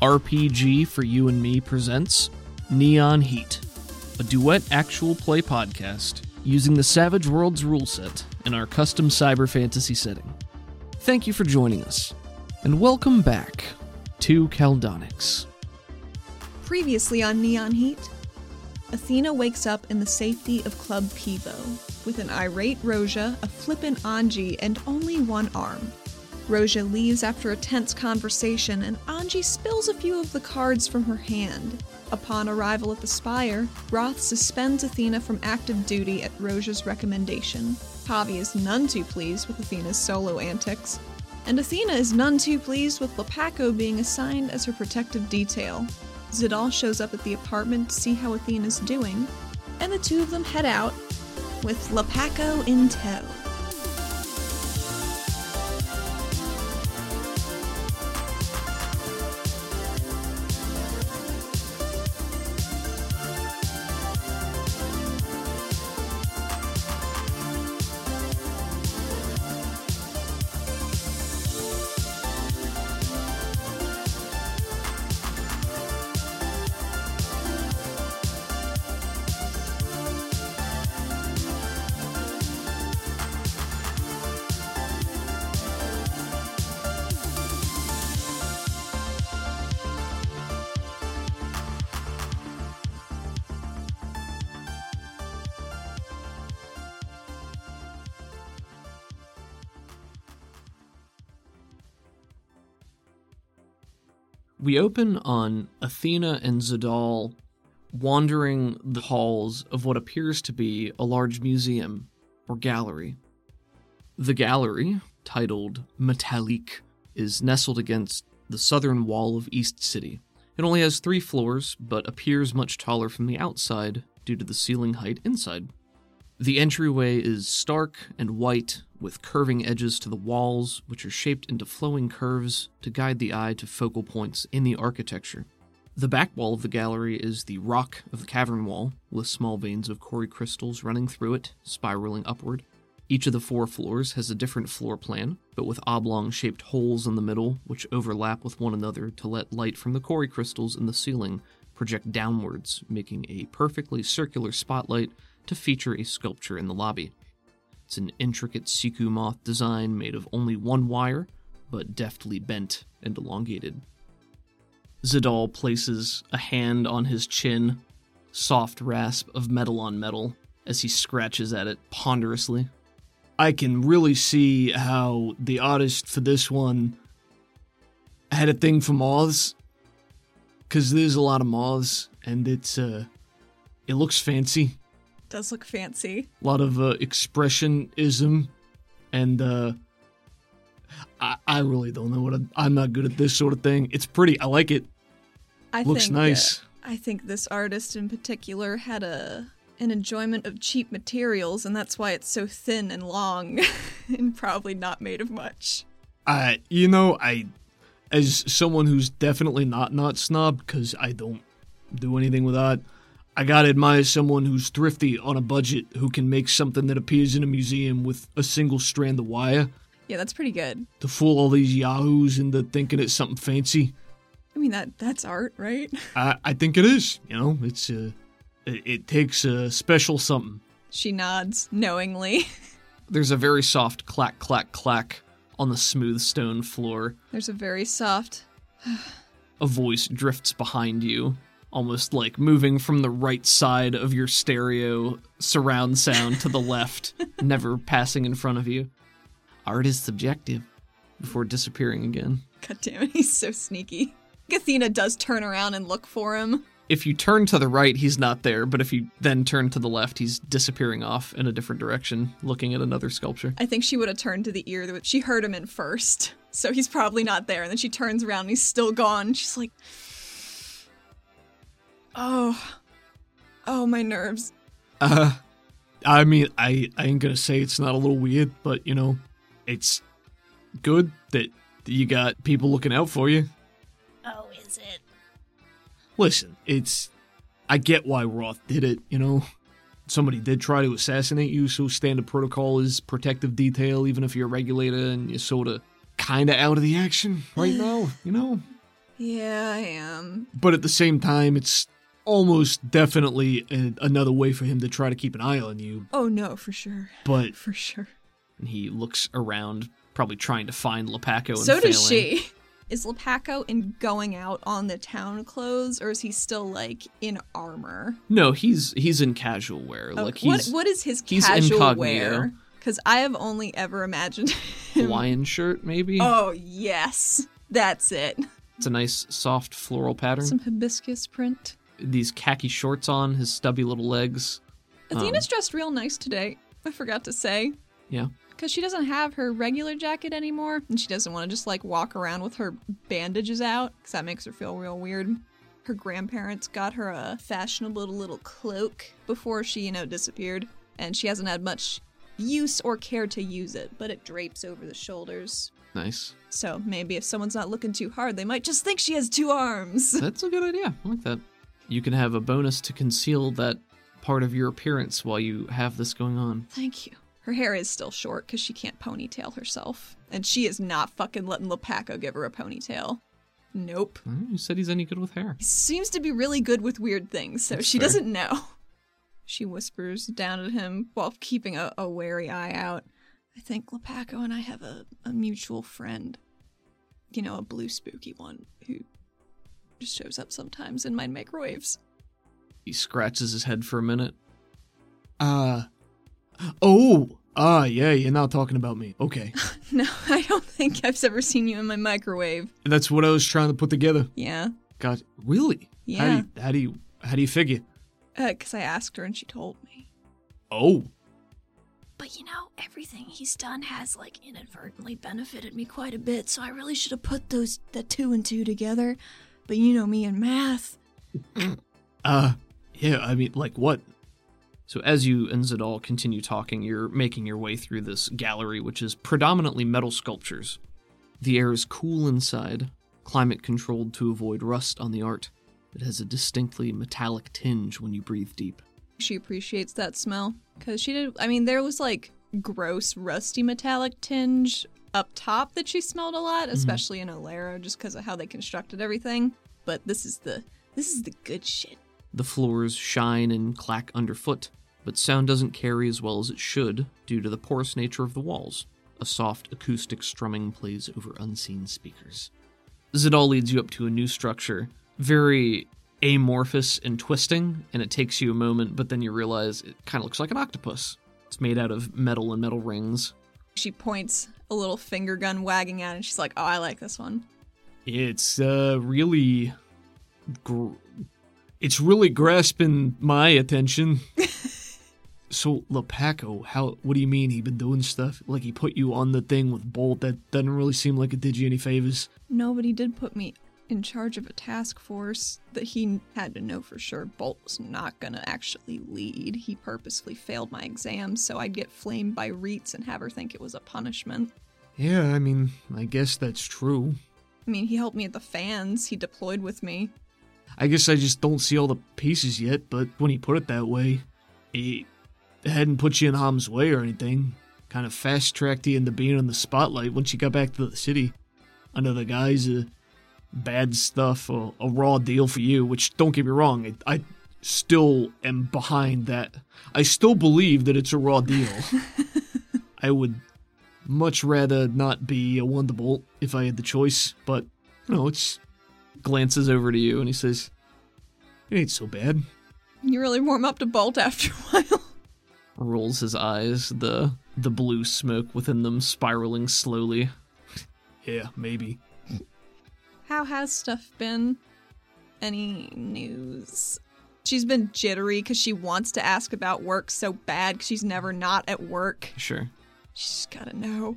RPG for You and Me presents Neon Heat, a duet actual play podcast using the Savage Worlds rule set in our custom cyber fantasy setting. Thank you for joining us, and welcome back to Caldonics. Previously on Neon Heat, Athena wakes up in the safety of Club Pivo with an irate Roja, a flippant Anji, and only one arm. Roja leaves after a tense conversation, and Anji spills a few of the cards from her hand. Upon arrival at the spire, Roth suspends Athena from active duty at Roja's recommendation. Pavi is none too pleased with Athena's solo antics, and Athena is none too pleased with Lepaco being assigned as her protective detail. Zidal shows up at the apartment to see how Athena's doing, and the two of them head out with Lepaco in tow. We open on Athena and Zadal wandering the halls of what appears to be a large museum or gallery. The gallery, titled Metallique, is nestled against the southern wall of East City. It only has three floors, but appears much taller from the outside due to the ceiling height inside. The entryway is stark and white, with curving edges to the walls, which are shaped into flowing curves to guide the eye to focal points in the architecture. The back wall of the gallery is the rock of the cavern wall, with small veins of quarry crystals running through it, spiraling upward. Each of the four floors has a different floor plan, but with oblong shaped holes in the middle, which overlap with one another to let light from the quarry crystals in the ceiling project downwards, making a perfectly circular spotlight to feature a sculpture in the lobby. It's an intricate Siku moth design made of only one wire, but deftly bent and elongated. Zidal places a hand on his chin, soft rasp of metal on metal, as he scratches at it ponderously. I can really see how the artist for this one had a thing for moths, because there's a lot of moths, and it's uh, it looks fancy Does look fancy. a lot of uh, expressionism, and uh, I, I really don't know what I'm, I'm not good at this sort of thing. It's pretty. I like it. I Looks think, nice. uh, I think this artist in particular had a an enjoyment of cheap materials, and that's why it's so thin and long, and probably not made of much. I you know I, as someone who's definitely not not snob because I don't do anything with art. I gotta admire someone who's thrifty on a budget who can make something that appears in a museum with a single strand of wire Yeah, that's pretty good. to fool all these yahoos into thinking it's something fancy. I mean that that's art, right? I, I think it is. You know, it's uh, it, it takes a special something. she nods knowingly. There's a very soft clack, clack, clack on the smooth stone floor. There's a very soft A voice drifts behind you, almost like moving from the right side of your stereo surround sound to the left, never passing in front of you. Art is subjective before disappearing again. God damn it, he's so sneaky. Athena does turn around and look for him. If you turn to the right, he's not there, but if you then turn to the left, he's disappearing off in a different direction, looking at another sculpture. I think she would have turned to the ear that she heard him in first. So he's probably not there. And then she turns around and he's still gone. She's like, oh, oh, my nerves. Uh, I mean, I, I ain't gonna say it's not a little weird, but you know, it's good that you got people looking out for you. Oh, is it? Listen, it's I get why Roth did it. You know, somebody did try to assassinate you, so standard protocol is protective detail, even if you're a regulator and you're sort of kind of out of the action right now. You know, Yeah, I am. But at the same time, it's almost definitely a, another way for him to try to keep an eye on you. Oh no, for sure. But For sure. he looks around, probably trying to find Lepaco. And so does failing. she. Is Lepaco in going out on the town clothes, or is he still like in armor? No, he's he's in casual wear. Oh, like what he's what is his he's casual incognito. wear? Because I have only ever imagined him. Hawaiian shirt, maybe. Oh yes, that's it. It's a nice soft floral pattern. Some hibiscus print. These khaki shorts on his stubby little legs. Um, Athena's dressed real nice today. I forgot to say. Yeah. Because she doesn't have her regular jacket anymore, and she doesn't want to just like walk around with her bandages out, because that makes her feel real weird. Her grandparents got her a fashionable little cloak before she, you know, disappeared, and she hasn't had much use or care to use it, but it drapes over the shoulders. Nice. So maybe if someone's not looking too hard, they might just think she has two arms. That's a good idea. I like that. You can have a bonus to conceal that part of your appearance while you have this going on. Thank you. Her hair is still short because she can't ponytail herself, and she is not fucking letting Lepaco give her a ponytail. Nope. I don't know, You said he's any good with hair. He seems to be really good with weird things, so That's she fair. doesn't know. She whispers down at him while keeping a, a wary eye out. I think Lepaco and I have a, a mutual friend. You know, a blue spooky one who just shows up sometimes in my microwaves. He scratches his head for a minute. Uh. Oh! Ah, yeah, you're not talking about me. Okay. No, I don't think I've ever seen you in my microwave. That's what I was trying to put together. Yeah. God, really? How do Yeah. you, how do you, how do you figure? Because Uh, I asked her and she told me. Oh, But you know, everything he's done has like inadvertently benefited me quite a bit, so I really should have put those the two and two together. But you know me and math. Uh, yeah, I mean, like what? So as you and Zadal continue talking, you're making your way through this gallery, which is predominantly metal sculptures. The air is cool inside, climate controlled to avoid rust on the art. It has a distinctly metallic tinge when you breathe deep. she appreciates that smell because she did i mean there was like gross rusty metallic tinge up top that she smelled a lot Mm-hmm. especially in olero just because of how they constructed everything but this is the this is the good shit The floors shine and clack underfoot, but sound doesn't carry as well as it should due to the porous nature of the walls. A soft acoustic strumming plays over unseen speakers. Zidal leads you up to a new structure, very amorphous and twisting, and it takes you a moment, but then you realize it kind of looks like an octopus. It's made out of metal and metal rings. she points a little finger gun wagging at it and she's like oh i like this one It's uh, really. Gr- it's really grasping my attention. so, Lepaco, how? What do you mean he been doing stuff? Like he put you on the thing with Bolt? That doesn't really seem like it did you any favors. nobody did put me in charge of a task force that he had to know for sure Bolt was not gonna actually lead. He purposely failed my exam so I'd get flamed by Reets and have her think it was a punishment. Yeah, I mean, I guess that's true. I mean, he helped me at the fans. He deployed with me. I guess I just don't see all the pieces yet. But when he put it that way, he hadn't put you in harm's way or anything. Kind of fast tracked you into being in the spotlight once you got back to the city, under the guise of bad stuff or a raw deal for you. Which don't get me wrong, I, I still am behind that. I still believe that it's a raw deal. I would much rather not be a Wonderbolt if I had the choice, but you know, it's glances over to you and he says, It ain't so bad. You really warm up to Bolt after a while. Rolls his eyes, the the blue smoke within them spiraling slowly. yeah, maybe. How has stuff been? Any news? She's been jittery because she wants to ask about work so bad 'cause she's never not at work. Sure. She's gotta know.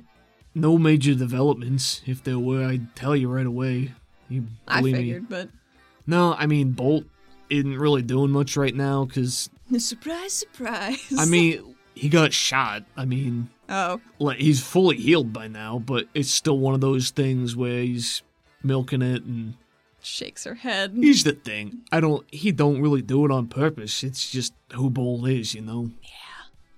No major developments. If there were, I'd tell you right away. You I believe figured, me. but. No, I mean Bolt isn't really doing much right now because Surprise, surprise. I mean he got shot. I mean Oh, like he's fully healed by now, but it's still one of those things where he's milking it and shakes her head. Here's the thing. I don't. He don't really do it on purpose. It's just who Bold is, you know. Yeah.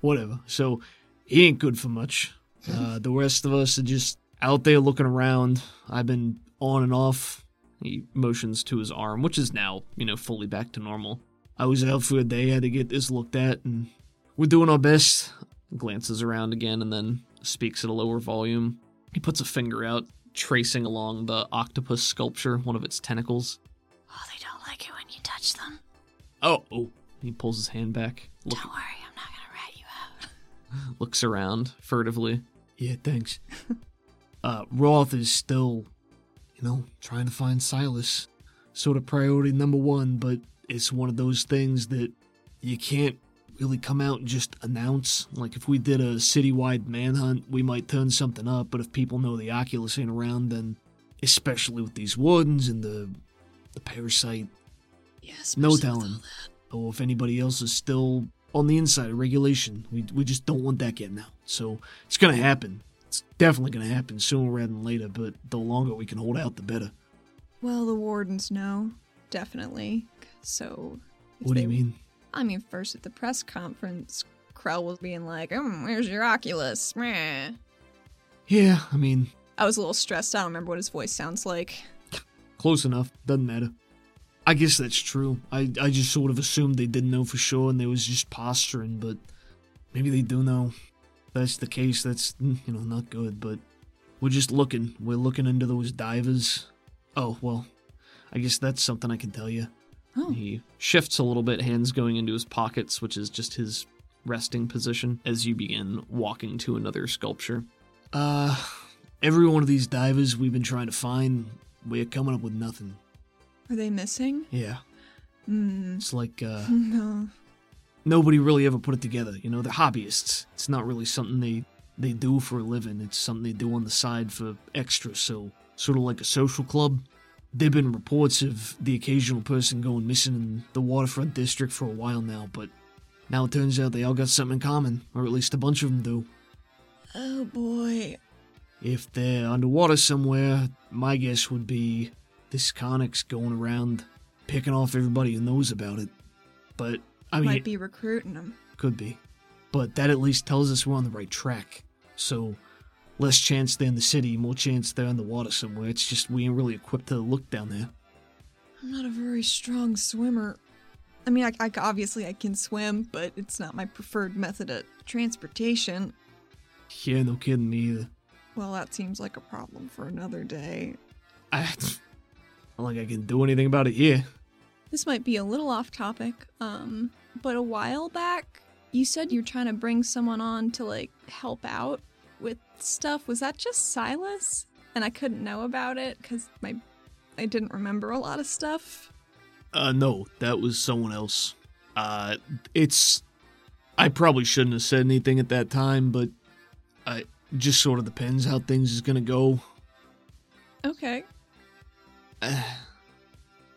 Whatever. So he ain't good for much. Uh, the rest of us are just out there looking around. I've been on and off. He motions to his arm, which is now, you know, fully back to normal. I was out for a day, had to get this looked at, and we're doing our best. Glances around again and then speaks at a lower volume. He puts a finger out, tracing along the octopus sculpture, one of its tentacles. Oh, they don't like it when you touch them. Oh, oh. He pulls his hand back, look, Don't worry, I'm not gonna rat you out. looks around furtively. Yeah, thanks. uh, Roth is still, you know, trying to find Silas. Sort of priority number one, but it's one of those things that you can't really come out and just announce. Like, if we did a citywide manhunt, we might turn something up, but if people know the Oculus ain't around, then, especially with these wardens and the, the parasite, Yes. No telling. Or if anybody else is still on the inside of regulation. We, we just don't want that getting out. So it's going to happen. It's definitely going to happen sooner rather than later, but the longer we can hold out, the better. Well, the wardens know, definitely. So. if What do you they- mean? I mean, first at the press conference, Krell was being like, mm, "Where's your Oculus?" Meh. Yeah, I mean, I was a little stressed. I don't remember what his voice sounds like. close enough. Doesn't matter. I guess that's true. I, I just sort of assumed they didn't know for sure and they was just posturing, but maybe they do know. If that's the case. That's, mm, you know, not good, but we're just looking. We're looking into those divers. Oh, well, I guess that's something I can tell you. Oh. He shifts a little bit, hands going into his pockets, which is just his resting position, as you begin walking to another sculpture. Uh, every one of these divers we've been trying to find, we're coming up with nothing. Are they missing? Yeah. Hmm. It's like, uh, No. nobody really ever put it together. You know, they're hobbyists. It's not really something they they do for a living. It's something they do on the side for extra. So sort of like a social club. There've been reports of the occasional person going missing in the waterfront district for a while now, but now it turns out they all got something in common, or at least a bunch of them do. Oh boy. If they're underwater somewhere, my guess would be this Connick's going around picking off everybody who knows about it. But I mean, Might be recruiting them. could be. But that at least tells us we're on the right track. So, less chance they're in the city, more chance they're in the water somewhere. It's just we ain't really equipped to look down there. I'm not a very strong swimmer. I mean, I, I obviously I can swim, but it's not my preferred method of transportation. Yeah, no kidding me either. Well, that seems like a problem for another day. I, not like I can do anything about it here. This might be a little off topic, um, but a while back, you said you're trying to bring someone on to like help out with stuff. Was that just Silas? And I couldn't know about it because my I didn't remember a lot of stuff. Uh, no, that was someone else. Uh, it's. I probably shouldn't have said anything at that time, but I just sort of depends how things is gonna go. Okay, I,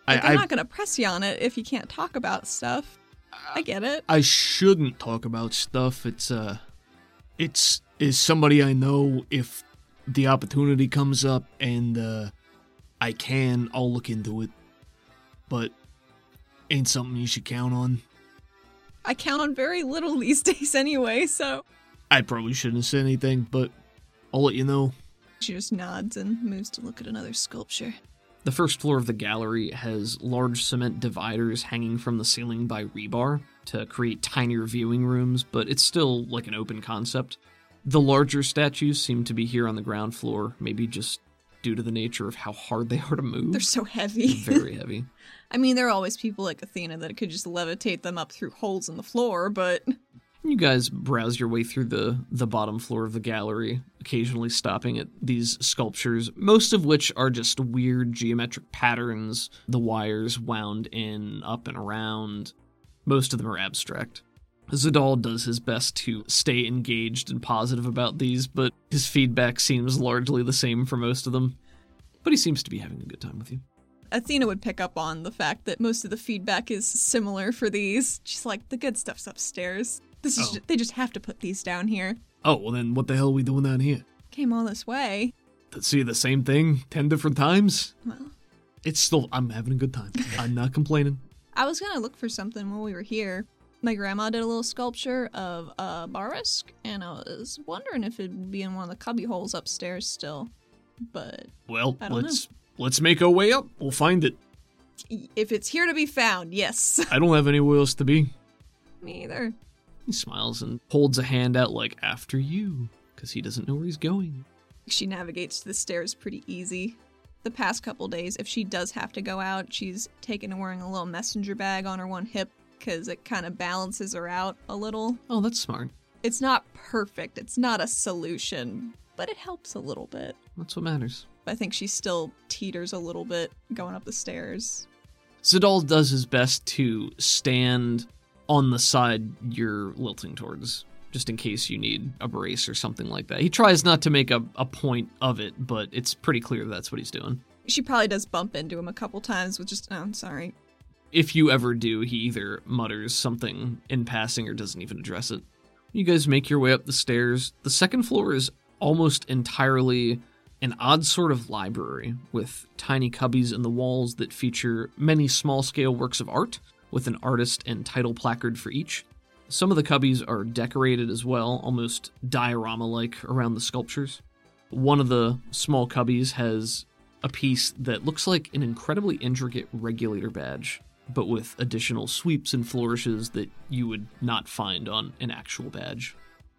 like, I, am I, not gonna press you on it if you can't talk about stuff. I get it. I shouldn't talk about stuff. It's uh it's is somebody I know if the opportunity comes up and uh I can, I'll look into it. But ain't something you should count on. I count on very little these days anyway, so I probably shouldn't have said anything, but I'll let you know. she just nods and moves to look at another sculpture. The first floor of the gallery has large cement dividers hanging from the ceiling by rebar to create tinier viewing rooms, but it's still like an open concept. The larger statues seem to be here on the ground floor, maybe just due to the nature of how hard they are to move. They're so heavy. very heavy. I mean, there are always people like Athena that could just levitate them up through holes in the floor, but You guys browse your way through the the bottom floor of the gallery, occasionally stopping at these sculptures, most of which are just weird geometric patterns, the wires wound in, up and around. Most of them are abstract. Zadal does his best to stay engaged and positive about these, but his feedback seems largely the same for most of them. But he seems to be having a good time with you. Athena would pick up on the fact that most of the feedback is similar for these. She's like, the good stuff's upstairs. This is Oh. ju- they just have to put these down here. Oh, well then what the hell are we doing down here? Came all this way. To see the same thing ten different times? Well, It's still, I'm having a good time. I'm not complaining. I was gonna look for something while we were here. My grandma did a little sculpture of uh, Barisk, and I was wondering if it'd be in one of the cubby holes upstairs still. But Well, I don't let's Let's make our way up. We'll find it. If it's here to be found, yes. I don't have anywhere else to be. Me either. He smiles and holds a hand out, like, after you, because he doesn't know where he's going. She navigates the stairs pretty easy. The past couple days, if she does have to go out, she's taken to wearing a little messenger bag on her one hip because it kind of balances her out a little. Oh, that's smart. It's not perfect, it's not a solution, but it helps a little bit. That's what matters. I think she still teeters a little bit going up the stairs. Zidal does his best to stand on the side you're lilting towards, just in case you need a brace or something like that. He tries not to make a, a point of it, but it's pretty clear that's what he's doing. She probably does bump into him a couple times with just, oh, I'm sorry. If you ever do, he either mutters something in passing or doesn't even address it. You guys make your way up the stairs. The second floor is almost entirely an odd sort of library with tiny cubbies in the walls that feature many small scale works of art with an artist and title placard for each. Some of the cubbies are decorated as well, almost diorama like around the sculptures. One of the small cubbies has a piece that looks like an incredibly intricate regulator badge, but with additional sweeps and flourishes that you would not find on an actual badge.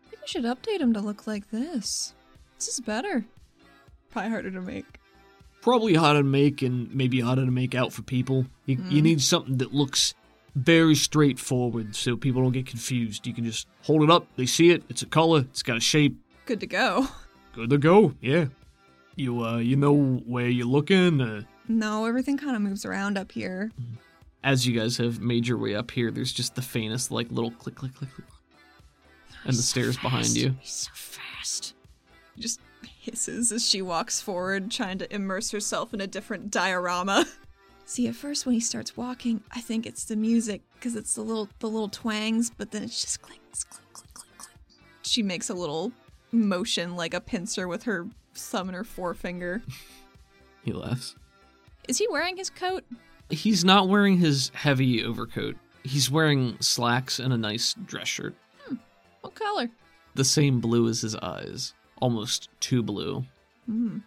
I think we should update him to look like this. This is better. Probably harder to make. Probably harder to make and maybe harder to make out for people. You, you need something that looks very straightforward so people don't get confused. You can just hold it up, they see it, it's a color, it's got a shape, Good to go. good to go. Yeah. You uh you know where you're looking. Uh, No, everything kind of moves around up here. as you guys have made your way up here, there's just the faintest like little click click click click. And the stairs behind Fast. you. He's so fast. Just hisses as she walks forward, trying to immerse herself in a different diorama. See, at first when he starts walking, I think it's the music because it's the little the little twangs, but then it's just clicks, click, click, click, click. She makes a little motion like a pincer with her thumb and her forefinger. He laughs. Is he wearing his coat? He's not wearing his heavy overcoat. He's wearing slacks and a nice dress shirt. What color? The same blue as his eyes. Almost too blue. You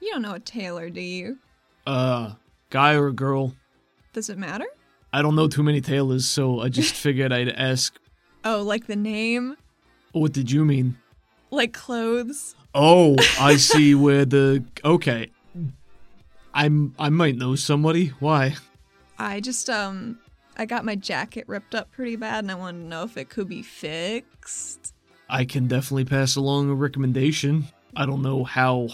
don't know a tailor, do you? Uh, guy or girl? Does it matter? I don't know too many tailors, so I just figured I'd ask, Oh, like the name, what did you mean? like clothes. Oh, I see where the okay. I'm I might know somebody. Why? I just um I got my jacket ripped up pretty bad and I wanted to know if it could be fixed. I can definitely pass along a recommendation. I don't know how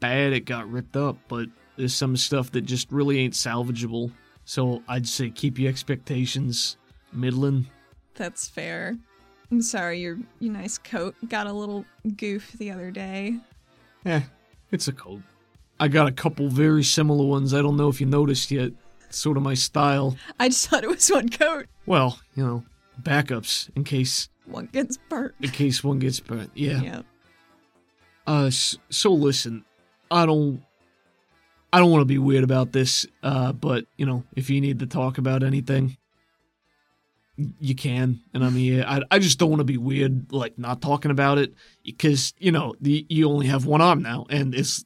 bad it got ripped up, but there's some stuff that just really ain't salvageable. So I'd say keep your expectations middling. That's fair. I'm sorry your your nice coat got a little goof the other day. Eh, it's a coat. I got a couple very similar ones. I don't know if you noticed yet. It's sort of my style. I just thought it was one coat. Well, you know, backups in case One gets burnt. in case one gets burnt. Yeah. Yeah. Uh, s- so listen, I don't, I don't want to be weird about this. Uh, but you know, if you need to talk about anything, y- you can, and I'm here. I, I just don't want to be weird, like not talking about it, because you know, the, you only have one arm now, and it's.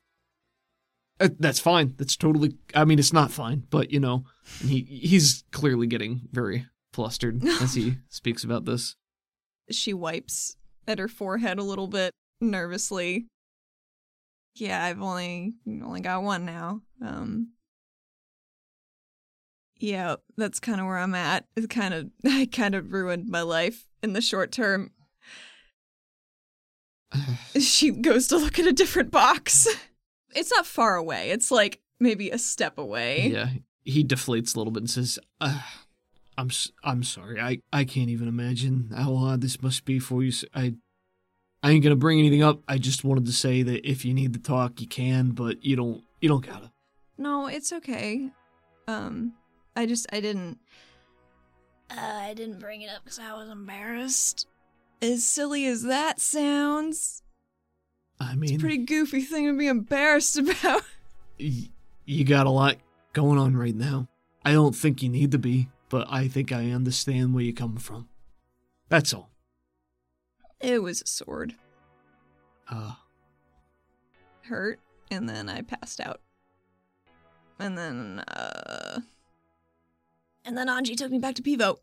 uh, That's fine. That's totally. I mean, it's not fine, but you know, and he he's clearly getting very flustered as he speaks about this. She wipes at her forehead a little bit nervously. Yeah, I've only only got one now. Um Yeah, that's kind of where I'm at. It kind of I kind of ruined my life in the short term. she goes to look at a different box. It's not far away. It's like maybe a step away. Yeah, he deflates a little bit and says, uh, "I'm s- I'm sorry. I I can't even imagine how hard this must be for you. s- I I ain't gonna bring anything up. I just wanted to say that if you need to talk, you can, but you don't you don't gotta. No, it's okay. Um I just I didn't Uh, I didn't bring it up because I was embarrassed. As silly as that sounds, I it's a mean, pretty goofy thing to be embarrassed about. y- you got a lot going on right now. I don't think you need to be, but I think I understand where you're coming from. That's all. It was a sword. Uh, Hurt, and then I passed out. and then uh, And then Anji took me back to Pivo.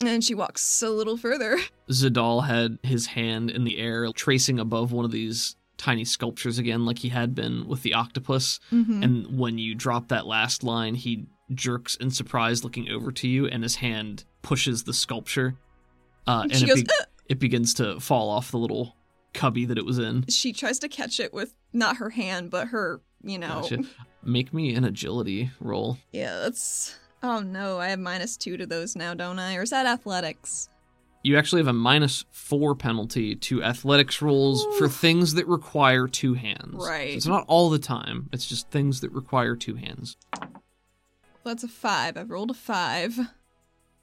and she walks a little further. Zadal had his hand in the air, tracing above one of these tiny sculptures again, like he had been with the octopus. Mm-hmm. And when you drop that last line, he jerks in surprise, looking over to you, and his hand pushes the sculpture. Uh, and she it, goes, be- it begins to fall off the little cubby that it was in. she tries to catch it with not her hand, but her, you know. Gotcha. Make me an agility roll. Yeah, that's. Oh no, I have minus two to those now, don't I? Or is that athletics? You actually have a minus four penalty to athletics rolls for Ooh. things that require two hands. So Right. it's not all the time, it's just things that require two hands. Well, that's a five. I've rolled a five.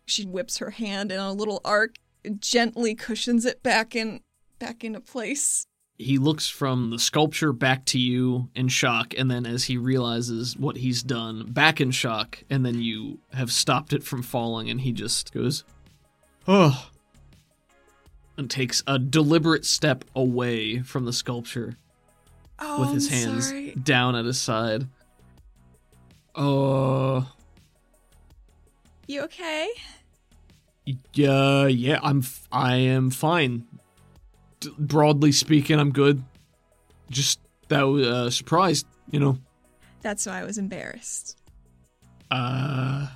She whips her hand in a little arc, gently cushions it back in, back into place. he looks from the sculpture back to you in shock and then as he realizes what he's done back in shock and then you have stopped it from falling and he just goes oh and takes a deliberate step away from the sculpture Oh, with his I'm hands sorry. down at his side uh You okay? yeah Uh, yeah i'm f- i am fine D- broadly speaking i'm good just that was uh surprised you know That's why I was embarrassed. Uh,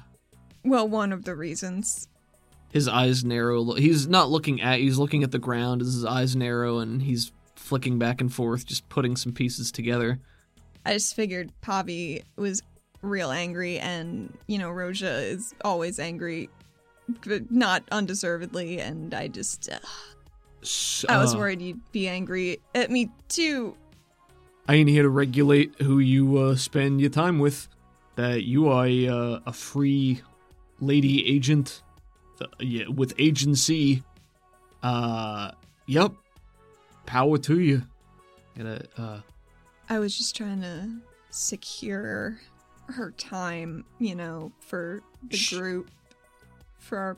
Well, one of the reasons. his eyes narrow. He's not looking at you, he's looking at the ground as his eyes narrow and he's flicking back and forth, just putting some pieces together. I just figured Pavi was real angry, and, you know, Roja is always angry, but not undeservedly, and I just. Uh, S- I was uh, worried you'd be angry at me too. I ain't here to regulate who you uh, spend your time with. That you are a, uh, a free lady agent uh, yeah, with agency. Uh, yep. Power to you. Gotta, uh, I was just trying to secure her time, you know, for the Sh- group, for our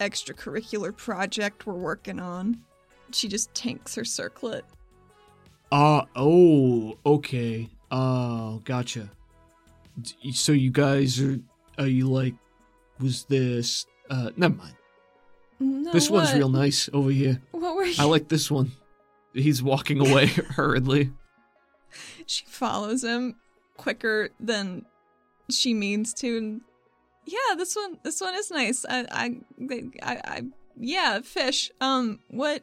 extracurricular project we're working on. She just tanks her circlet. Uh oh, okay. Oh, gotcha. D- So you guys are are you like was this uh never mind. No, this one's what? real nice over here. What were you? I like this one. He's walking away hurriedly. she follows him quicker than she means to. And yeah, this one, this one is nice. I, I, I, I yeah, fish. Um, what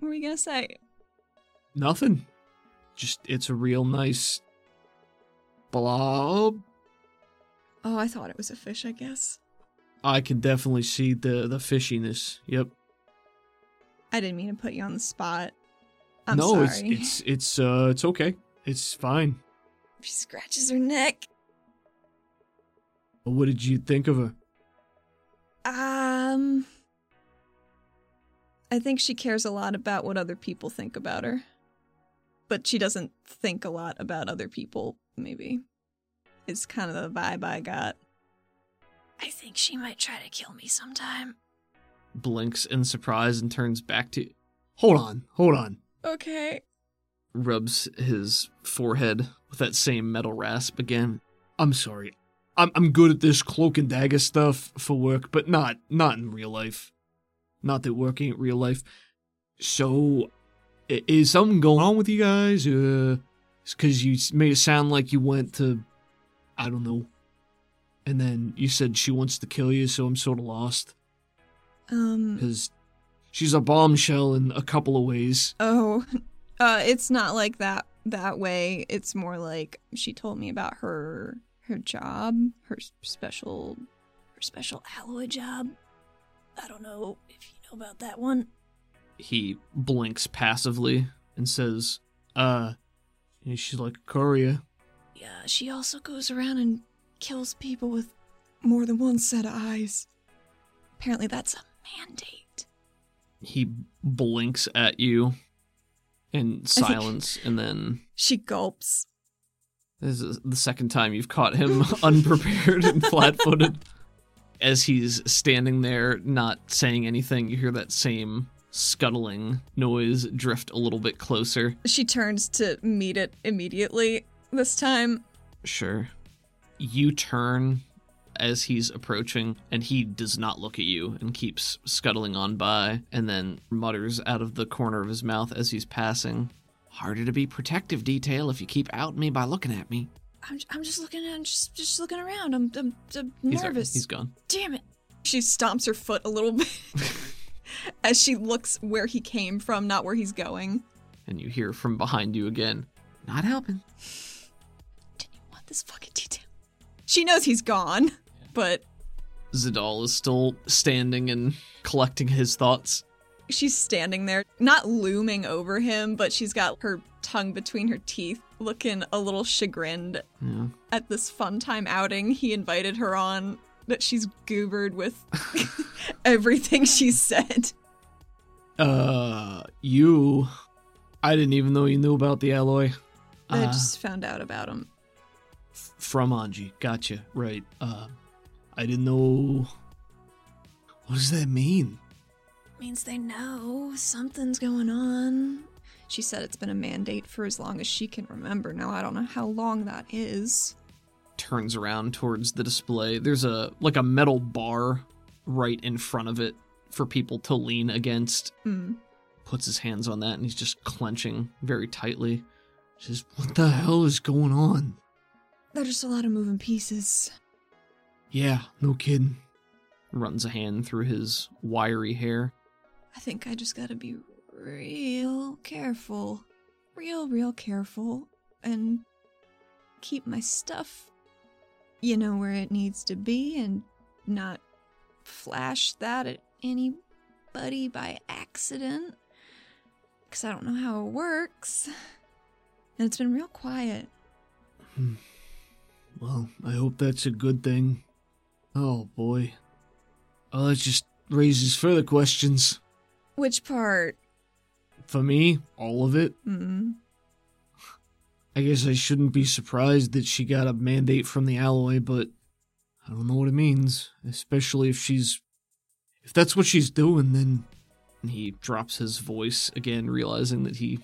were we gonna say? Nothing. Just it's a real nice blob. Oh, I thought it was a fish, I guess. I can definitely see the the fishiness. Yep. I didn't mean to put you on the spot. I'm no, sorry. it's it's it's uh it's okay. It's fine. She scratches her neck. What did you think of her? Um I think she cares a lot about what other people think about her. But she doesn't think a lot about other people, maybe. It's kind of the vibe I got. I think she might try to kill me sometime. blinks in surprise and turns back to Hold on, hold on. Okay. Rubs his forehead with that same metal rasp again. I'm sorry. I'm I'm good at this cloak and dagger stuff for work, but not not in real life. Not that work ain't real life. So i- is something going on with you guys? Uh, because you s- made it sound like you went to, I don't know, and then you said she wants to kill you, so I'm sort of lost Um because she's a bombshell in a couple of ways. oh uh it's not like that that way. It's more like she told me about her her job, her s- special Her special alloy job. I don't know if you know about that one. He blinks passively and says, "Uh," and she's like, "Courier." Yeah, she also goes around and kills people with. more than one set of eyes. Apparently, that's a mandate. He blinks at you in silence, and then She gulps. this is the second time you've caught him unprepared and flat-footed. As he's standing there, not saying anything, you hear that same scuttling noise drift a little bit closer. She turns to meet it immediately this time. Sure. You turn as he's approaching, and he does not look at you and keeps scuttling on by, and then mutters out of the corner of his mouth as he's passing. Harder to be protective detail if you keep outing me by looking at me. I'm, I'm just looking. I'm just just looking around. I'm I'm, I'm He's there. nervous. He's gone. Damn it! She stomps her foot a little bit as she looks where he came from, not where he's going. And you hear from behind you again. Not helping. Didn't you want this fucking detail? She knows he's gone, but Zidal is still standing and collecting his thoughts. she's standing there, not looming over him, but she's got her tongue between her teeth, looking a little chagrined Yeah. at this fun time outing he invited her on that she's goobered with everything she said. Uh, you. I didn't even know you knew about the alloy. I Uh, just found out about him. f- from Anji. Gotcha. Right. Uh, I didn't know. What does that mean? Means they know something's going on. She said it's been a mandate for as long as she can remember. Now, I don't know how long that is. Turns around towards the display. There's a like a metal bar right in front of it for people to lean against. Hmm. Puts his hands on that and he's just clenching very tightly. Says, "What the hell is going on?" There's just a lot of moving pieces. Yeah, no kidding. Runs a hand through his wiry hair. I think I just gotta be real careful. real, real careful and keep my stuff, you know, where it needs to be and not flash that at anybody by accident. Because I don't know how it works. And it's been real quiet. Well, I hope that's a good thing. Oh boy. Oh, that just raises further questions. Which part? For me, all of it. Mm. I guess I shouldn't be surprised that she got a mandate from the alloy, but I don't know what it means, especially if she's. If that's what she's doing, then. And he drops his voice again, realizing that he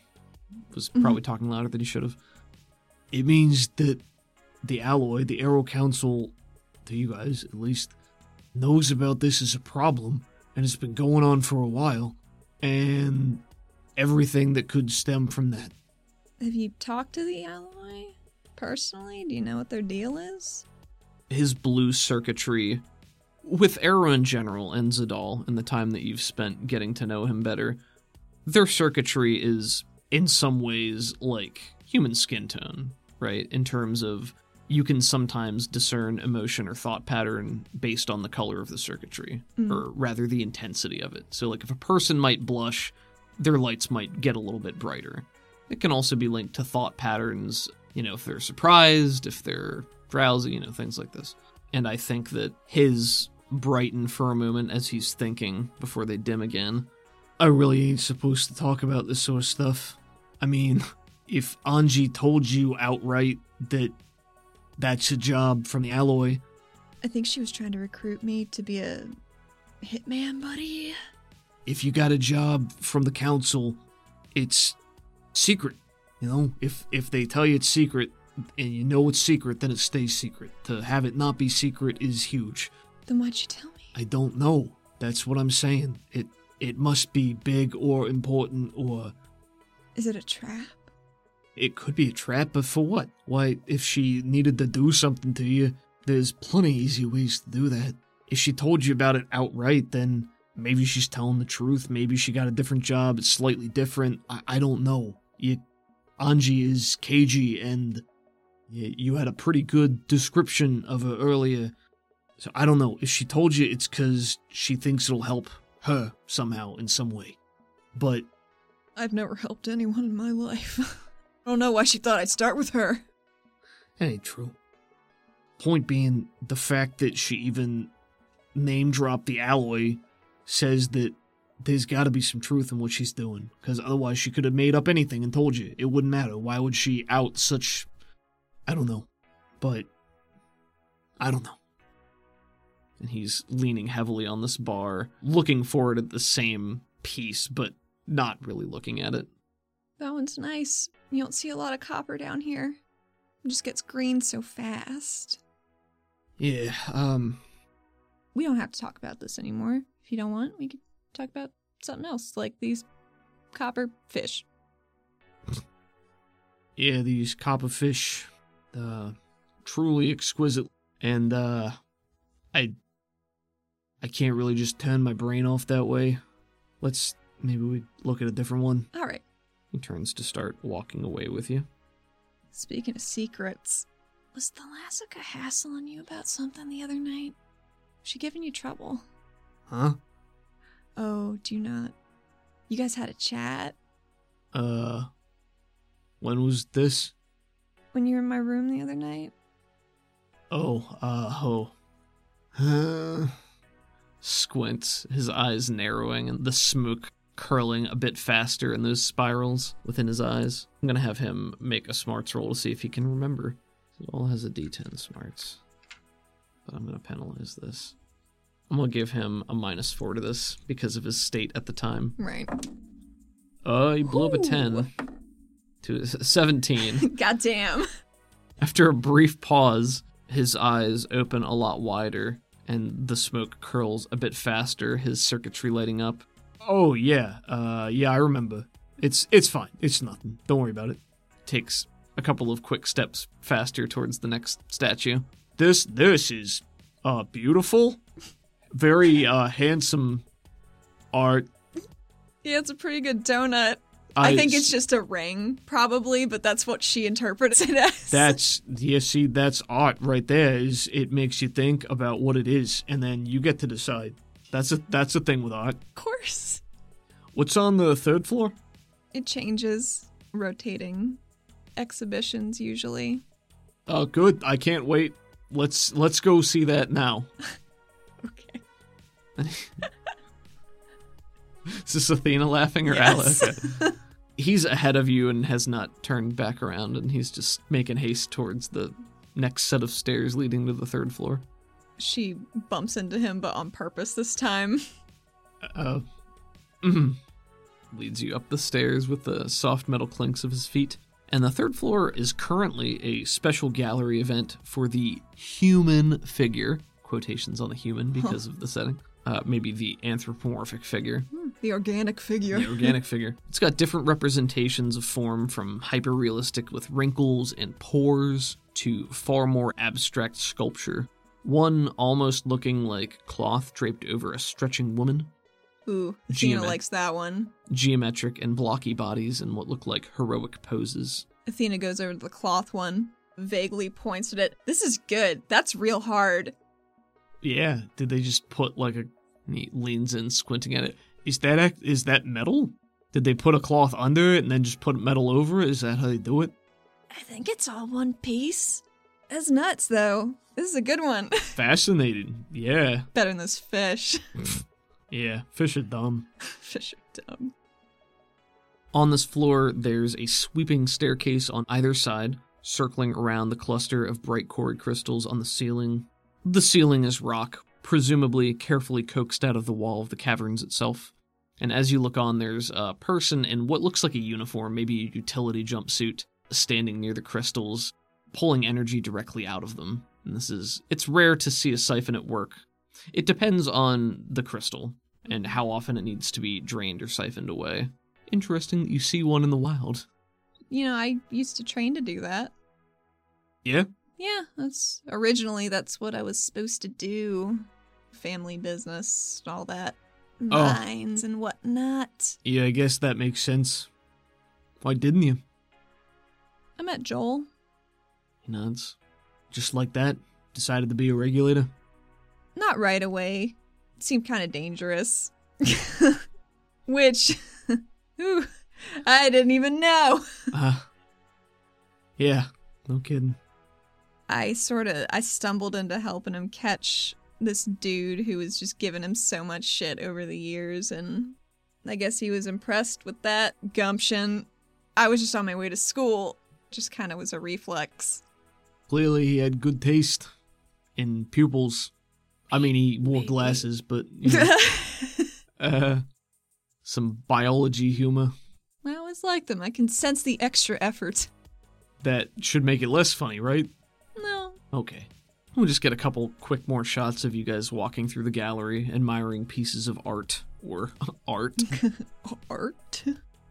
was probably talking louder than he should have. It means that the alloy, the Arrow Council, to you guys at least, knows about this as a problem, and it's been going on for a while, and everything that could stem from that. Have you talked to the alloy personally? Do you know what their deal is? his blue circuitry with Arrow in general and Zadal and the time that you've spent getting to know him better, their circuitry is in some ways like human skin tone, right? In terms of you can sometimes discern emotion or thought pattern based on the color of the circuitry, or rather the intensity of it. So, like if a person might blush, their lights might get a little bit brighter. It can also be linked to thought patterns, you know, if they're surprised, if they're drowsy, you know, things like this. And I think that his brighten for a moment as he's thinking before they dim again. I really ain't supposed to talk about this sort of stuff. I mean, if Anji told you outright that that's a job from the alloy, I think she was trying to recruit me to be a hitman buddy. if you got a job from the council, it's secret. You know, if if they tell you it's secret and you know it's secret, then it stays secret. To have it not be secret is huge. Then why'd you tell me? I don't know. That's what I'm saying. It it must be big or important or Is it a trap? it could be a trap, but for what? Why, if she needed to do something to you, there's plenty easy ways to do that. If she told you about it outright, then maybe she's telling the truth. Maybe she got a different job. It's slightly different. I, I don't know. You, Anji is cagey, and you, you had a pretty good description of her earlier. So I don't know. If she told you, it's because she thinks it'll help her somehow in some way. But I've never helped anyone in my life. I don't know why she thought I'd start with her. That ain't true. Point being, the fact that she even name dropped the alloy says that there's got to be some truth in what she's doing, because otherwise she could have made up anything and told you. It wouldn't matter. Why would she out such. I don't know. But. I don't know. And he's leaning heavily on this bar, looking forward at the same piece, but not really looking at it. That one's nice. You don't see a lot of copper down here. It just gets green so fast. Yeah, um, We don't have to talk about this anymore. If you don't want, we could talk about something else, like these copper fish. yeah, these copperfish, uh, truly exquisite, and, uh, I, I can't really just turn my brain off that way. Let's, maybe we look at a different one. All right. He turns to start walking away with you. Speaking of secrets, Was the Lassica hassling you about something the other night? she giving you trouble. Huh? Oh, do you not. You guys had a chat Uh, when was this? when you were in my room the other night. Oh, uh, oh. Huh? Squints, his eyes narrowing and the smoke curling a bit faster in those spirals within his eyes. I'm gonna have him make a smarts roll to see if he can remember. He all has a d10 smarts. But I'm gonna penalize this. I'm gonna give him a minus four to this because of his state at the time. Right. Oh, he blew up a Ooh. 10 to a 17. Goddamn. After a brief pause, his eyes open a lot wider and the smoke curls a bit faster, his circuitry lighting up. Oh yeah, uh yeah, I remember. It's it's fine. It's nothing. Don't worry about it. Takes a couple of quick steps faster towards the next statue. This this is uh beautiful. Very uh handsome art. Yeah, it's a pretty good donut. I, I think it's just a ring, probably, but that's what she interprets it as. That's you see, that's art right there. Is it makes you think about what it is, and then you get to decide. That's a that's the thing with art. of course. What's on the third floor? It changes, rotating exhibitions usually. Oh, good. I can't wait. Let's let's go see that now. Okay. Is this Athena laughing or Yes. Alec? he's ahead of you and has not turned back around, and he's just making haste towards the next set of stairs leading to the third floor. She bumps into him, but on purpose this time. Uh, mhm. leads you up the stairs with the soft metal clinks of his feet. And the third floor is currently a special gallery event for the human figure. Quotations on the human because of the setting. Uh, maybe the anthropomorphic figure, The organic figure. the organic figure. It's got different representations of form from hyper realistic with wrinkles and pores to far more abstract sculpture. One almost looking like cloth draped over a stretching woman, Ooh, Athena Geomet- likes that one. geometric and blocky bodies in what look like heroic poses. Athena goes over to the cloth one, vaguely points at it. This is good. That's real hard. Yeah, did they just put like a and he leans in squinting at it. Is that act, is that metal? Did they put a cloth under it and then just put metal over it? Is that how they do it? I think it's all one piece. That's nuts, though. This is a good one. Fascinating. Yeah. Better than this fish. Yeah, fish are dumb. fish are dumb. On this floor, there's a sweeping staircase on either side, circling around the cluster of bright chord crystals on the ceiling. The ceiling is rock, presumably carefully coaxed out of the wall of the caverns itself. And as you look on, there's a person in what looks like a uniform, maybe a utility jumpsuit, standing near the crystals, pulling energy directly out of them. And this is, it's rare to see a siphon at work. It depends on the crystal and how often it needs to be drained or siphoned away interesting that you see one in the wild. You know, I used to train to do that. Yeah? Yeah, that's originally that's what I was supposed to do. Family business, and all that. Oh. Mines and whatnot. Yeah, I guess that makes sense. Why didn't you? I met Joel. He nods. Just like that, decided to be a regulator. Not right away. Seemed kind of dangerous. Which, ooh, I didn't even know. Uh, yeah, no kidding. I sort of I stumbled into helping him catch this dude who was just giving him so much shit over the years and I guess he was impressed with that gumption. I was just on my way to school. Just kind of was a reflex. Clearly, he had good taste in pupils. I mean, he wore Maybe. glasses, but you know, uh, some biology humor I always like them. I can sense the extra effort. that should make it less funny, right? No, Okay. We'll just get a couple quick more shots of you guys walking through the gallery, admiring pieces of art or art. Art?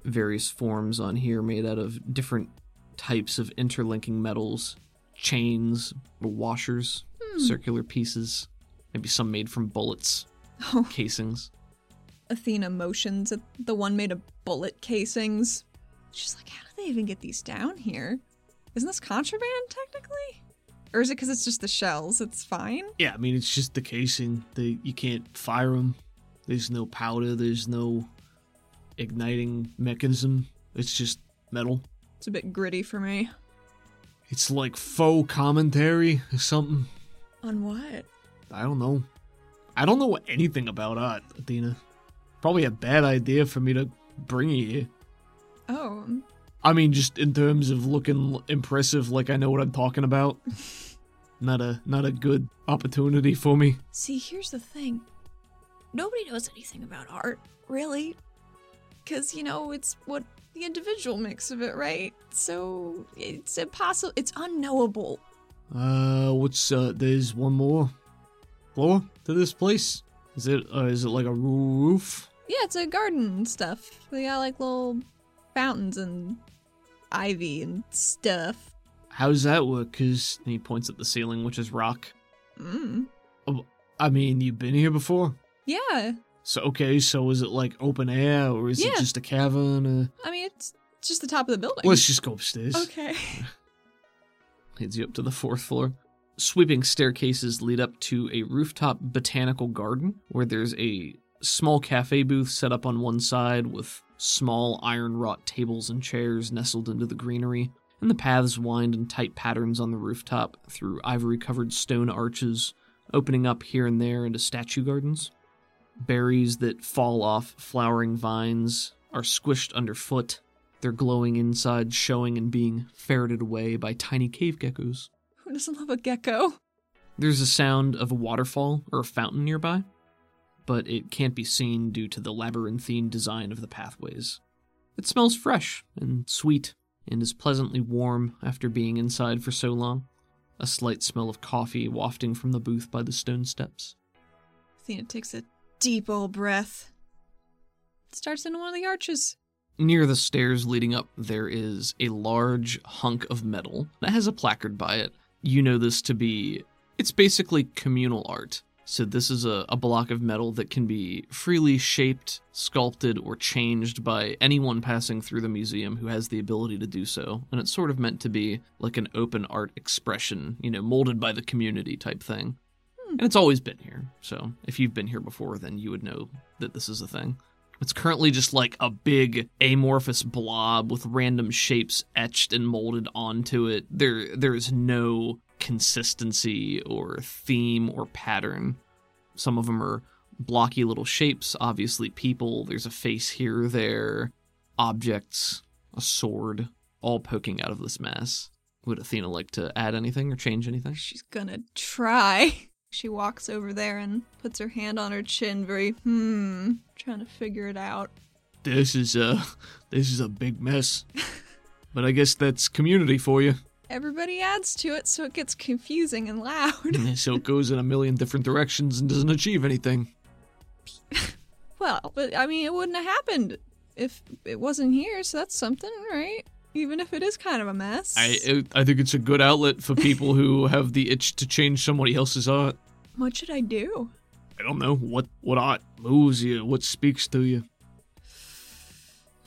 Various forms on here made out of different types of interlinking metals, chains, washers, circular pieces, maybe some made from bullets, Oh. casings. Athena motions at the one made of bullet casings. She's like, how do they even get these down here? Isn't this contraband, technically? Or is it because it's just the shells? It's fine? Yeah, I mean it's just the casing. They you can't fire them. There's no powder. There's no igniting mechanism. It's just metal. It's a bit gritty for me. It's like faux commentary or something. On what? I don't know. I don't know anything about art, Athena. Probably a bad idea for me to bring you here. Oh, I mean, just in terms of looking l- impressive, like I know what I'm talking about. not a not a good opportunity for me. See, here's the thing nobody knows anything about art, really. because, you know, it's what the individual makes of it, right? So it's impossible. It's unknowable. Uh, what's uh? There's one more floor to this place. Is it uh, is it like a roof? Yeah, it's a garden and stuff. They got like little fountains and ivy and stuff. How's that work? Cause and he points at the ceiling, which is rock. Oh, Mm. I mean, you've been here before. Yeah, So okay, so is it like open air or is Yeah. it just a cavern? I mean, it's just the top of the building. Uh, let's just go upstairs. okay. Leads you up to the fourth floor. Sweeping staircases lead up to a rooftop botanical garden where there's a small cafe booth set up on one side with small iron wrought tables and chairs nestled into the greenery. And the paths wind in tight patterns on the rooftop through ivory covered stone arches, opening up here and there into statue gardens. Berries that fall off flowering vines are squished underfoot, their glowing insides showing and being ferreted away by tiny cave geckos. Who doesn't love a gecko? There's a sound of a waterfall or a fountain nearby, but it can't be seen due to the labyrinthine design of the pathways. It smells fresh and sweet and is pleasantly warm after being inside for so long, a slight smell of coffee wafting from the booth by the stone steps. Athena takes a deep old breath. Starts in one of the arches. Near the stairs leading up, there is a large hunk of metal that has a placard by it. You know this to be. It's basically communal art. So, this is a, a block of metal that can be freely shaped, sculpted, or changed by anyone passing through the museum who has the ability to do so. And it's sort of meant to be like an open art expression, you know, molded by the community type thing. And it's always been here. So, if you've been here before, then you would know that this is a thing. It's currently just like a big amorphous blob with random shapes etched and molded onto it. There there is no consistency or theme or pattern. Some of them are blocky little shapes, obviously people, there's a face here or there, objects, a sword, all poking out of this mass. Would Athena like to add anything or change anything? She's gonna try. She walks over there and puts her hand on her chin, very, hmm, trying to figure it out. This is a this is a big mess. but I guess that's community for you. Everybody adds to it, so it gets confusing and loud. so it goes in a million different directions and doesn't achieve anything. well, but I mean, it wouldn't have happened if it wasn't here, so that's something, right? Even if it is kind of a mess. I it- I think it's a good outlet for people who have the itch to change somebody else's art. what should I do? I don't know what what art moves you, what speaks to you.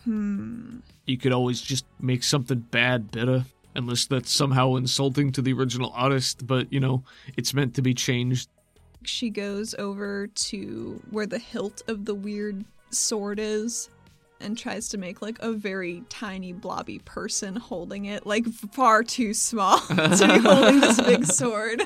Hmm. You could always just make something bad better, unless that's somehow insulting to the original artist. But you know, it's meant to be changed. She goes over to where the hilt of the weird sword is and tries to make like a very tiny blobby person holding it, like far too small to be holding this big sword.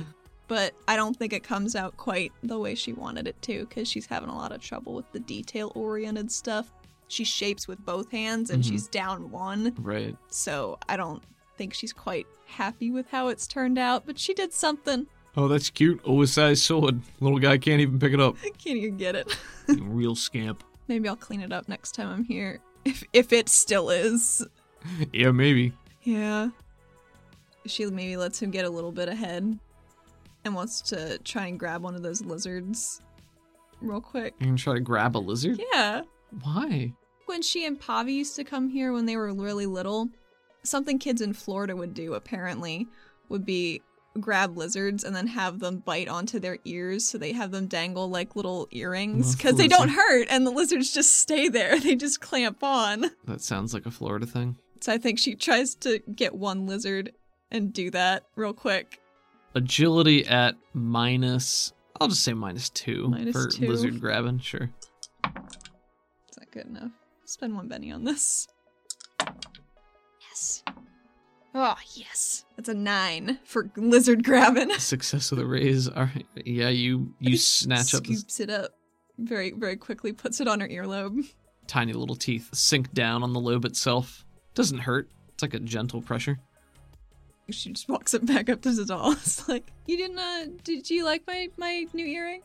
But I don't think it comes out quite the way she wanted it to because she's having a lot of trouble with the detail oriented stuff. She shapes with both hands and Mhm. she's down one. Right. So I don't think she's quite happy with how it's turned out, but she did something. Oh, that's cute. Oversized sword. Little guy can't even pick it up. Can't even get it. Real scamp. Maybe I'll clean it up next time I'm here. If if it still is. Yeah, maybe. Yeah. She maybe lets him get a little bit ahead. and wants to try and grab one of those lizards real quick. You can try to grab a lizard? Yeah. Why? When she and Pavi used to come here when they were really little, something kids in Florida would do apparently would be grab lizards and then have them bite onto their ears so they have them dangle like little earrings Love because they don't lizard. hurt and the lizards just stay there. They just clamp on. That sounds like a Florida thing. So I think she tries to get one lizard and do that real quick. Agility at minus, I'll just say minus two Minus for two. lizard grabbing, sure. It's not good enough. Spend one penny on this. Yes. Oh, Yes. that's a nine for lizard grabbing. Success of the raise. All right. Yeah, you you snatch up this Scoops it up very, very quickly, puts it on her earlobe. tiny little teeth sink down on the lobe itself. Doesn't hurt. It's like a gentle pressure. She just walks it back up to Zadal. It's like, you didn't, uh, did you like my, my new earring?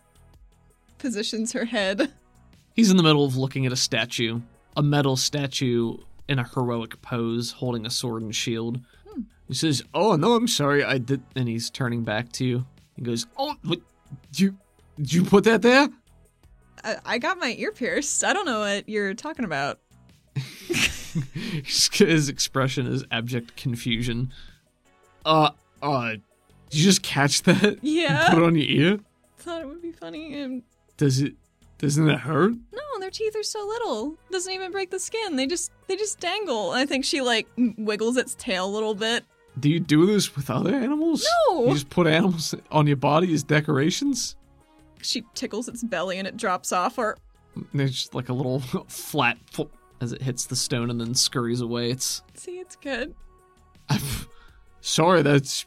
Positions her head. He's in the middle of looking at a statue, a metal statue in a heroic pose, holding a sword and shield. Hmm. He says, "Oh no, I'm sorry, I did." And he's turning back to you. He goes, "Oh, what? Did you did you put that there?" I, I got my ear pierced. I don't know what you're talking about. His expression is abject confusion. Uh, uh, did you just catch that? and Put Yeah. it on your ear? Thought it would be funny. And Does it? Doesn't it hurt? No, their teeth are so little. Doesn't even break the skin. They just they just dangle. And I think she like m- wiggles its tail a little bit. Do you do this with other animals? You No. just put animals on your body as decorations? She tickles its belly and it drops off or There's just like a little flat plop as it hits the stone and then scurries away. It's see it's good. I'm sorry, that's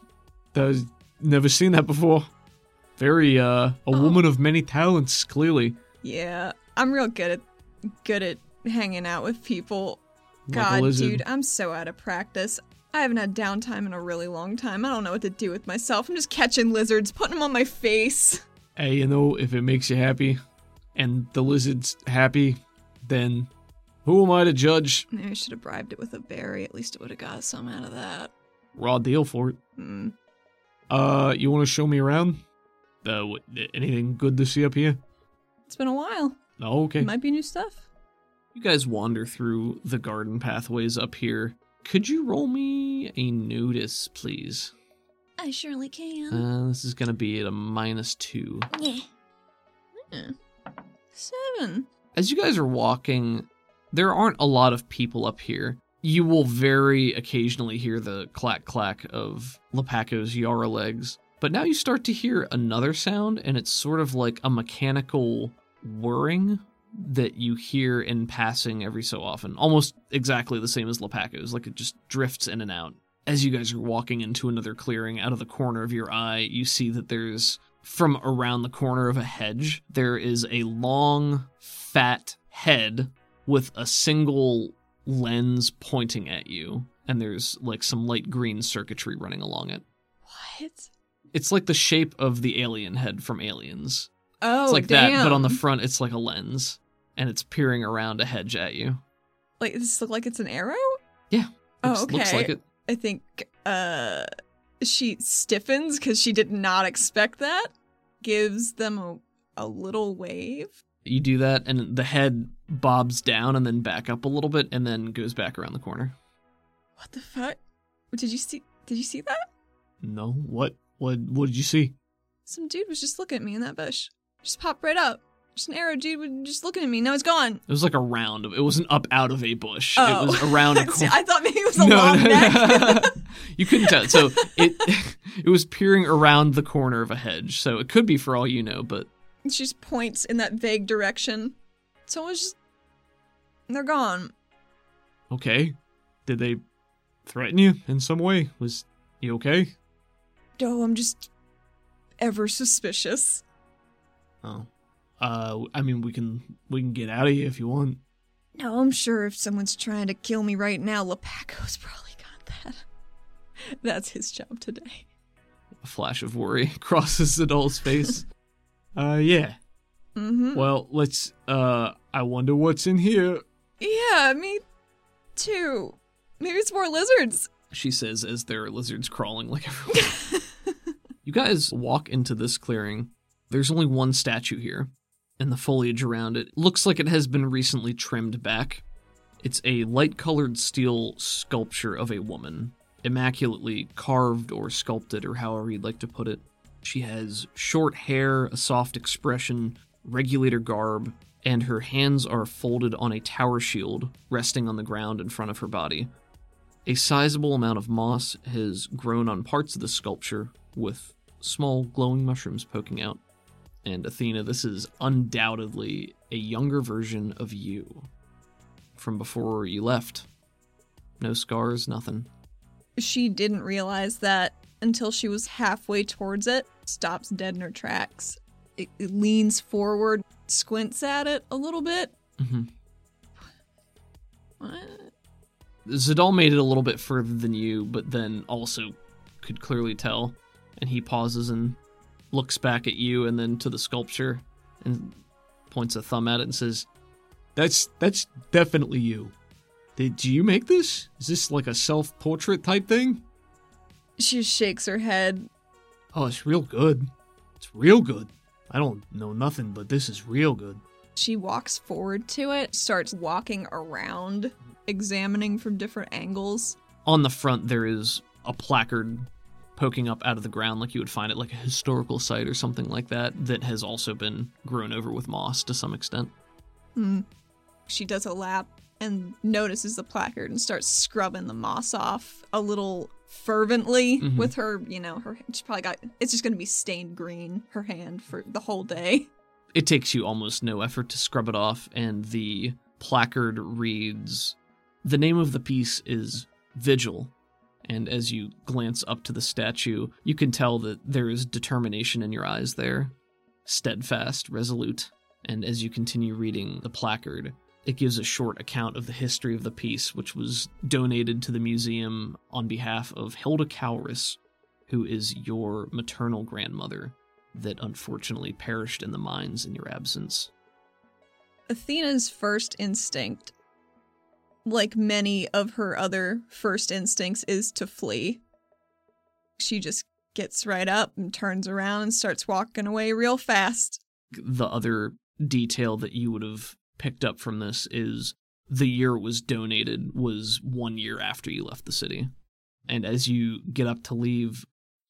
that's never seen that before. Very uh, a woman of many talents, clearly. Yeah. I'm real good at good at hanging out with people. Like a God, lizard. dude, I'm so out of practice. I haven't had downtime in a really long time. I don't know what to do with myself. I'm just catching lizards, putting them on my face. Hey, you know, if it makes you happy, and the lizard's happy, then who am I to judge? Maybe I should have bribed it with a berry. At least it would have got some out of that. Raw deal for it. Hmm. Uh, you want to show me around? Uh, what, anything good to see up here? It's been a while. Oh, okay. Might be new stuff. You guys wander through the garden pathways up here. Could you roll me a notice, please? I surely can. Uh, this is gonna be at a minus two. yeah. Seven. As you guys are walking, there aren't a lot of people up here. You will very occasionally hear the clack clack of Lepaco's Yara legs, but now you start to hear another sound, and it's sort of like a mechanical whirring that you hear in passing every so often, almost exactly the same as Lepaco's, like it just drifts in and out. As you guys are walking into another clearing, out of the corner of your eye, you see that there's from around the corner of a hedge, there is a long, fat head with a single lens pointing at you, and there's like some light green circuitry running along it. What? It's like the shape of the alien head from Aliens. Oh, it's like damn. that, but on the front, it's like a lens, and it's peering around a hedge at you. like does this look like it's an arrow? Yeah. Oh, Looks- okay. Looks like it. I think uh, she stiffens because she did not expect that. Gives them a, a little wave. You do that, and the head bobs down and then back up a little bit, and then goes back around the corner. What the fuck? Did you see? Did you see that? No, what? What? What did you see? Some dude was just looking at me in that bush. Just popped right up. Just an arrow dude was just looking at me. Now he's gone. It was like a round of. It wasn't up out of a bush. Oh. It was around a See, corner. I thought maybe it was a long neck. you couldn't tell. So it it was peering around the corner of a hedge. So it could be for all you know, but she just points in that vague direction. Someone's just. They're gone. okay. Did they threaten you in some way? Was you okay? Oh, I'm just ever suspicious. Oh. Uh I mean we can we can get out of here if you want. No, I'm sure if someone's trying to kill me right now, Lepaco's probably got that. That's his job today. A flash of worry crosses the doll's face. uh yeah. Mm-hmm. Well, let's uh I wonder what's in here. Yeah, me too. Maybe it's more lizards. she says as there are lizards crawling like everywhere. You guys walk into this clearing. There's only one statue here, and the foliage around it looks like it has been recently trimmed back. It's a light colored steel sculpture of a woman, immaculately carved or sculpted, or however you'd like to put it. She has short hair, a soft expression, regulator garb, and her hands are folded on a tower shield resting on the ground in front of her body. A sizable amount of moss has grown on parts of the sculpture, with small glowing mushrooms poking out. And Athena, this is undoubtedly a younger version of you from before you left. No scars, nothing. She didn't realize that until she was halfway towards it, stops dead in her tracks. It, it leans forward, squints at it a little bit. hmm What? Zadal made it a little bit further than you, but then also could clearly tell. And he pauses and looks back at you and then to the sculpture and points a thumb at it and says, That's that's definitely you. Did do you make this? Is this like a self portrait type thing? She shakes her head. Oh, it's real good. It's real good. I don't know nothing, but this is real good. She walks forward to it, starts walking around, examining from different angles. On the front there is a placard poking up out of the ground like you would find it like a historical site or something like that that has also been grown over with moss to some extent. Hmm. She does a lap and notices the placard and starts scrubbing the moss off a little fervently Mhm. with her, you know, her she probably got it's just going to be stained green her hand for the whole day. It takes you almost no effort to scrub it off and the placard reads the name of the piece is Vigil. And as you glance up to the statue, you can tell that there is determination in your eyes there, steadfast, resolute. And as you continue reading the placard, it gives a short account of the history of the piece, which was donated to the museum on behalf of Hilda Cowris, who is your maternal grandmother that unfortunately perished in the mines in your absence. Athena's first instinct, like many of her other first instincts, is to flee. She just gets right up and turns around and starts walking away real fast. the other detail that you would have picked up from this is the year it was donated was one year after you left the city. And as you get up to leave,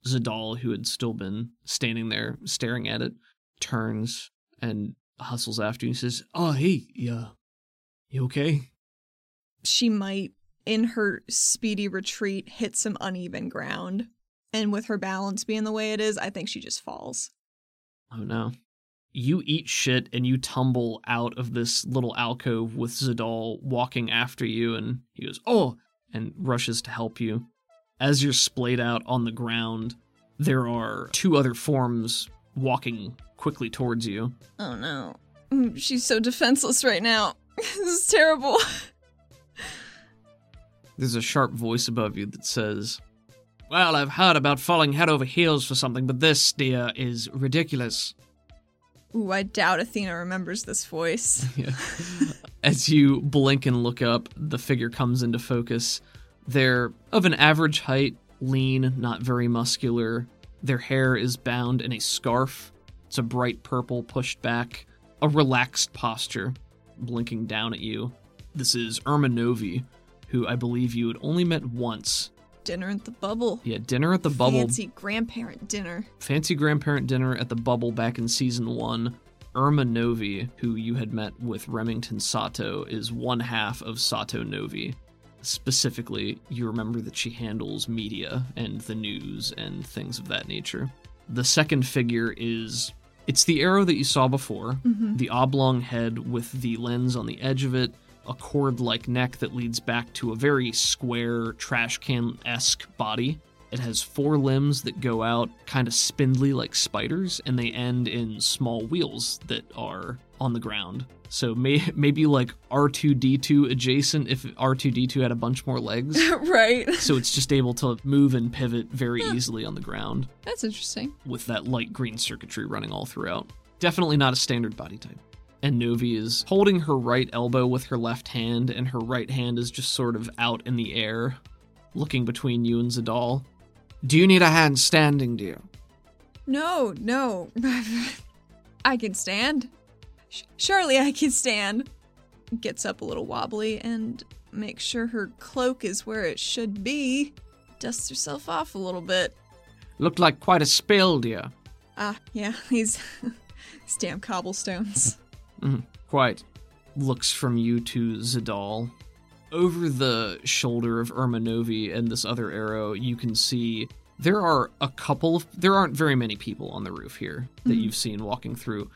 Zadal, who had still been standing there staring at it, turns and hustles after you and says, Oh, hey, yeah. You okay? She might, in her speedy retreat, hit some uneven ground. And with her balance being the way it is, I think she just falls. Oh no. You eat shit and you tumble out of this little alcove with Zadal walking after you, and he goes, Oh, and rushes to help you. As you're splayed out on the ground, there are two other forms walking quickly towards you. Oh no. Mm, She's so defenseless right now. this is terrible. There's a sharp voice above you that says, Well, I've heard about falling head over heels for something, but this, dear, is ridiculous. Ooh, I doubt Athena remembers this voice. Yeah. As you blink and look up, the figure comes into focus. They're of an average height, lean, not very muscular. Their hair is bound in a scarf. It's a bright purple pushed back, a relaxed posture, blinking down at you. This is Irma Novi, who I believe you had only met once. Dinner at the bubble. Yeah, dinner at the bubble Fancy grandparent dinner. fancy grandparent dinner at the bubble back in season one irma novi who you had met with remington sato is one half of sato novi specifically you remember that she handles media and the news and things of that nature the second figure is it's the arrow that you saw before the oblong head with the lens on the edge of it a cord like neck that leads back to a very square trash can esque body. It has four limbs that go out kind of spindly like spiders, and they end in small wheels that are on the ground. So may- maybe like R2D2 adjacent if R2D2 had a bunch more legs. right. so it's just able to move and pivot very easily on the ground That's interesting. with that light green circuitry running all throughout. Definitely not a standard body type. And Novi is holding her right elbow with her left hand, and her right hand is just sort of out in the air, looking between you and Zadal. Do you need a hand standing, dear? No, no. I can stand. Sh- surely I can stand. Gets up a little wobbly and makes sure her cloak is where it should be. Dusts herself off a little bit. Looked like quite a spell, dear. Ah, yeah, these stamp cobblestones. Quite. Looks from you to Zidal. Over the shoulder of Ermanovi and this other arrow, you can see there are a couple of. There aren't very many people on the roof here that you've seen walking through.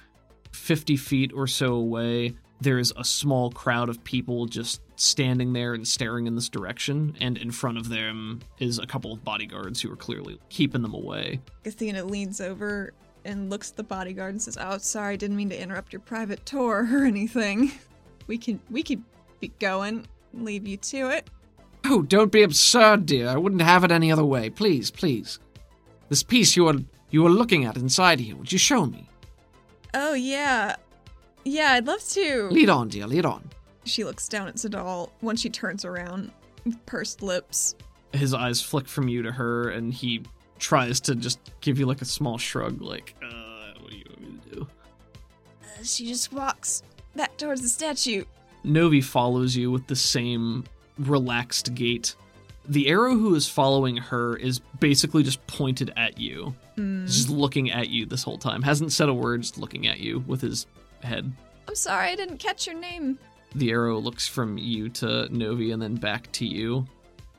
50 feet or so away, there is a small crowd of people just standing there and staring in this direction, and in front of them is a couple of bodyguards who are clearly keeping them away. Athena leans over and looks at the bodyguard and says, "Oh, sorry, didn't mean to interrupt your private tour or anything. We can we could be going. Leave you to it." Oh, don't be absurd, dear. I wouldn't have it any other way. Please, please. This piece you are you are looking at inside here, would you show me? Oh yeah, yeah, I'd love to. Lead on, dear, lead on. She looks down at Zadal when she turns around, with pursed lips. His eyes flick from you to her and he tries to just give you like a small shrug, like, uh, what do you want me to do? Uh, she just walks. Back towards the statue. Novi follows you with the same relaxed gait. The arrow who is following her is basically just pointed at you, just looking at you this whole time. Hasn't said a word, just looking at you with his head. I'm sorry, I didn't catch your name. The arrow looks from you to Novi and then back to you.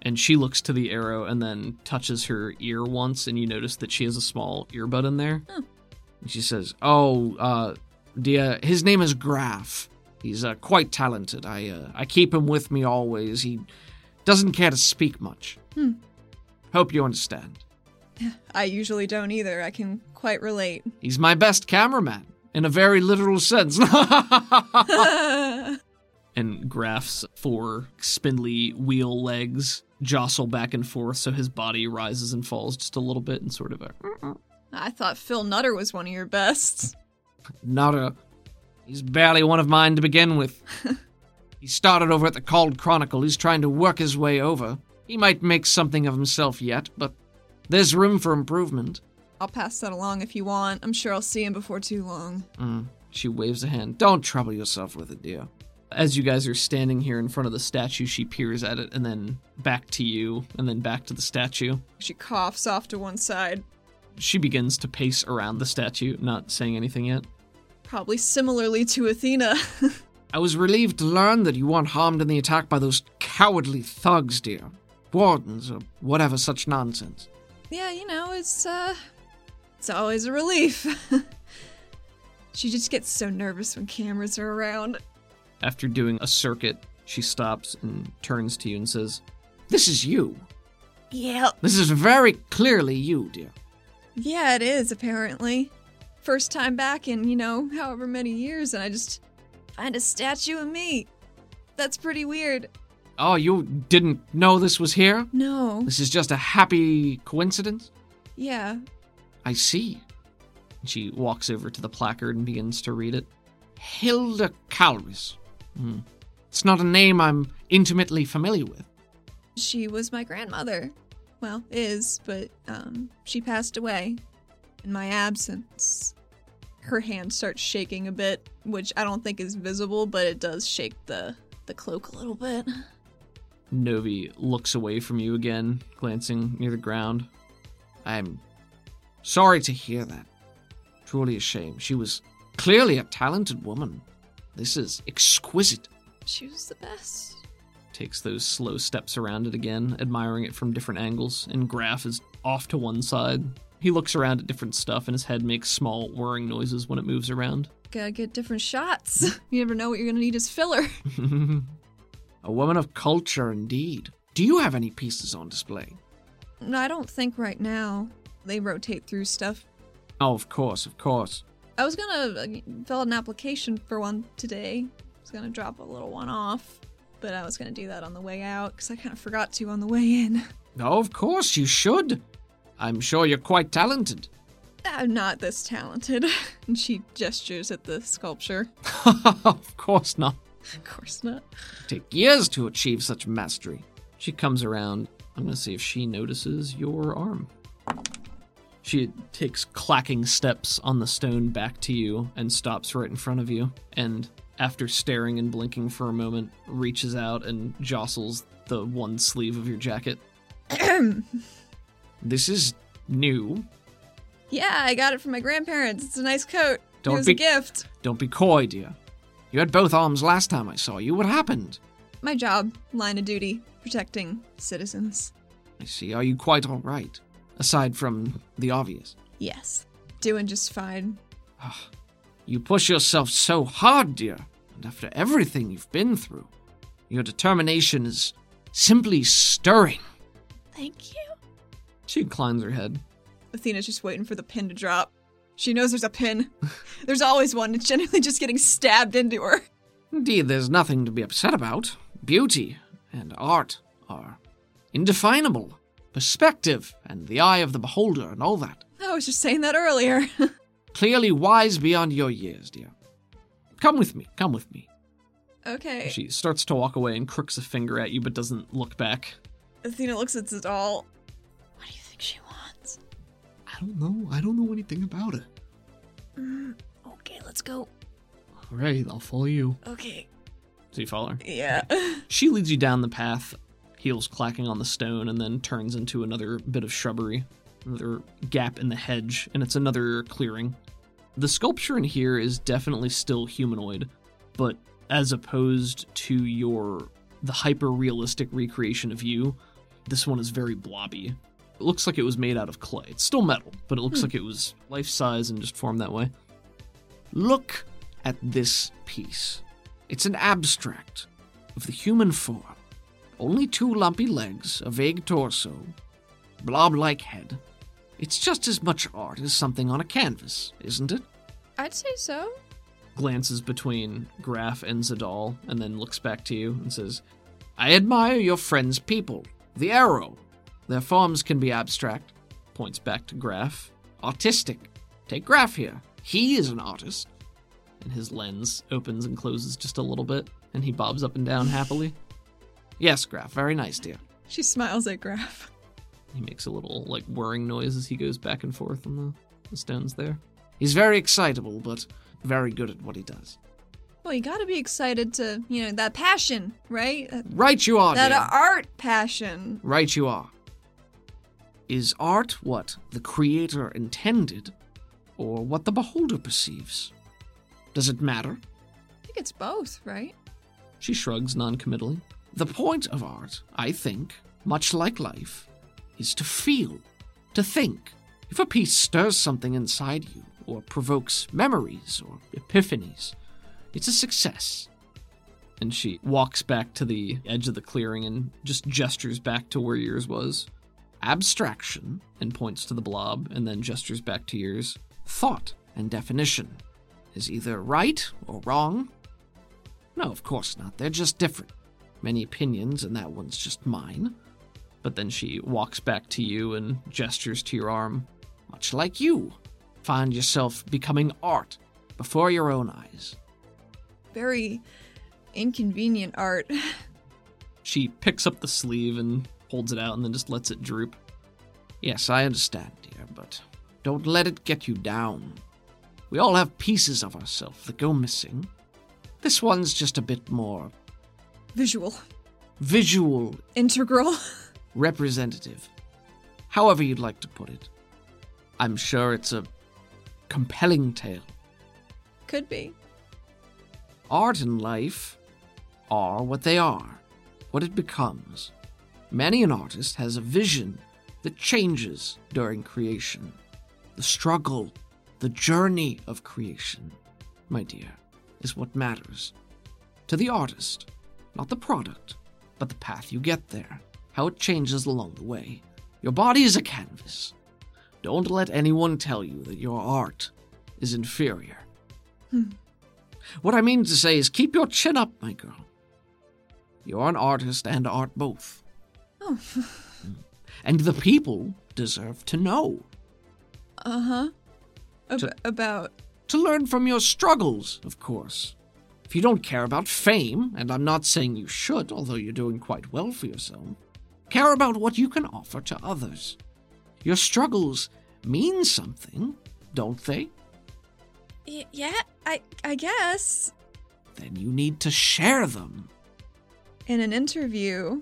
And she looks to the arrow and then touches her ear once, and you notice that she has a small earbud in there. Hmm. And she says, Oh, uh, dear, his name is Graf. He's uh, quite talented. I, uh, I keep him with me always. He doesn't care to speak much. Hmm. Hope you understand. I usually don't either. I can quite relate. He's my best cameraman, in a very literal sense. and Graf's four spindly wheel legs jostle back and forth so his body rises and falls just a little bit and sort of a I thought Phil Nutter was one of your best. not a he's barely one of mine to begin with he started over at the called chronicle he's trying to work his way over he might make something of himself yet but there's room for improvement I'll pass that along if you want. I'm sure I'll see him before too long. Mm. She waves a hand. Don't trouble yourself with it, dear. As you guys are standing here in front of the statue, she peers at it and then back to you and then back to the statue. She coughs off to one side. She begins to pace around the statue, not saying anything yet. Probably similarly to Athena. I was relieved to learn that you weren't harmed in the attack by those cowardly thugs, dear. Wardens or whatever such nonsense. yeah, you know, it's uh it's always a relief. she just gets so nervous when cameras are around. After doing a circuit, she stops and turns to you and says, This is you. Yeah. This is very clearly you, dear. Yeah, it is apparently. First time back in, you know, however many years and I just find a statue of me. That's pretty weird. Oh, you didn't know this was here? No. This is just a happy coincidence? Yeah. I see. She walks over to the placard and begins to read it. Hilda Calris. Hmm. It's not a name I'm intimately familiar with. She was my grandmother. Well, is, but um, she passed away in my absence. Her hand starts shaking a bit, which I don't think is visible, but it does shake the the cloak a little bit. Novi looks away from you again, glancing near the ground. I'm sorry to hear that. Truly a shame. She was clearly a talented woman. This is exquisite. She was the best. takes those slow steps around it again, admiring it from different angles, and Graf is off to one side. He looks around at different stuff, and his head makes small whirring noises when it moves around. Gotta get different shots. you never know what you're gonna need as filler. A woman of culture, indeed. Do you have any pieces on display? No, I don't think right now they rotate through stuff. Oh, of course, of course. I was gonna uh, fill out an application for one today. I was gonna drop a little one off, but I was gonna do that on the way out because I kind of forgot to on the way in. Oh, of course, you should. I'm sure you're quite talented. I'm not this talented. And she gestures at the sculpture. of course not. Of course not. Take years to achieve such mastery. She comes around. I'm gonna see if she notices your arm. She takes clacking steps on the stone back to you and stops right in front of you. And after staring and blinking for a moment, reaches out and jostles the one sleeve of your jacket. this is new. Yeah, I got it from my grandparents. It's a nice coat. Don't Here's be- a gift. Don't be coy, dear. You had both arms last time I saw you. What happened? My job, line of duty, protecting citizens. I see. Are you quite all right? Aside from the obvious. Yes. Doing just fine. You push yourself so hard, dear, and after everything you've been through, your determination is simply stirring. Thank you. She inclines her head. Athena's just waiting for the pin to drop. She knows there's a pin. There's always one. It's generally just getting stabbed into her. Indeed, there's nothing to be upset about. Beauty and art are indefinable. Perspective and the eye of the beholder and all that. I was just saying that earlier. Clearly wise beyond your years, dear. Come with me, come with me. okay. She starts to walk away and crooks a finger at you but doesn't look back. Athena looks at it all. What do you think she wants? I don't know. I don't know anything about it. Okay, let's go. All right, I'll follow you. Okay. So you follow her? Yeah. She leads you down the path, heels clacking on the stone, and then turns into another bit of shrubbery, another gap in the hedge, and it's another clearing. The sculpture in here is definitely still humanoid, but as opposed to your the hyper realistic recreation of you, this one is very blobby. It looks like it was made out of clay. It's still metal, but it looks like it was life size and just formed that way. Look at this piece. It's an abstract of the human form. Only two lumpy legs, a vague torso, blob like head. It's just as much art as something on a canvas, isn't it? I'd say so. Glances between Graf and Zadal and then looks back to you and says, I admire your friend's people, the arrow. Their forms can be abstract. Points back to Graf. Artistic. Take Graf here. He is an artist. And his lens opens and closes just a little bit, and he bobs up and down happily. Yes, Graf, very nice, dear. She smiles at Graf. He makes a little like whirring noise as he goes back and forth on the, the stones there. He's very excitable, but very good at what he does. Well, you gotta be excited to, you know, that passion, right? That, Right you are, that dear. art passion. Right you are. Is art what the creator intended, or what the beholder perceives? Does it matter? I think it's both, right? She shrugs noncommittally. The point of art, I think, much like life, is to feel, to think. If a piece stirs something inside you, or provokes memories or epiphanies, it's a success. And she walks back to the edge of the clearing and just gestures back to where yours was. Abstraction, and points to the blob, and then gestures back to yours. Thought and definition is either right or wrong, no, of course not. They're just different. Many opinions, and that one's just mine. But then she walks back to you and gestures to your arm. Much like you, find yourself becoming art before your own eyes. Very inconvenient art. She picks up the sleeve and holds it out and then just lets it droop. Yes, I understand, dear, but don't let it get you down. We all have pieces of ourselves that go missing. This one's just a bit more Visual. visual Integral. representative, however you'd like to put it. I'm sure it's a compelling tale. Could be. Art and life are what they are, what it becomes. Many an artist has a vision that changes during creation. The struggle, the journey of creation, my dear, is what matters. To the artist, not the product, but the path you get there, how it changes along the way. Your body is a canvas. Don't let anyone tell you that your art is inferior. What I mean to say is keep your chin up, my girl. You're an artist and art both. Oh. And the people deserve to know, Uh huh. Ab- To- about. to learn from your struggles, of course. If you don't care about fame, and I'm not saying you should, although you're doing quite well for yourself, care about what you can offer to others. Your struggles mean something, don't they? Y- yeah, I I guess. Then you need to share them. In an interview,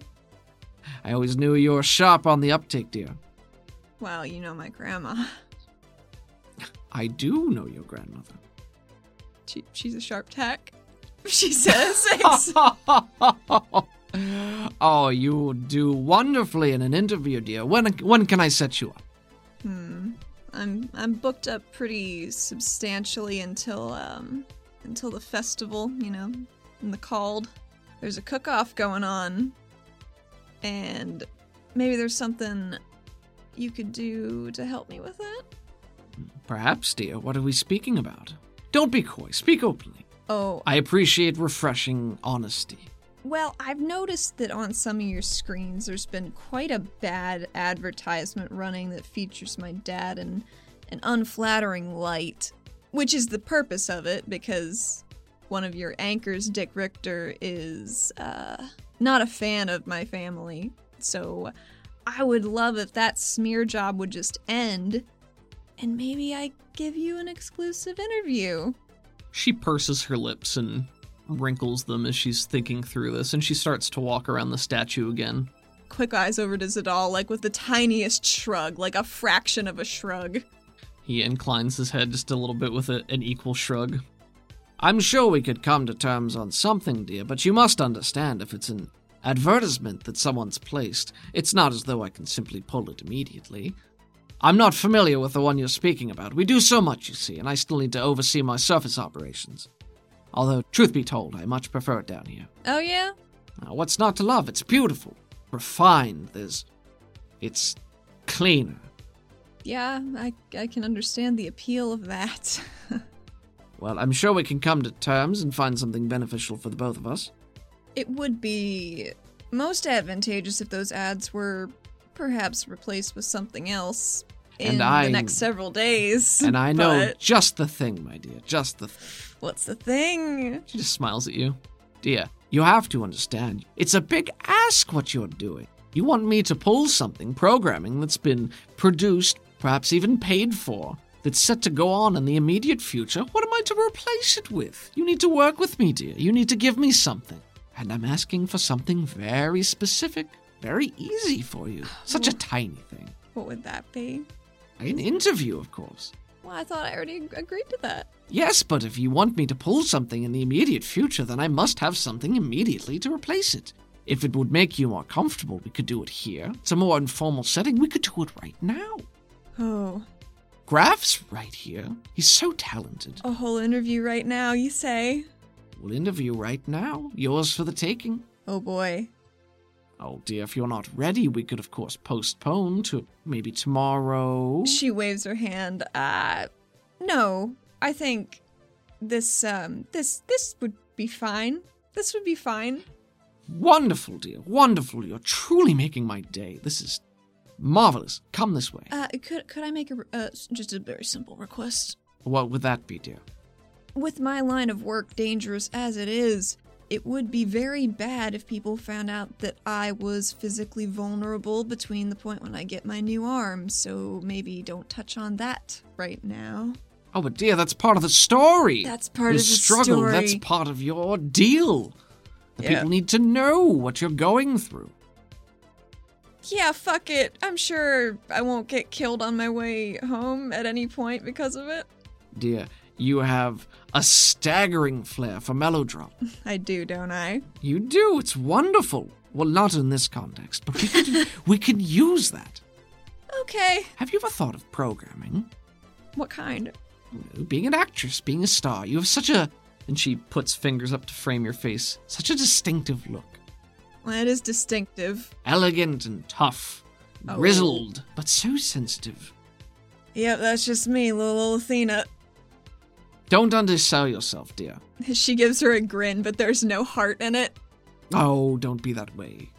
I always knew you were sharp on the uptake, dear. well, you know my grandma. I do know your grandmother. She, she's a sharp tack. She says, ex- oh, you do wonderfully in an interview, dear. When when can I set you up? "Hmm, I'm I'm booked up pretty substantially until um until the festival, you know, and the called. There's a cook-off going on, and maybe there's something you could do to help me with that. Perhaps, dear. What are we speaking about? Don't be coy. Speak openly. Oh, I appreciate refreshing honesty. Well, I've noticed that on some of your screens there's been quite a bad advertisement running that features my dad in an unflattering light, which is the purpose of it because one of your anchors, Dick Richter, is uh, not a fan of my family. So I would love if that smear job would just end and maybe I give you an exclusive interview. She purses her lips and wrinkles them as she's thinking through this, and she starts to walk around the statue again. quick eyes over to Zadal, like with the tiniest shrug, like a fraction of a shrug. He inclines his head just a little bit with a, an equal shrug. I'm sure we could come to terms on something, dear, but you must understand if it's an advertisement that someone's placed, it's not as though I can simply pull it immediately. I'm not familiar with the one you're speaking about. We do so much, you see, and I still need to oversee my surface operations. Although, truth be told, I much prefer it down here. Oh, yeah? Now, what's not to love? It's beautiful, refined, there's. it's cleaner. Yeah, I, I can understand the appeal of that. Well, I'm sure we can come to terms and find something beneficial for the both of us. it would be most advantageous if those ads were perhaps replaced with something else in And I- the next several days. And I know But just the thing, my dear, just the thing. what's the thing? She just smiles at you. Dear, you have to understand, it's a big ask what you're doing. You want me to pull something, programming that's been produced, perhaps even paid for, that's set to go on in the immediate future. What am I to replace it with? You need to work with me, dear. You need to give me something. And I'm asking for something very specific, very easy for you. Such a tiny thing. What would that be? An interview, of course. Well, I thought I already ag- agreed to that. Yes, but if you want me to pull something in the immediate future, then I must have something immediately to replace it. If it would make you more comfortable, we could do it here. It's a more informal setting. We could do it right now. Oh, Graf's right here. He's so talented. a whole interview right now, you say? We'll interview right now. Yours for the taking. Oh boy. Oh dear, if you're not ready, we could of course postpone to maybe tomorrow. She waves her hand. Uh no, I think this um this this would be fine. This would be fine. Wonderful, dear. Wonderful. You're truly making my day. This is marvelous. Come this way. Uh, could could I make a re- uh, s- just a very simple request? what would that be, dear? With my line of work dangerous as it is, it would be very bad if people found out that I was physically vulnerable between the point when I get my new arm, so maybe don't touch on that right now. Oh, but dear, that's part of the story. That's part Your of the struggle. story. That's part of your deal. The Yeah. people need to know what you're going through. Yeah, fuck it. I'm sure I won't get killed on my way home at any point because of it. Dear, you have a staggering flair for melodrama. I do, don't I? you do. It's wonderful. Well, not in this context, but we could, we could use that. Okay. Have you ever thought of programming? What kind? You know, being an actress, being a star. You have such a. And she puts fingers up to frame your face. Such a distinctive look. Well, it is distinctive. Elegant and tough. Oh. Grizzled, but so sensitive. Yep, that's just me, little, little Athena. Don't undersell yourself, dear. She gives her a grin, but there's no heart in it. Oh, don't be that way.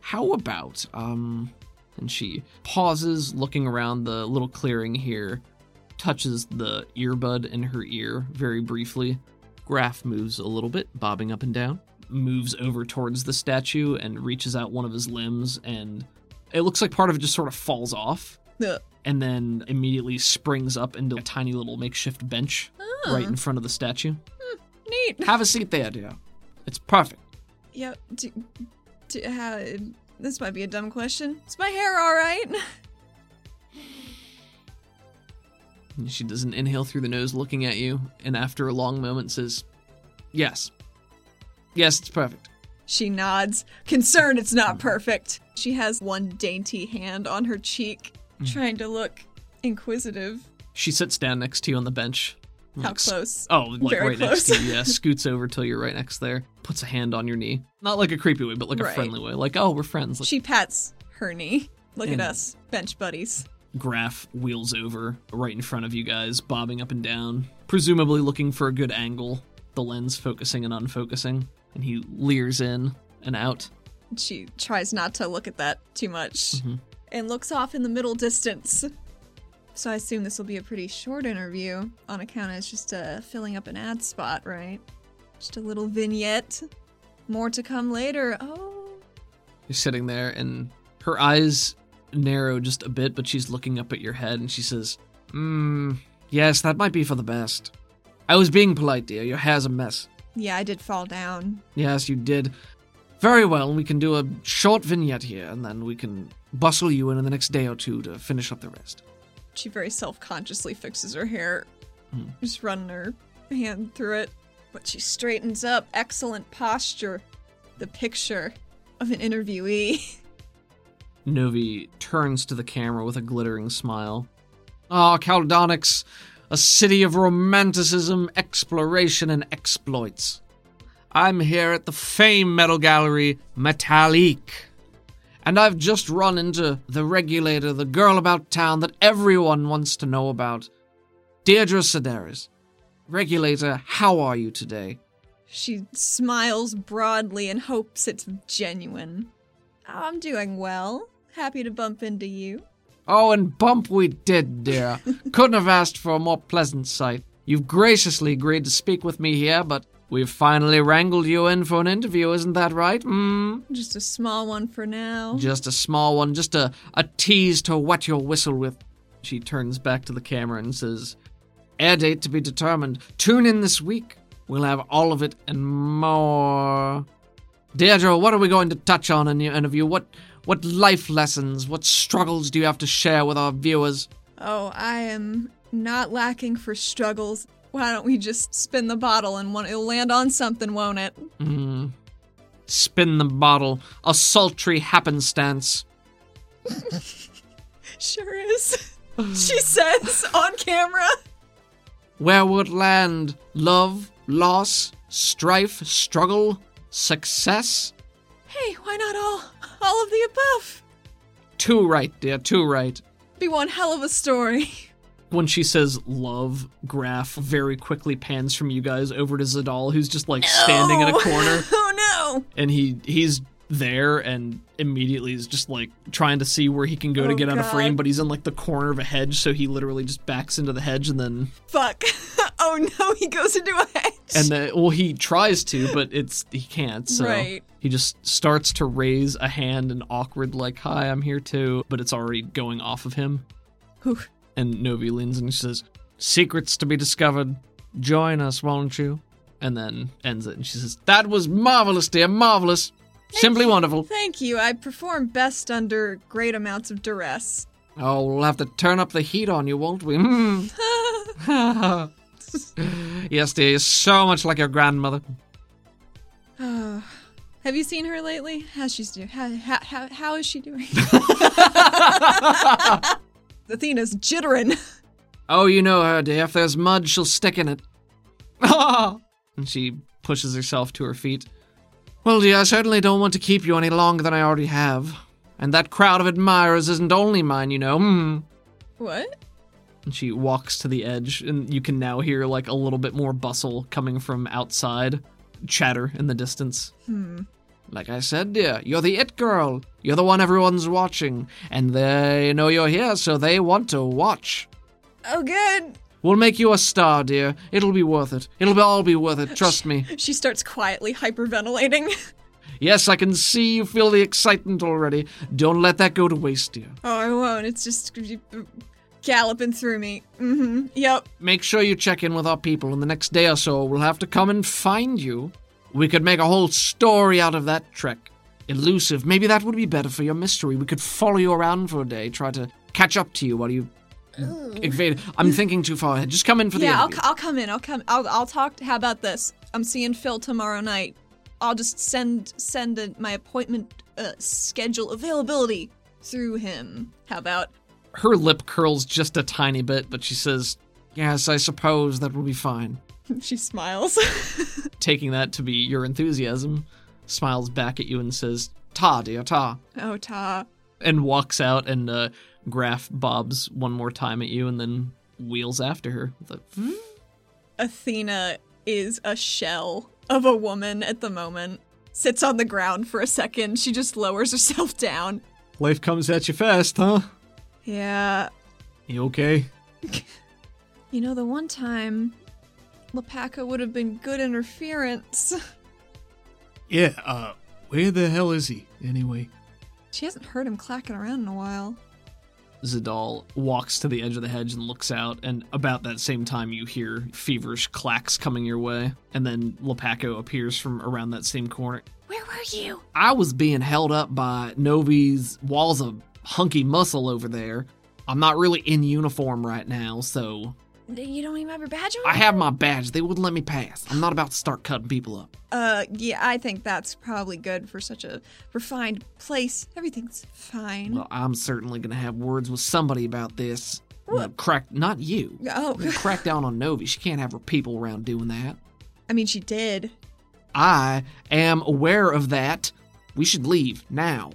How about, um. And she pauses, looking around the little clearing here, touches the earbud in her ear very briefly. Graf moves a little bit, bobbing up and down, moves over towards the statue and reaches out one of his limbs, and it looks like part of it just sort of falls off. Ugh. and then immediately springs up into a tiny little makeshift bench right in front of the statue. Neat. Have a seat there, dear. It's perfect. Yeah. Do, do, how, uh, this might be a dumb question. Is my hair all right? And She does an inhale through the nose, looking at you, and after a long moment says, Yes. Yes, it's perfect. She nods, concerned it's not perfect. She has one dainty hand on her cheek, trying to look inquisitive. She sits down next to you on the bench. How like, close? Oh, like Very right next close. to you. Yeah, scoots over till you're right next there. Puts a hand on your knee. Not like a creepy way, but like Right. a friendly way. Like, oh, we're friends. Like, She pats her knee. Look at And- us, bench buddies. Graf wheels over right in front of you guys, bobbing up and down, presumably looking for a good angle, the lens focusing and unfocusing. And he leers in and out. She tries not to look at that too much Mm-hmm. and looks off in the middle distance. So I assume this will be a pretty short interview on account of it's just uh, filling up an ad spot, right? Just a little vignette. More to come later. Oh, You're sitting there, and her eyes narrow just a bit, but she's looking up at your head and she says, Hmm, yes, that might be for the best. I was being polite, dear. Your hair's a mess. yeah, I did fall down. Yes, you did. Very well, we can do a short vignette here, and then we can bustle you in in the next day or two to finish up the rest. She very self consciously fixes her hair, just running her hand through it. But she straightens up. Excellent posture. The picture of an interviewee. Novi turns to the camera with a glittering smile. Ah, Caldonix, a city of romanticism, exploration, and exploits. I'm here at the famed metal gallery Metallique. And I've just run into the regulator, the girl about town that everyone wants to know about. Deirdre Sedaris. Regulator, how are you today? She smiles broadly and hopes it's genuine. I'm doing well. Happy to bump into you. Oh, and bump we did, dear. Couldn't have asked for a more pleasant sight. You've graciously agreed to speak with me here, but we've finally wrangled you in for an interview, isn't that right? Mm. Just a small one for now. Just a small one, just a, a tease to wet your whistle with. She turns back to the camera and says, Air date to be determined. Tune in this week. We'll have all of it and more. Deirdre, what are we going to touch on in your interview? What what life lessons, what struggles do you have to share with our viewers? oh, I am not lacking for struggles. Why don't we just spin the bottle and one- it'll land on something, won't it? Spin the bottle, a sultry happenstance. Sure is. she says on camera. Where would land love, loss, strife, struggle, success? Hey, why not all? All of the above. Too right, dear, too right. Be one hell of a story. When she says love, Graf very quickly pans from you guys over to Zadal, who's just like standing in a Oh. corner, oh no. and he he's there and immediately is just like trying to see where he can go to Oh, get out of frame, God. but he's in like the corner of a hedge, so he literally just backs into the hedge and then Fuck. oh no, he goes into a hedge. And then, well, he tries to, but it's he can't. So Right. he just starts to raise a hand and awkward, like, "Hi, I'm here too," but it's already going off of him. Whew. And Novi leans in and says, "Secrets to be discovered. Join us, won't you?" And then ends it. And she says, "That was marvelous, dear, marvelous, simply wonderful. Thank you. I perform best under great amounts of duress. Oh, we'll have to turn up the heat on you, won't we?" Mm. yes, dear, you're so much like your grandmother. Oh. Have you seen her lately? How's she's doing? How, how, how, how is she doing? Athena's jittering. Oh, you know her, dear. If there's mud, she'll stick in it. Ah! and she pushes herself to her feet. Well, dear, I certainly don't want to keep you any longer than I already have. And that crowd of admirers isn't only mine, you know. Mm. What? And she walks to the edge, and you can now hear like a little bit more bustle coming from outside, chatter in the distance. Hmm. Like I said, dear, you're the it girl. You're the one everyone's watching, and they know you're here, so they want to watch. Oh, good. We'll make you a star, dear. It'll be worth it. It'll be all be worth it, trust me. She starts quietly hyperventilating. Yes, I can see you feel the excitement already. Don't let that go to waste, dear. Oh, I won't. It's just galloping through me. Mm-hmm. Yep. Make sure you check in with our people, and the next day or so, we'll have to come and find you. We could make a whole story out of that trek. Elusive. Maybe that would be better for your mystery. We could follow you around for a day, try to catch up to you while you evade. I'm thinking too far ahead. Just come in for the yeah, I'll, interview. I'll come in. I'll come. I'll, I'll talk. How about this? I'm seeing Phil tomorrow night. I'll just send send a, my appointment uh, schedule availability through him. How about? Her lip curls just a tiny bit, but she says, Yes, I suppose that will be fine. She smiles. Taking that to be your enthusiasm, smiles back at you and says, Ta, dear, ta. oh, Ta. And walks out and uh, Graf bobs one more time at you and then wheels after her. The- Athena is a shell of a woman at the moment. Sits on the ground for a second. She just lowers herself down. Life comes at you fast, huh? Yeah. You okay? You know, the one time Lepaca would have been good interference. Yeah, uh, where the hell is he, anyway? She hasn't heard him clacking around in a while. Zadal walks to the edge of the hedge and looks out, and about that same time, you hear feverish clacks coming your way, and then Lepaco appears from around that same corner. Where were you? I was being held up by Novi's walls of hunky muscle over there. I'm not really in uniform right now, so You don't even have your badge on? I have my badge. They wouldn't let me pass. I'm not about to start cutting people up. Uh, yeah, I think that's probably good for such a refined place. Everything's fine. Well, I'm certainly gonna have words with somebody about this. I'm gonna Crack, not you. I'm gonna oh, crack down on Novi. She can't have her people around doing that. I mean, she did. I am aware of that. We should leave now,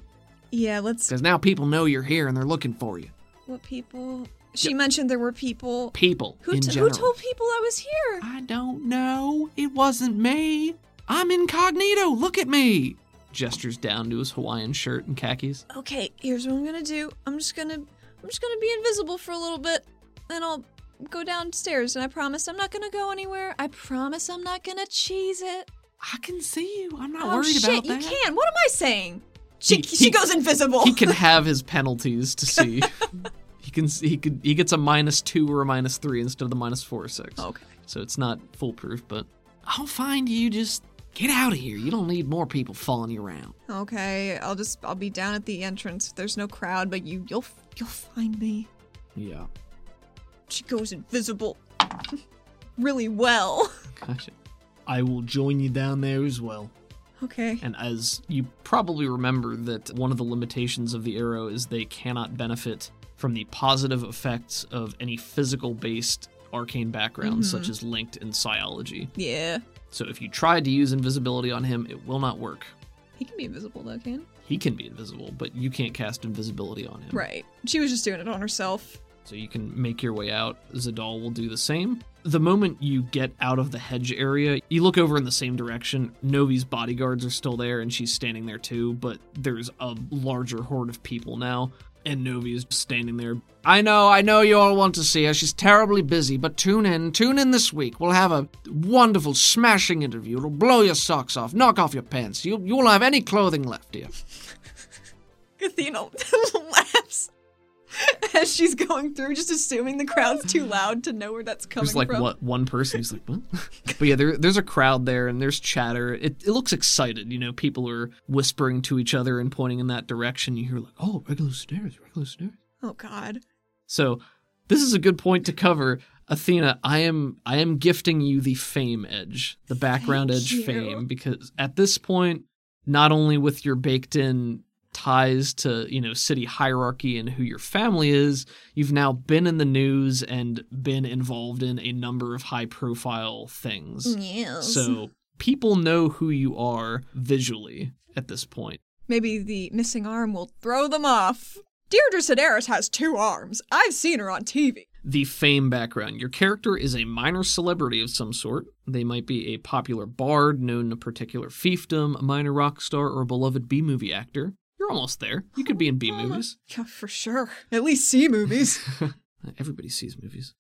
Yeah, let's. because now people know you're here and they're looking for you. What people? She mentioned there were people. People Who, in t- who general. told people I was here? I don't know. It wasn't me. I'm incognito. Look at me. Gestures down to his Hawaiian shirt and khakis. Okay, here's what I'm gonna do. I'm just gonna I'm just gonna be invisible for a little bit, and I'll go downstairs. And I promise I'm not gonna go anywhere. I promise I'm not gonna cheese it. I can see you. I'm not oh worried shit, about you that. can. What am I saying? She, He- she he- goes invisible. He can have his penalties to see. he can. He could. He gets a minus two or a minus three instead of the minus four or six. okay. So it's not foolproof, but I'll find you. Just get out of here. You don't need more people following you around. Okay. I'll just I'll be down at the entrance. There's no crowd, but you you'll you'll find me. Yeah. She goes invisible. really well. Gotcha. I will join you down there as well. Okay. And as you probably remember, that one of the limitations of the arrow is they cannot benefit from the positive effects of any physical based arcane backgrounds, such as linked in psychology. Yeah. So if you tried to use invisibility on him, it will not work. He can be invisible though, can? He can be invisible, but you can't cast invisibility on him. Right. She was just doing it on herself. So you can make your way out. Zadal will do the same. The moment you get out of the hedge area, you look over in the same direction. Novi's bodyguards are still there, and she's standing there too, but there's a larger horde of people now, and Novi is standing there. I know, I know you all want to see her. She's terribly busy, but tune in. Tune in this week. We'll have a wonderful, smashing interview. It'll blow your socks off, knock off your pants. You, you won't have any clothing left, dear. Athena laughs as she's going through, just assuming the crowd's too loud to know where that's coming There's like from. what one person who's like, what? but yeah, there, there's a crowd there and there's chatter. It, it looks excited, you know. People are whispering to each other and pointing in that direction. You hear like, oh, regular stairs, regular stairs. Oh God. So this is a good point to cover. Athena, I am I am gifting you the fame edge, the background Thank edge you. fame, because at this point, not only with your baked in ties to, you know, city hierarchy and who your family is, you've now been in the news and been involved in a number of high profile things. Yes. So people know who you are visually at this point. Maybe the missing arm will throw them off. Deirdre Sedaris has two arms. I've seen her on TV. the fame background. Your character is a minor celebrity of some sort. They might be a popular bard known in a particular fiefdom, a minor rock star, or a beloved B movie actor. You're almost there. You could be in B movies. Yeah, for sure. At least see movies. Everybody sees movies.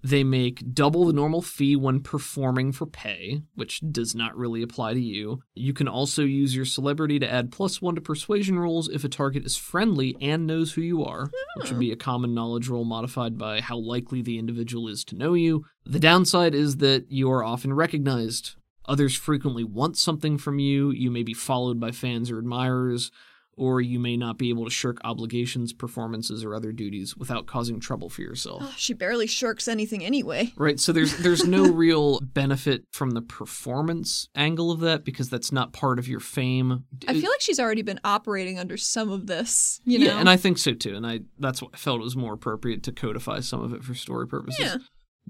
They make double the normal fee when performing for pay, which does not really apply to you. You can also use your celebrity to add plus one to persuasion rolls if a target is friendly and knows who you are, which would be a common knowledge roll modified by how likely the individual is to know you. The downside is that you are often recognized. Others frequently want something from you, you may be followed by fans or admirers, or you may not be able to shirk obligations, performances, or other duties without causing trouble for yourself. Oh, she barely shirks anything anyway. Right, so there's there's no real benefit from the performance angle of that because that's not part of your fame. I feel like she's already been operating under some of this, you know? yeah, and I think so too, and I that's what I felt it was more appropriate to codify some of it for story purposes. Yeah.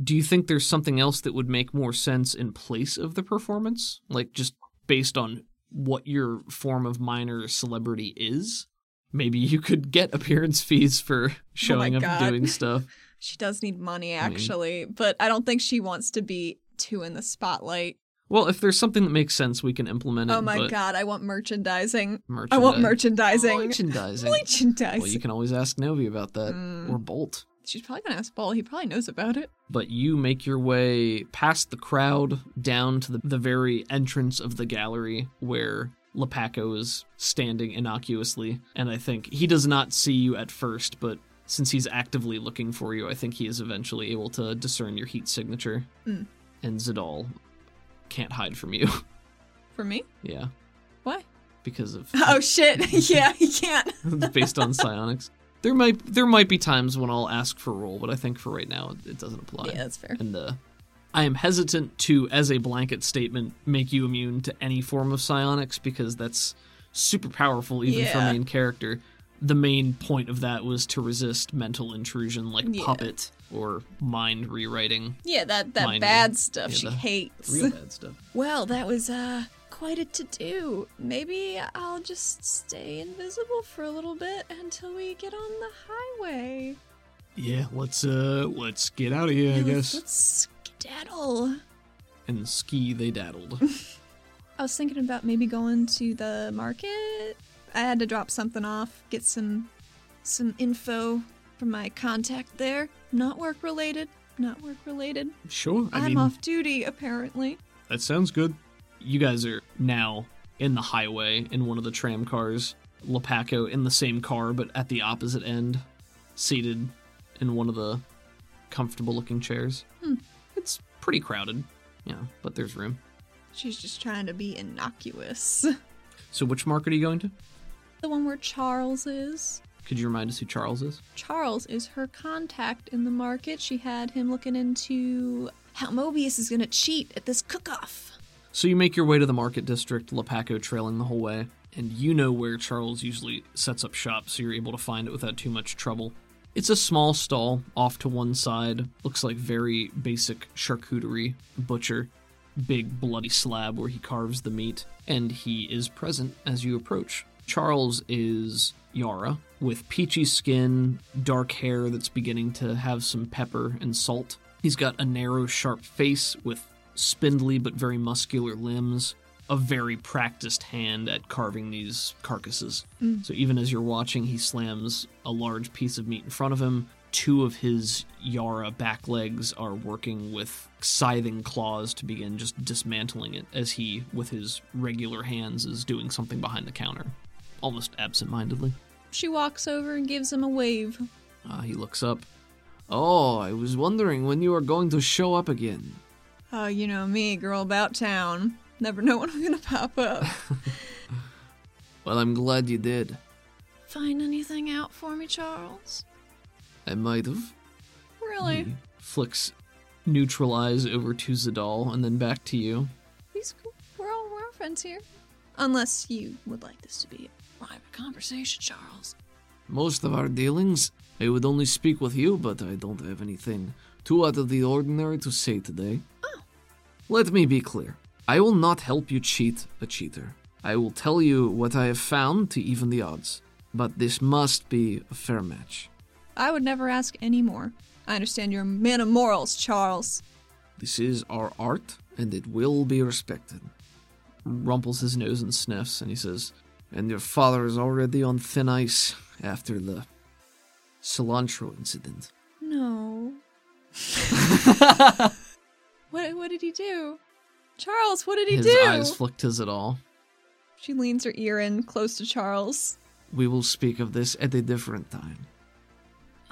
Do you think there's something else that would make more sense in place of the performance, like just based on what your form of minor celebrity is? Maybe you could get appearance fees for showing up Oh God. and doing stuff. she does need money, I mean- actually, but I don't think she wants to be too in the spotlight. Well, if there's something that makes sense, we can implement it. Oh my but god, I want merchandising. Merchandise. I want merchandising. Merchandising. Merchandising. Well, you can always ask Novi about that Mm. or Bolt. She's probably gonna ask Ball. He probably knows about it. But you make your way past the crowd down to the, the very entrance of the gallery where Lepaco is standing innocuously. And I think he does not see you at first, but since he's actively looking for you, I think he is eventually able to discern your heat signature. Mm. And Zidal can't hide from you. For me? yeah, Why? because of Oh shit. yeah, he can't. based on psionics. There might there might be times when I'll ask for a roll, but I think for right now it, it doesn't apply. Yeah, that's fair. And uh, I am hesitant to, as a blanket statement, make you immune to any form of psionics because that's super powerful even for Yeah. main character. The main point of that was to resist mental intrusion like Yeah. puppet or mind rewriting. Yeah, that, that Mine bad is- stuff yeah, she the hates. Real bad stuff. Well, that was uh quite a to do. Maybe I'll just stay invisible for a little bit until we get on the highway. Yeah, let's uh let's get out of here, Yeah, I let's- guess. Let's skedaddle. And ski they daddled. I was thinking about maybe going to the market. I had to drop something off, get some some info from my contact there. Not work related. Not work related. sure. I am off duty apparently. That sounds good. You guys are now in the highway in one of the tram cars. Lepaco in the same car, but at the opposite end, seated in one of the comfortable looking chairs. Hmm. It's pretty crowded, yeah, but there's room. She's just trying to be innocuous. So, which market are you going to? The one where Charles is. Could you remind us who Charles is? Charles is her contact in the market. She had him looking into how Mobius is going to cheat at this cook-off. So, you make your way to the market district, Lepaco trailing the whole way, and you know where Charles usually sets up shop, so you're able to find it without too much trouble. It's a small stall off to one side. Looks like very basic charcuterie butcher. Big bloody slab where he carves the meat, and he is present as you approach. Charles is Yara with peachy skin, dark hair that's beginning to have some pepper and salt. He's got a narrow, sharp face with spindly but very muscular limbs, a very practiced hand at carving these carcasses. So even as you're watching, he slams a large piece of meat in front of him. Two of his Yara back legs are working with scything claws to begin just dismantling it as he, with his regular hands, is doing something behind the counter, almost absent mindedly. She walks over and gives him a wave. Uh, he looks up. Oh, I was wondering when you were going to show up again. Oh, you know me, girl about town. Never know when I'm gonna pop up. Well, I'm glad you did. Find anything out for me, Charles? I might have. Really? Hmm. He flicks neutralize over to Zadal and then back to you. He's cool. We're all we're all friends here. Unless you would like this to be. Private conversation, Charles. Most of our dealings, I would only speak with you, but I don't have anything too out of the ordinary to say today. Oh. Let me be clear. I will not help you cheat a cheater. I will tell you what I have found to even the odds. But this must be a fair match. I would never ask any more. I understand you're a man of morals, Charles. This is our art, and it will be respected. Rumples his nose and sniffs, and he says, And your father is already on thin ice after the cilantro incident. No. What, what did he do? Charles, what did he His do? eyes flicked as it all. she leans her ear in close to Charles. We will speak of this at a different time.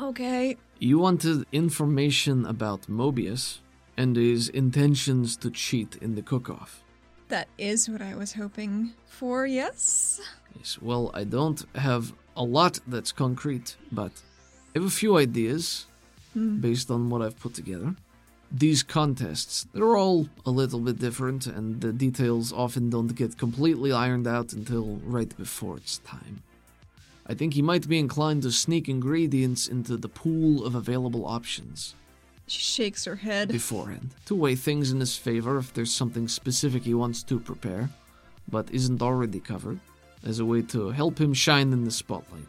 Okay. You wanted information about Mobius and his intentions to cheat in the cook off. That is what I was hoping for, yes? Yes, well, I don't have a lot that's concrete, but I have a few ideas based on what I've put together. These contests, they're all a little bit different, and the details often don't get completely ironed out until right before it's time. I think he might be inclined to sneak ingredients into the pool of available options She shakes her head. beforehand to weigh things in his favor if there's something specific he wants to prepare, but isn't already covered, as a way to help him shine in the spotlight.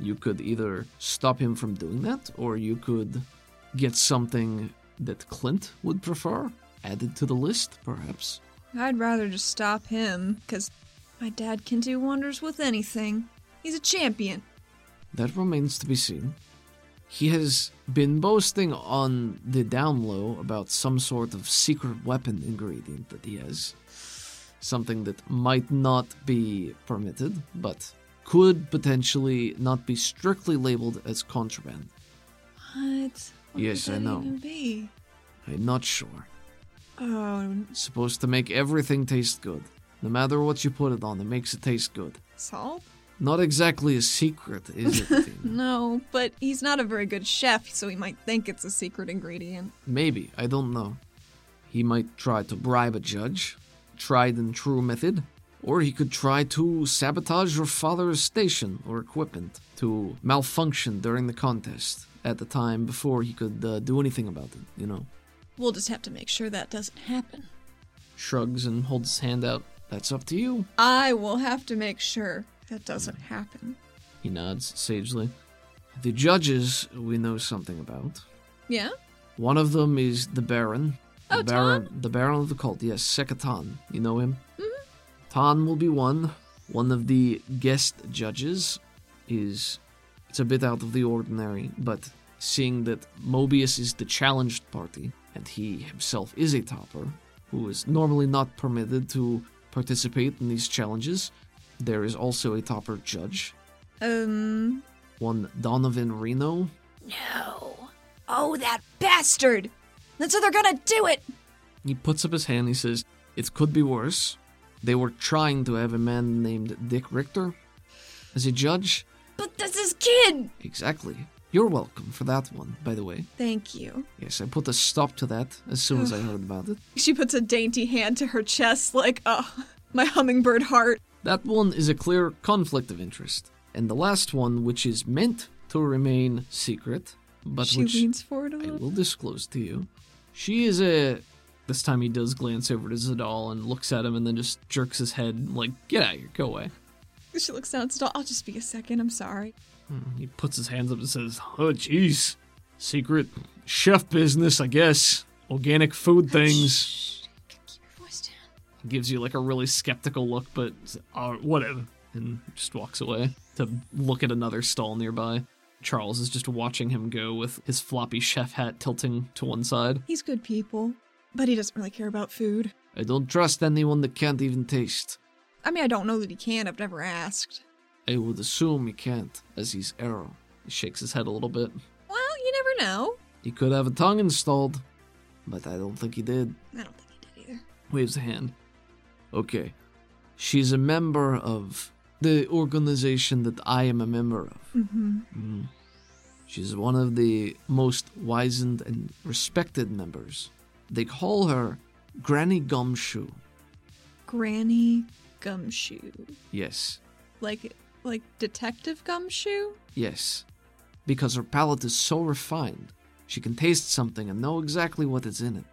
You could either stop him from doing that, or you could get something that Clint would prefer added to the list, perhaps. I'd rather just stop him, because my dad can do wonders with anything. He's a champion. That remains to be seen. He has been boasting on the down low about some sort of secret weapon ingredient that he has. Something that might not be permitted, but could potentially not be strictly labeled as contraband. What? what Yes, I could that know. Even be? I'm not sure. Oh, It's supposed to make everything taste good. No matter what you put it on, it makes it taste good. salt? Not exactly a secret, is it? Athena? No, but he's not a very good chef, so he might think it's a secret ingredient. Maybe, I don't know. He might try to bribe a judge, tried and true method, or he could try to sabotage your father's station or equipment to malfunction during the contest at the time before he could uh, do anything about it, you know. We'll just have to make sure that doesn't happen. Shrugs and holds his hand out. That's up to you. I will have to make sure that doesn't happen. He nods sagely. The judges we know something about. Yeah? One of them is the Baron. The Oh, Baron, the Baron of the cult. Yes, Sekatan. You know him. Tan will be one. One of the guest judges is. It's a bit out of the ordinary, but seeing that Mobius is the challenged party and he himself is a topper, who is normally not permitted to participate in these challenges, there is also a topper judge. Um, One Donovan Reno, No. Oh, that bastard! That's how they're gonna do it! He puts up his hand. He says, "It could be worse. They were trying to have a man named Dick Richter as a judge. But that's his kid! Exactly. You're welcome for that one, by the way. thank you. Yes, I put a stop to that as soon as I heard about it. She puts a dainty hand to her chest, like, oh, my hummingbird heart. That one is a clear conflict of interest, and the last one, which is meant to remain secret, but she which leans forward a I little. will disclose to you. She is a. This time he does glance over to Zadal and looks at him, and then just jerks his head like, "Get out of here, go away." She looks down. Still, I'll just be a second. I'm sorry. He puts his hands up and says, Oh, jeez. Secret chef business, I guess. Organic food things. Keep your voice down. Gives you like a really skeptical look, but uh, whatever. And just walks away to look at another stall nearby. Charles is just watching him go with his floppy chef hat tilting to one side. He's good people, but he doesn't really care about food. I don't trust anyone that can't even taste. I mean, I don't know that he can. I've never asked. I would assume he can't, as he's arrow. He shakes his head a little bit. Well, you never know. He could have a tongue installed, but I don't think he did. I don't think he did either. waves a hand. Okay. She's a member of the organization that I am a member of. Mm-hmm. Mm. She's one of the most wizened and respected members. They call her Granny Gumshoe. Granny Gumshoe, Yes, like, like Detective Gumshoe. yes. Because her palate is so refined, she can taste something and know exactly what is in it.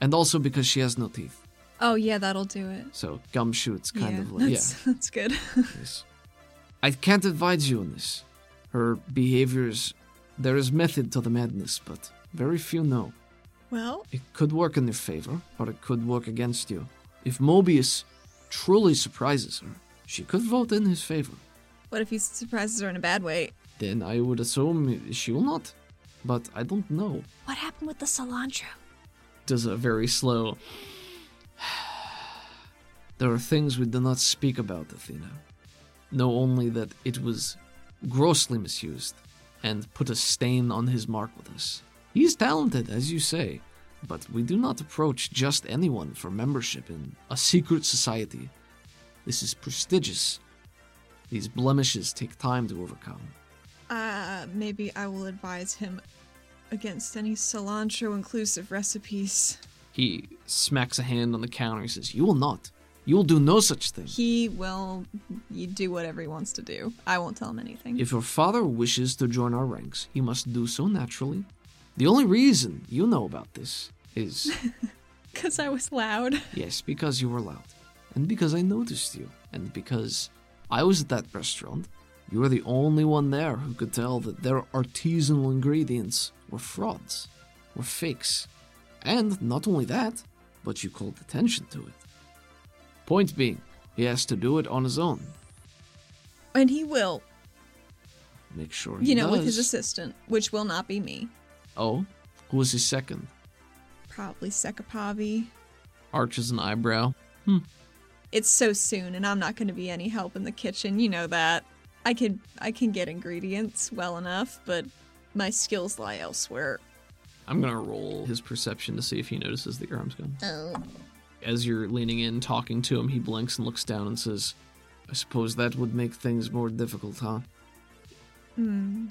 And also because she has no teeth. Oh yeah, that'll do it. So, gumshoe, it's kind yeah, of like. that's, yeah. that's good. Yes. I can't advise you on this. Her behaviors. There is method to the madness, but very few know. well, It could work in your favor, or it could work against you. If Mobius truly surprises her, she could vote in his favor. what if he surprises her in a bad way? Then I would assume she will not. but I don't know. What happened with the cilantro? Does a very slow. there are things we do not speak about, Athena. Know only that it was grossly misused and put a stain on his mark with us. He is talented, as you say, but we do not approach just anyone for membership in a secret society. This is prestigious. These blemishes take time to overcome. Uh, maybe I will advise him against any cilantro inclusive recipes. He smacks a hand on the counter. He says, You will not. You will do no such thing. He will you do whatever he wants to do. I won't tell him anything. If your father wishes to join our ranks, he must do so naturally. The only reason you know about this is Because I was loud. yes, because you were loud, and because I noticed you, and because I was at that restaurant. You were the only one there who could tell that their artisanal ingredients were frauds, were fakes. And not only that, but you called attention to it. Point being, he has to do it on his own. And he will, Make sure he you know, with does. his assistant, which will not be me. Oh, who was his second? Probably Sekapavi. Arches an eyebrow. It's so soon and I'm not going to be any help in the kitchen, you know that. I could I can get ingredients well enough, but my skills lie elsewhere. I'm gonna roll his perception to see if he notices that your arm's gone. Oh. As you're leaning in, talking to him, he blinks and looks down and says, I suppose that would make things more difficult, huh? Man,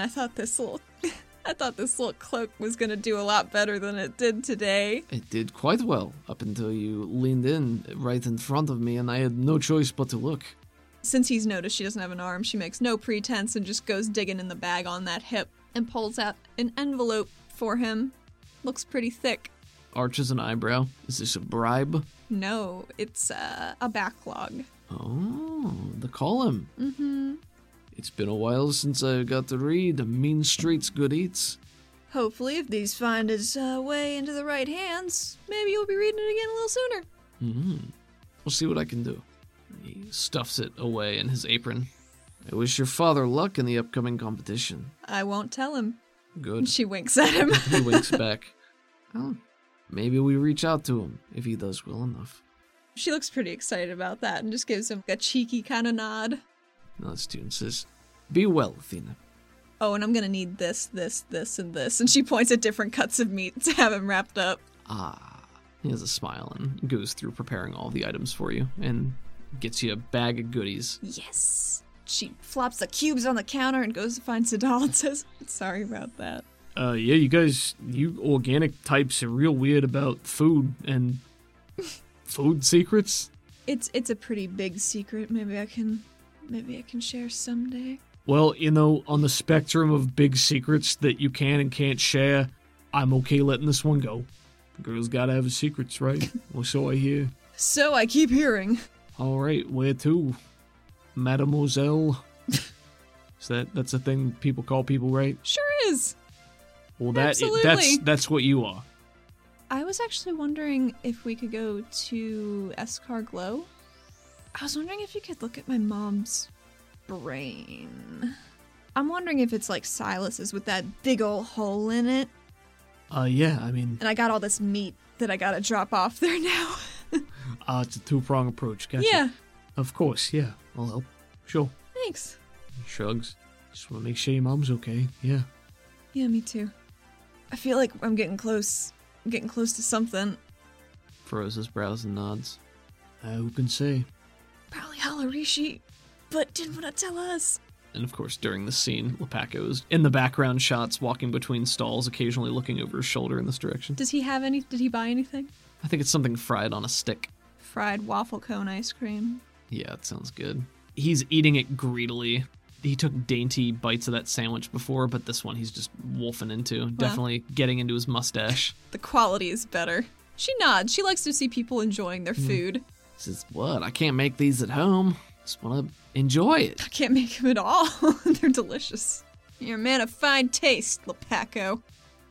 I thought this little I thought this little cloak was going to do a lot better than it did today. It did quite well up until you leaned in right in front of me, and I had no choice but to look. Since he's noticed she doesn't have an arm, she makes no pretense and just goes digging in the bag on that hip and pulls out an envelope for him. Looks pretty thick. Arches an eyebrow. Is this a bribe? No, it's uh, a backlog. Oh, the column. Mm-hmm. It's been a while since I got to read Mean Streets Good Eats. Hopefully, if these find its uh, way into the right hands, maybe you'll be reading it again a little sooner. We'll see what I can do. He stuffs it away in his apron. I wish your father luck in the upcoming competition. I won't tell him. Good. She winks at him. he winks back. Well, maybe we reach out to him if he does well enough. she looks pretty excited about that and just gives him a cheeky kind of nod. Now this tune says, Be well, Athena. Oh, and I'm gonna need this, this, this, and this. And she points at different cuts of meat to have him wrapped up. Ah. He has a smile and goes through preparing all the items for you and gets you a bag of goodies. Yes. She flops the cubes on the counter and goes to find Sadal and says, Sorry about that. Uh, yeah, you guys, you organic types are real weird about food and food secrets. It's it's a pretty big secret. Maybe I can maybe I can share someday. Well, you know, on the spectrum of big secrets that you can and can't share, I'm okay letting this one go. Girls gotta have secrets, right? well, so I hear. So I keep hearing. All right, where to, Mademoiselle? Is that that's a thing people call people, right? Sure is. Well, that that's Absolutely. that's what you are. I was actually wondering if we could go to Escar Glow. I was wondering if you could look at my mom's brain. I'm wondering if it's like Silas's with that big old hole in it. Uh, yeah, I mean, And I got all this meat that I gotta drop off there now. uh, it's a two prong approach. Gotcha. Yeah. Of course, yeah. I'll help. Sure. Thanks. He shrugs. Just want to make sure your mom's okay. Yeah. Yeah, me too. I feel like I'm getting close. I'm getting close to something. furrows his brows and nods. Uh, who can say? Probably Halarishi, but didn't want to tell us. And of course, during this scene, Lepaco is in the background shots, walking between stalls, occasionally looking over his shoulder in this direction. Does he have any? Did he buy anything? I think it's something fried on a stick. Fried waffle cone ice cream. Yeah, it sounds good. He's eating it greedily. He took dainty bites of that sandwich before, but this one he's just wolfing into, definitely getting into his mustache. The quality is better. She nods. She likes to see people enjoying their food. Says, "What? I can't make these at home. Just want to enjoy it." I can't make them at all. They're delicious. You're a man of fine taste, Lepaco.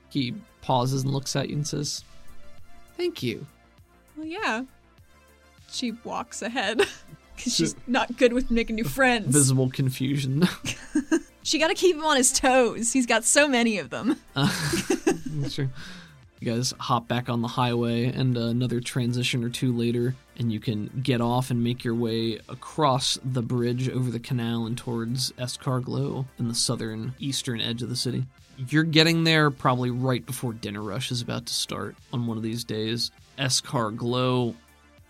He pauses and looks at you and says, "Thank you." Well, yeah. She walks ahead because she's not good with making new friends. Visible confusion. She got to keep him on his toes. He's got so many of them. That's true. You guys hop back on the highway, and another transition or two later, and you can get off and make your way across the bridge over the canal and towards Escarglow in the southern eastern edge of the city. You're getting there probably right before dinner rush is about to start on one of these days. Escarglow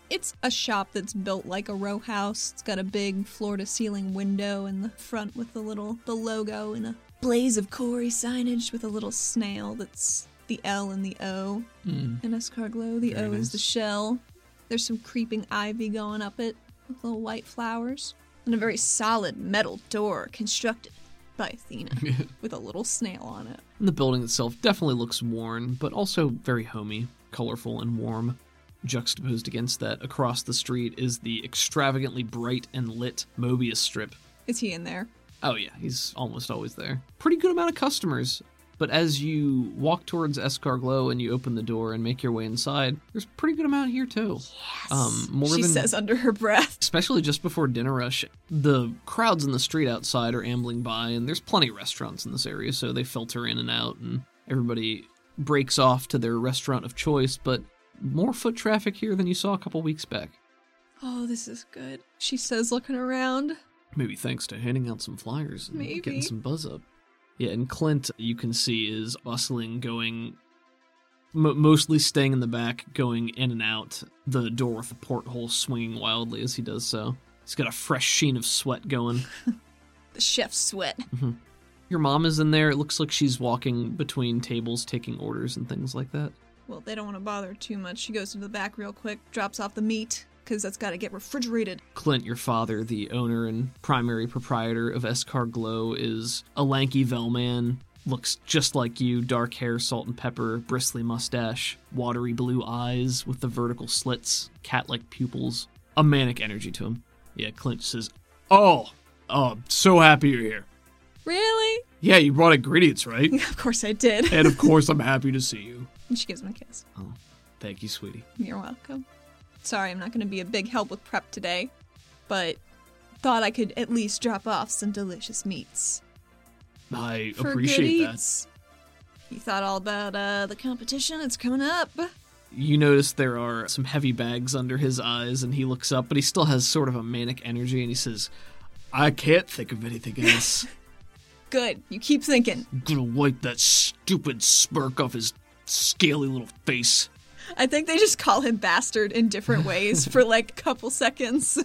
It's a shop that's built like a row house. It's got a big floor to ceiling window in the front with the little the logo and a blaze of Cory signage with a little snail that's the L and the O. Mm. And Escarglow, the Hmm. Very O nice. is the shell. There's some creeping ivy going up it with little white flowers. And a very solid metal door constructed by Athena with a little snail on it. And the building itself definitely looks worn, but also very homey, colorful, and warm. Juxtaposed against that, across the street is the extravagantly bright and lit Mobius strip. Is he in there? Oh, yeah, he's almost always there. Pretty good amount of customers. But as you walk towards Escarglow and you open the door and make your way inside, there's a pretty good amount here, too. Yes. Um, more she than says under her breath. especially just before dinner rush, the crowds in the street outside are ambling by, and there's plenty of restaurants in this area, so they filter in and out, and everybody breaks off to their restaurant of choice. But more foot traffic here than you saw a couple weeks back. Oh, this is good. She says, looking around. Maybe thanks to handing out some flyers and Maybe. getting some buzz up. Yeah, and Clint, you can see, is bustling, going, mo mostly staying in the back, going in and out, the door with the porthole swinging wildly as he does so. He's got a fresh sheen of sweat going. The chef's sweat. Your mom is in there. It looks like she's walking between tables, taking orders and things like that. Well, they don't want to bother her too much. She goes into the back real quick, drops off the meat, because that's got to get refrigerated. Clint, your father, the owner and primary proprietor of Escarglow, is a lanky Velman. Looks just like you, dark hair, salt and pepper, bristly mustache, watery blue eyes with the vertical slits, cat like pupils. A manic energy to him. Yeah, Clint says, Oh, oh, I'm so happy you're here. Really? Yeah, you brought ingredients, right? Of course I did. and of course, I'm happy to see you. and she gives him a kiss. Oh, thank you, sweetie. You're welcome. Sorry, I'm not going to be a big help with prep today, but thought I could at least drop off some delicious meats. I For appreciate good that. eats. You thought all about uh, the competition that's coming up. You notice there are some heavy bags under his eyes, and he looks up, but he still has sort of a manic energy, and he says, I can't think of anything else. Good. You keep thinking. I'm gonna wipe that stupid smirk off his scaly little face. I think they just call him bastard in different ways for like a couple seconds.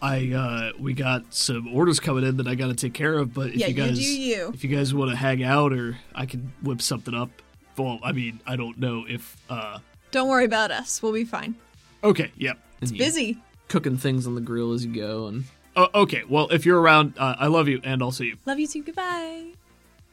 I uh we got some orders coming in that I gotta take care of, but if Yeah, you you do guys you. if you guys wanna hang out or I can whip something up. Well, I mean, I don't know if uh Don't worry about us. We'll be fine. Okay, yep. It's Busy. cooking things on the grill as you go and Uh, okay, well if you're around, uh, I love you and I'll see you. Love you too. Goodbye.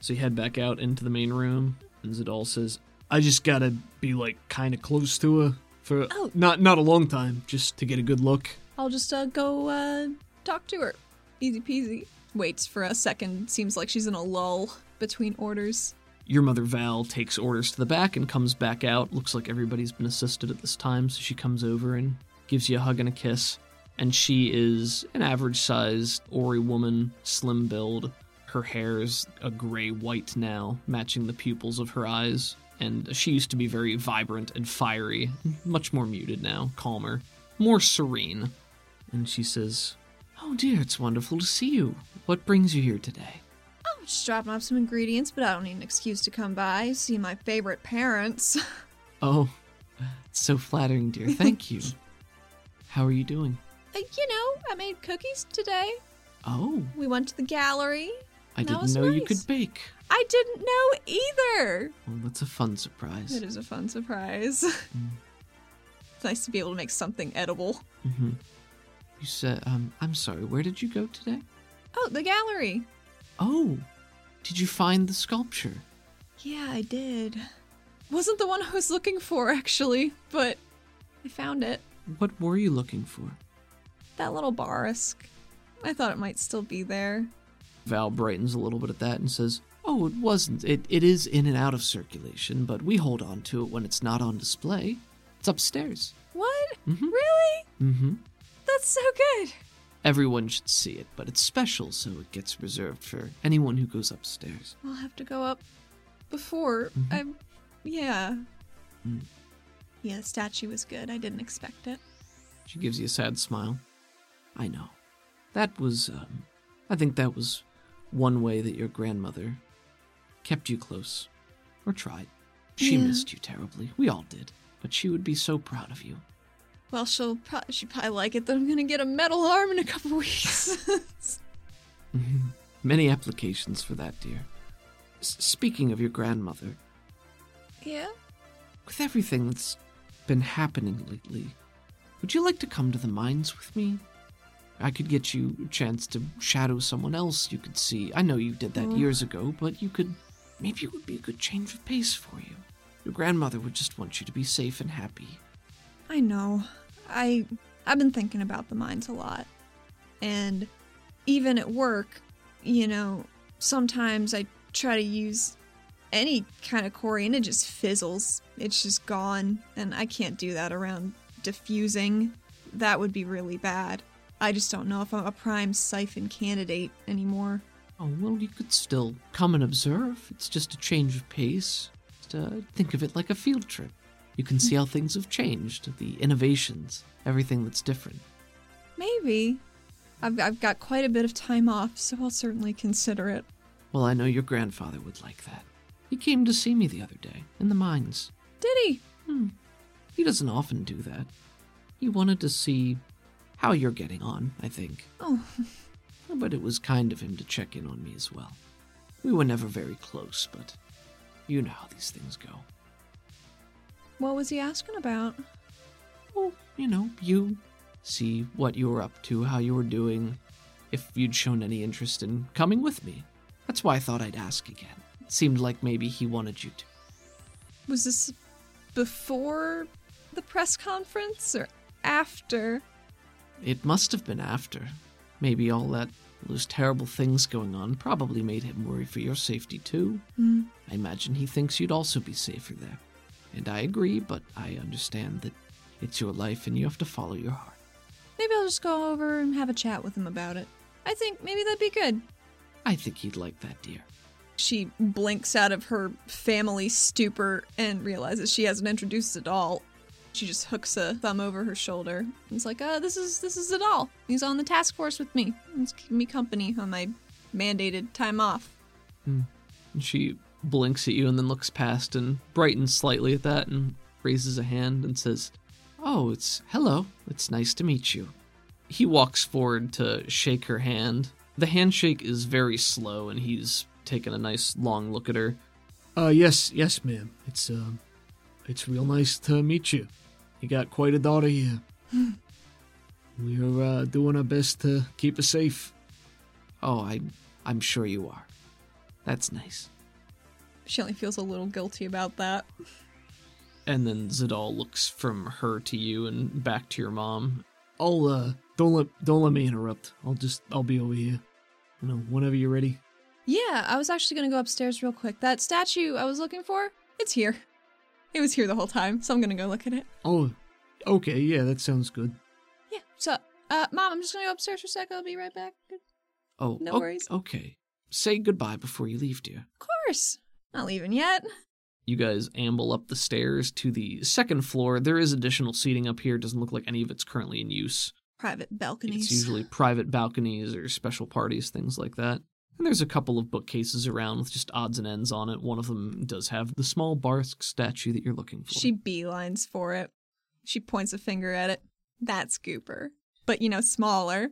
so you head back out into the main room and Zidal says I just gotta be like kinda close to her for Oh. not not a long time, just to get a good look. I'll just uh, go uh, talk to her. Easy peasy. Waits for a second. Seems like she's in a lull between orders. your mother Val takes orders to the back and comes back out looks like everybody's been assisted at this time so she comes over and gives you a hug and a kiss and she is an average sized Ori woman slim build her hair is a gray white now matching the pupils of her eyes and she used to be very vibrant and fiery much more muted now calmer more serene and she says oh dear it's wonderful to see you what brings you here today I'm just dropping off some ingredients, but I don't need an excuse to come by see my favorite parents. Oh, so flattering, dear. Thank you. How are you doing? Uh, you know, I made cookies today. Oh, We went to the gallery. I That didn't was know you nice. could bake. I didn't know either. Well, that's a fun surprise. That is a fun surprise. it's nice to be able to make something edible. You said, um, I'm sorry, where did you go today? Oh, the gallery. Oh, did you find the sculpture? Yeah, I did. Wasn't the one I was looking for, actually, but I found it. What were you looking for? That little barisk. I thought it might still be there. Val brightens a little bit at that and says, Oh, it wasn't. It, it is in and out of circulation, but we hold on to it when it's not on display. It's upstairs. What? Really? Mm hmm. That's so good. Everyone should see it, but it's special, so it gets reserved for anyone who goes upstairs. I'll have to go up before I'm. Yeah. Yeah, the statue was good. I didn't expect it. She gives you a sad smile. I know. That was, um, I think that was one way that your grandmother kept you close, or tried. She Yeah. missed you terribly. We all did. But she would be so proud of you. Well, she'll pro- she probably like it that I'm gonna get a metal arm in a couple weeks. Many applications for that, dear. S- speaking of your grandmother, yeah. with everything that's been happening lately, would you like to come to the mines with me? I could get you a chance to shadow someone else you could see. I know you did that years ago, but you could. Maybe it would be a good change of pace for you. Your grandmother would just want you to be safe and happy. I know. I I've been thinking about the mines a lot. And even at work, you know, sometimes I try to use any kind of quarry and it just fizzles. It's just gone and I can't do that around diffusing. That would be really bad. I just don't know if I'm a prime siphon candidate anymore. Oh, well, you could still come and observe. It's just a change of pace. Just, uh, think of it like a field trip. You can see how things have changed, the innovations, everything that's different. Maybe. I've, I've got quite a bit of time off, so I'll certainly consider it. Well, I know your grandfather would like that. He came to see me the other day, in the mines. Did he? He doesn't often do that. He wanted to see how you're getting on, I think. Oh, But it was kind of him to check in on me as well. We were never very close, but you know how these things go. what was he asking about? Well, you know, you see what you were up to, how you were doing, if you'd shown any interest in coming with me. That's why I thought I'd ask again. It seemed like maybe he wanted you to. Was this before the press conference or after? It must have been after. Maybe all that those terrible things going on probably made him worry for your safety too. I imagine he thinks you'd also be safer there. And I agree, but I understand that it's your life and you have to follow your heart. Maybe I'll just go over and have a chat with him about it. I think maybe that'd be good. I think he'd like that, dear. She blinks out of her family stupor and realizes she hasn't introduced it all. She just hooks a thumb over her shoulder. and is like, uh, this is this is it all. He's on the task force with me. He's keeping me company on my mandated time off. And she blinks at you and then looks past and brightens slightly at that and raises a hand and says, Oh, it's hello. It's nice to meet you. He walks forward to shake her hand. The handshake is very slow and he's taken a nice long look at her. Uh, yes, yes, ma'am. It's um, it's real nice to meet you. You got quite a daughter here. we are uh, doing our best to keep her safe. Oh, I, I'm sure you are. That's nice. She only feels a little guilty about that. And then Zidal looks from her to you and back to your mom. I'll uh, don't let don't let me interrupt. I'll just I'll be over here. You know, whenever you're ready. Yeah, I was actually gonna go upstairs real quick. That statue I was looking for, it's here. It was here the whole time, so I'm gonna go look at it. Oh, okay, yeah, that sounds good. Yeah. So, uh, mom, I'm just gonna go upstairs for a sec. I'll be right back. Of Oh, No o- worries. Okay. Say goodbye before you leave, dear. course, not leaving yet. You guys amble up the stairs to the second floor. There is additional seating up here. Doesn't look like any of it's currently in use. Private balconies. It's usually private balconies or special parties, things like that. And there's a couple of bookcases around with just odds and ends on it. One of them does have the small Barsk statue that you're looking for. She beelines for it. She points a finger at it. That's Gooper, but you know, smaller.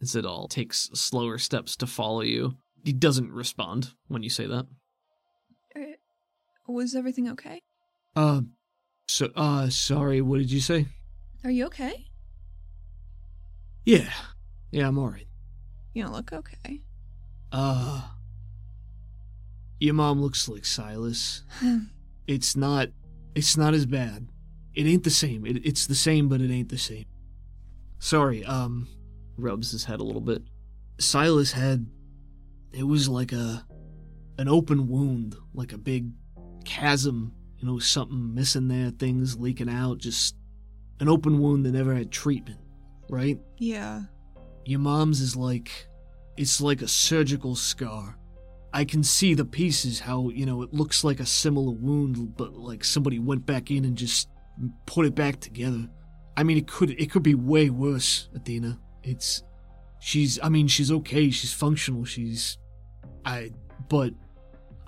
As it all takes slower steps to follow you. He doesn't respond when you say that. Uh, Was everything okay? Uh, so uh, sorry, what did you say? Are you okay? Yeah, yeah, I'm alright. You don't look okay. Uh, your mom looks like Silas. it's not, it's not as bad. It ain't the same. It, it's the same, but it ain't the same. Sorry. Um, Rubs his head a little bit. Silas had, it was like a, an open wound, like a big chasm. You know, something missing there, things leaking out, just an open wound that never had treatment. Right. Yeah. Your mom's is like, it's like a surgical scar. I can see the pieces, how, you know, it looks like a similar wound, but like somebody went back in and just put it back together. I mean, it could, it could be way worse, Athena. It's, she's, I mean, she's okay, she's functional, she's, I, but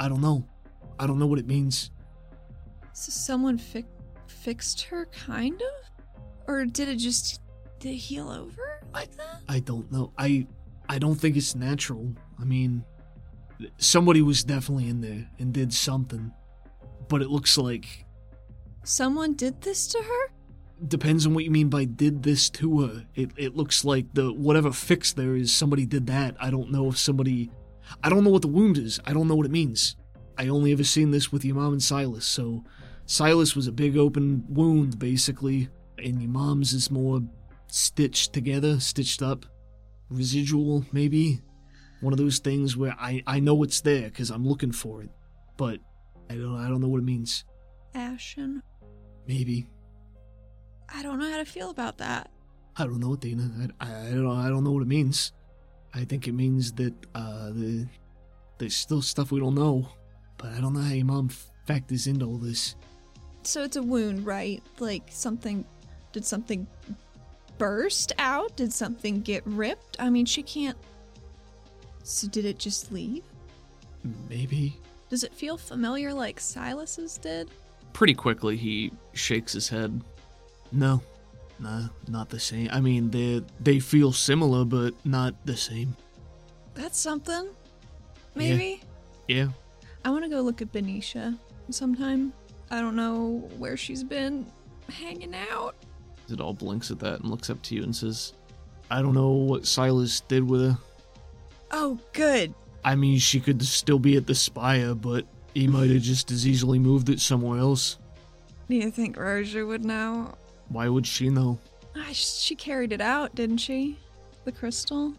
I don't know. I don't know what it means. So someone fi- fixed her, kind of? Or did it just Did it heal over like that? I don't know. I, I don't think it's natural. I mean, somebody was definitely in there and did something, but it looks like someone did this to her? depends on what you mean by did this to her. It it looks like the whatever fix there is somebody did that. I don't know if somebody I don't know what the wound is. I don't know what it means. I only ever seen this with your mom and Silas, so Silas was a big open wound basically, and your mom's is more stitched together, stitched up, residual maybe. One of those things where I I know it's there cuz I'm looking for it, but I don't I don't know what it means. Ashen. Maybe I don't know how to feel about that. I don't know, Dana. I, I, I don't know. I don't know what it means. I think it means that uh, the, there's still stuff we don't know, but I don't know how your mom factors into all this. So it's a wound, right? Like something. Did something burst out? Did something get ripped? I mean, she can't. So did it just leave? Maybe. Does it feel familiar like Silas's did? Pretty quickly, he shakes his head. No, no, not the same. I mean, they they feel similar, but not the same. That's something. Maybe? Yeah, I want to go look at Benicia sometime. I don't know where she's been hanging out. It all blinks at that and looks up to you and says, I don't know what Silas did with her. Oh, good. I mean, she could still be at the spire, but he might have just as easily moved it somewhere else. Do you think Rosia would know? Why would she know? Ah, sh- she carried it out, didn't she? The crystal?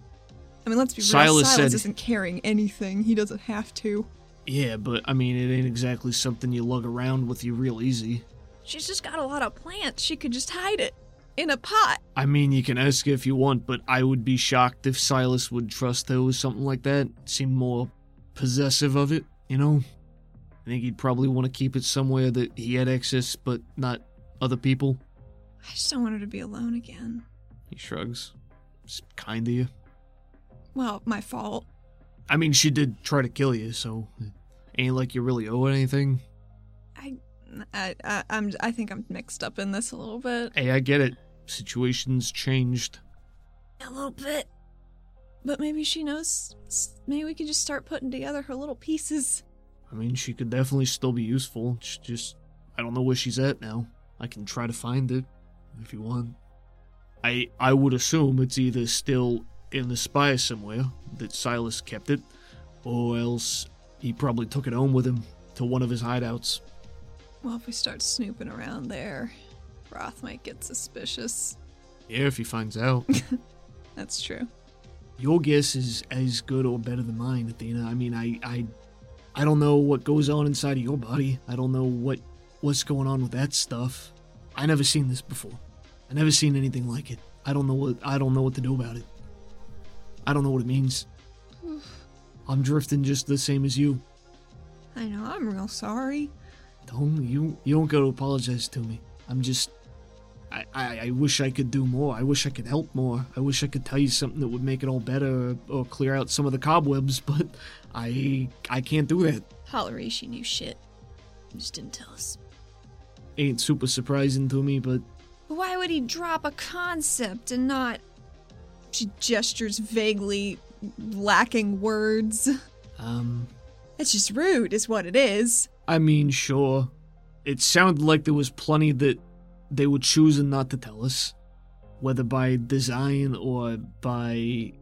I mean, let's be real. Silas Silas said- isn't carrying anything. He doesn't have to. Yeah, but I mean, it ain't exactly something you lug around with you real easy. She's just got a lot of plants. She could just hide it in a pot. I mean, you can ask her if you want, but I would be shocked if Silas would trust her with something like that. Seem more possessive of it, you know? I think he'd probably want to keep it somewhere that he had access, but not other people. I just don't want her to be alone again. He shrugs. It's kind of you. Well, my fault. I mean, she did try to kill you, so it ain't like you really owe her anything. I, I, I'm, I think I'm mixed up in this a little bit. Hey, I get it. Situation's changed. A little bit. But maybe she knows. s- Maybe we could just start putting together her little pieces. I mean, she could definitely still be useful. She just, I don't know where she's at now. I can try to find it if you want. I I would assume it's either still in the spire somewhere that Silas kept it, or else he probably took it home with him to one of his hideouts. Well, if we start snooping around there, Roth might get suspicious. Yeah, if he finds out. That's true. Your guess is as good or better than mine, Athena. I mean, I, I, I don't know what goes on inside of your body. I don't know what what's going on with that stuff. I never seen this before. I never seen anything like it. I don't know what I don't know what to do about it. I don't know what it means. I'm drifting just the same as you. I know, I'm real sorry. Don't you you don't got to apologize to me. I'm just I, I I wish I could do more. I wish I could help more. I wish I could tell you something that would make it all better or, or clear out some of the cobwebs, but I I can't do that. Hollery, she knew shit. Just didn't tell us. Ain't super surprising to me, but Why would he drop a concept and not. She gestures vaguely, lacking words. um It's just rude, is what it is. I mean sure. It sounded like there was plenty that they were choosing not to tell us. Whether by design or by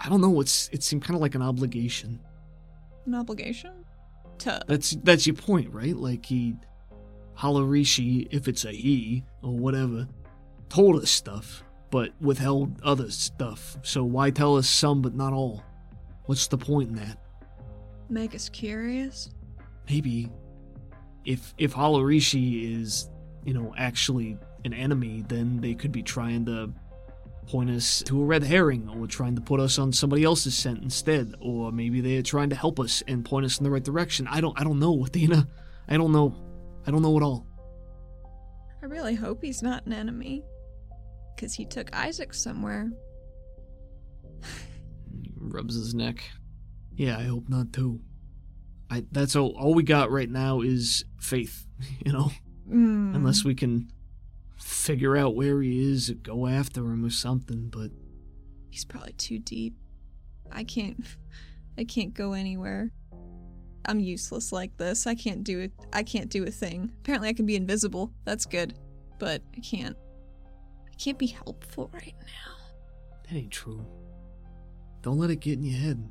I don't know, it's it seemed kinda like an obligation. An obligation? To. That's that's your point, right? Like he, Halarishi, if it's a he or whatever, told us stuff, but withheld other stuff. So why tell us some but not all? What's the point in that? Make us curious? Maybe if if Halarishi is you know actually an enemy, then they could be trying to point us to a red herring or trying to put us on somebody else's scent instead or maybe they're trying to help us and point us in the right direction i don't i don't know athena i don't know i don't know at all I really hope he's not an enemy. Because he took Isaac somewhere. Rubs his neck. yeah i hope not too i that's all all we got right now is faith you know Mm. unless we can figure out where he is or go after him or something but He's probably too deep. I can't. I can't go anywhere. I'm useless like this. I can't do it. I can't do a thing. Apparently, I can be invisible. That's good, but I can't. I can't be helpful right now. That ain't true. Don't let it get in your head.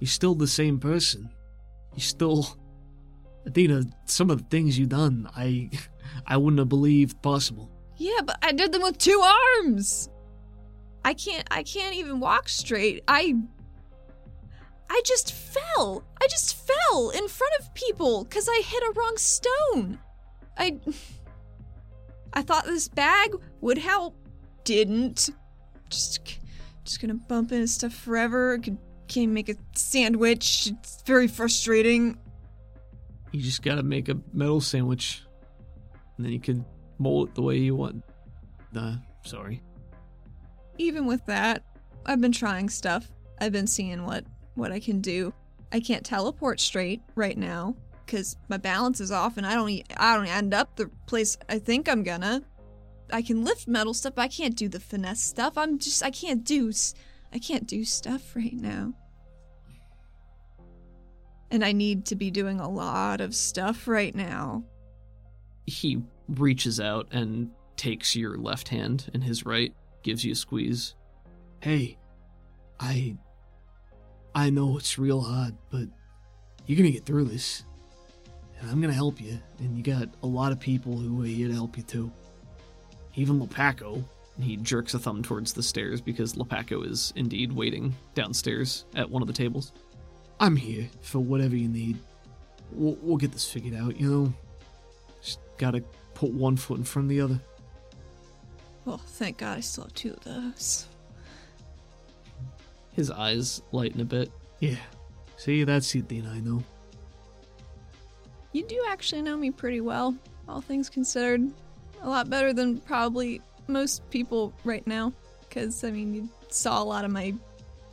You're still the same person. You still Athena, some of the things you done, I I wouldn't have believed possible. Yeah, but I did them with two arms. I can't. I can't even walk straight. I. I just fell. I just fell in front of people because I hit a wrong stone. I. I thought this bag would help. Didn't. Just, just gonna bump into stuff forever. Could- Can't make a sandwich. It's very frustrating. You just gotta make a metal sandwich, and then you can mold it the way you want. Uh, sorry. even with that, I've been trying stuff. I've been seeing what what I can do. I can't teleport straight right now cuz my balance is off and I don't e- I don't end up the place I think I'm gonna. I can lift metal stuff, but I can't do the finesse stuff. I'm just I can't do s- I can't do stuff right now. And I need to be doing a lot of stuff right now. He reaches out and takes your left hand in his right, gives you a squeeze. Hey, I I know it's real hard, but you're gonna get through this. And I'm gonna help you. And you got a lot of people who are here to help you too. Even Lepaco. He jerks a thumb towards the stairs because Lepaco is indeed waiting downstairs at one of the tables. I'm here for whatever you need. We'll, we'll get this figured out, you know? Just gotta put one foot in front of the other. Well, thank God I still have two of those. His eyes lighten a bit. Yeah. See, that's the thing I know. You do actually know me pretty well, all things considered. A lot better than probably most people right now. Because, I mean, you saw a lot of my,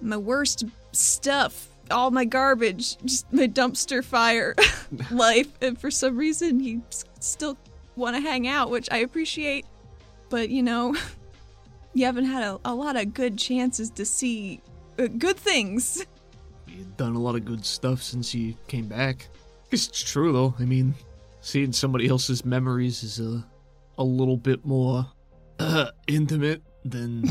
my worst stuff, all my garbage, just my dumpster fire life. And for some reason, you s- still want to hang out, which I appreciate. But, you know, you haven't had a, a lot of good chances to see uh, good things. You've done a lot of good stuff since you came back. Guess it's true, though. I mean, seeing somebody else's memories is a, a little bit more uh, intimate than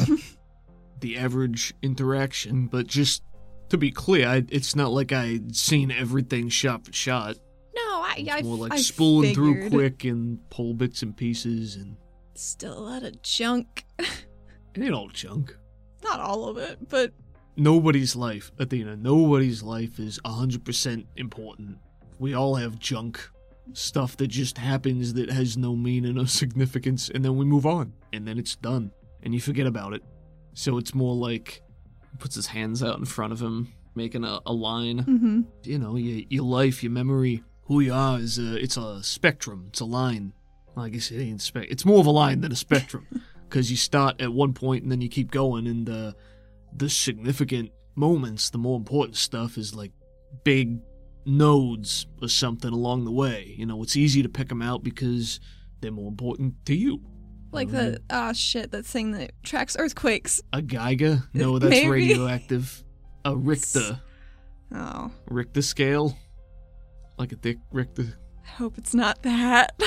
the average interaction. But just to be clear, I, it's not like I'd seen everything shot for shot. No, I. It's I more like I spooling through figured. quick and pull bits and pieces, and Still a lot of junk. it ain't all junk. Not all of it, but Nobody's life, Athena, nobody's life is 100% important. We all have junk. Stuff that just happens that has no meaning or significance, and then we move on, and then it's done, and you forget about it. So it's more like, puts his hands out in front of him, making a, a line. mm-hmm. you know, your, your life, your memory, who you are is a, it's a spectrum, it's a line. Well, I guess it ain't spec. It's more of a line than a spectrum, because you start at one point and then you keep going, and the the significant moments, the more important stuff, is like big nodes or something along the way. You know, it's easy to pick them out because they're more important to you. like the ah shit that thing that tracks earthquakes. A Geiger? No, that's Maybe. radioactive. A Richter, Oh, Richter scale, like a thick Richter I hope it's not that.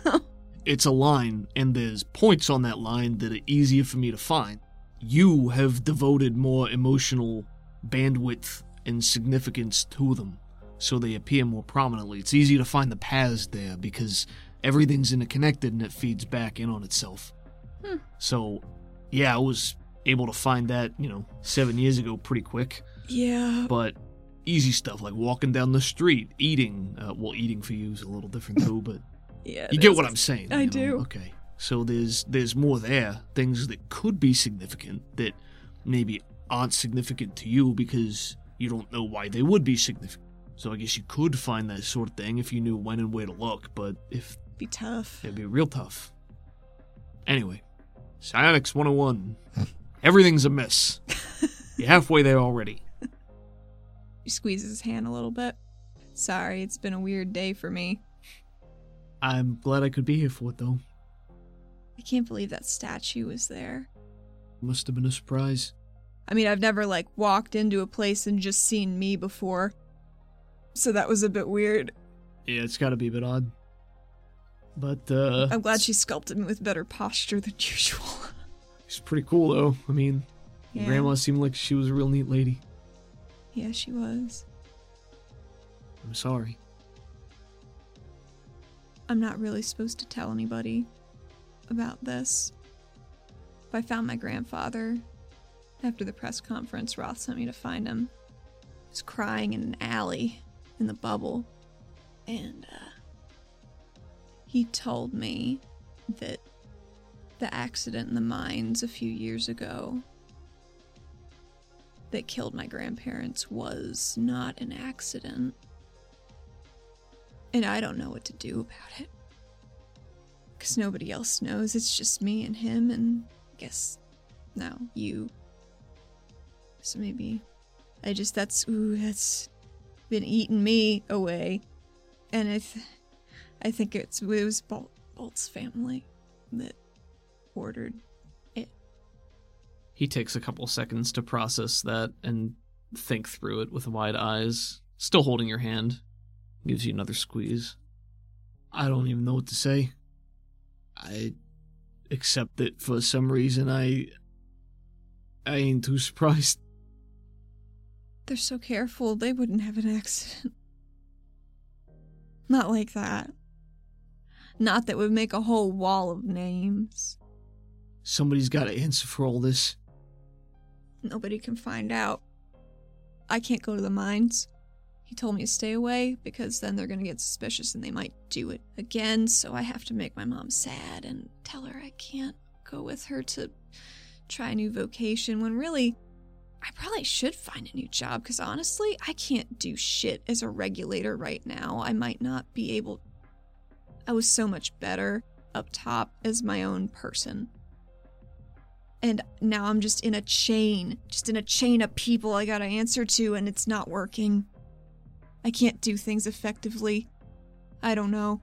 it's a line and there's points on that line that are easier for me to find. You have devoted more emotional bandwidth and significance to them, so they appear more prominently. It's easy to find the paths there because everything's interconnected and it feeds back in on itself. Hmm. So, yeah, I was able to find that, you know, seven years ago pretty quick yeah. but easy stuff like walking down the street, eating. Uh, well, eating for you is a little different too, but Yeah. you it get is. what I'm saying. I you know? do. Okay. So there's there's more there, things that could be significant that maybe aren't significant to you because you don't know why they would be significant. So I guess you could find that sort of thing if you knew when and where to look, but if Be tough. it'd be real tough. Anyway, Psionics 101. Everything's a mess. You're halfway there already. He squeezes his hand a little bit. Sorry, it's been a weird day for me. I'm glad I could be here for it though. I can't believe that statue was there. Must have been a surprise. I mean, I've never like walked into a place and just seen me before. So that was a bit weird. Yeah, it's gotta be a bit odd. But uh I'm glad she sculpted me with better posture than usual. She's pretty cool though. I mean, Yeah. Grandma seemed like she was a real neat lady. Yeah, she was. I'm sorry. I'm not really supposed to tell anybody about this. But I found my grandfather. After the press conference, Roth sent me to find him. He was crying in an alley in the bubble. And uh, he told me that the accident in the mines a few years ago that killed my grandparents was not an accident. And I don't know what to do about it. Because nobody else knows. It's just me and him, and I guess now you. So maybe. I just, that's, ooh, that's been eating me away. And I, th- I think it's, it was Bolt, Bolt's family that ordered. He takes a couple seconds to process that and think through it with wide eyes, still holding your hand. Gives you another squeeze. I don't even know what to say. I accept that for some reason I I ain't too surprised. They're so careful, they wouldn't have an accident. Not like that. Not that would make a whole wall of names. Somebody's got to answer for all this. Nobody can find out. I can't go to the mines. He told me to stay away because then they're going to get suspicious and they might do it again, so I have to make my mom sad and tell her I can't go with her to try a new vocation when really I probably should find a new job because honestly, I can't do shit as a regulator right now. I might not be able. I was so much better up top as my own person and now I'm just in a chain, just in a chain of people I gotta answer to, and it's not working. I can't do things effectively. I don't know.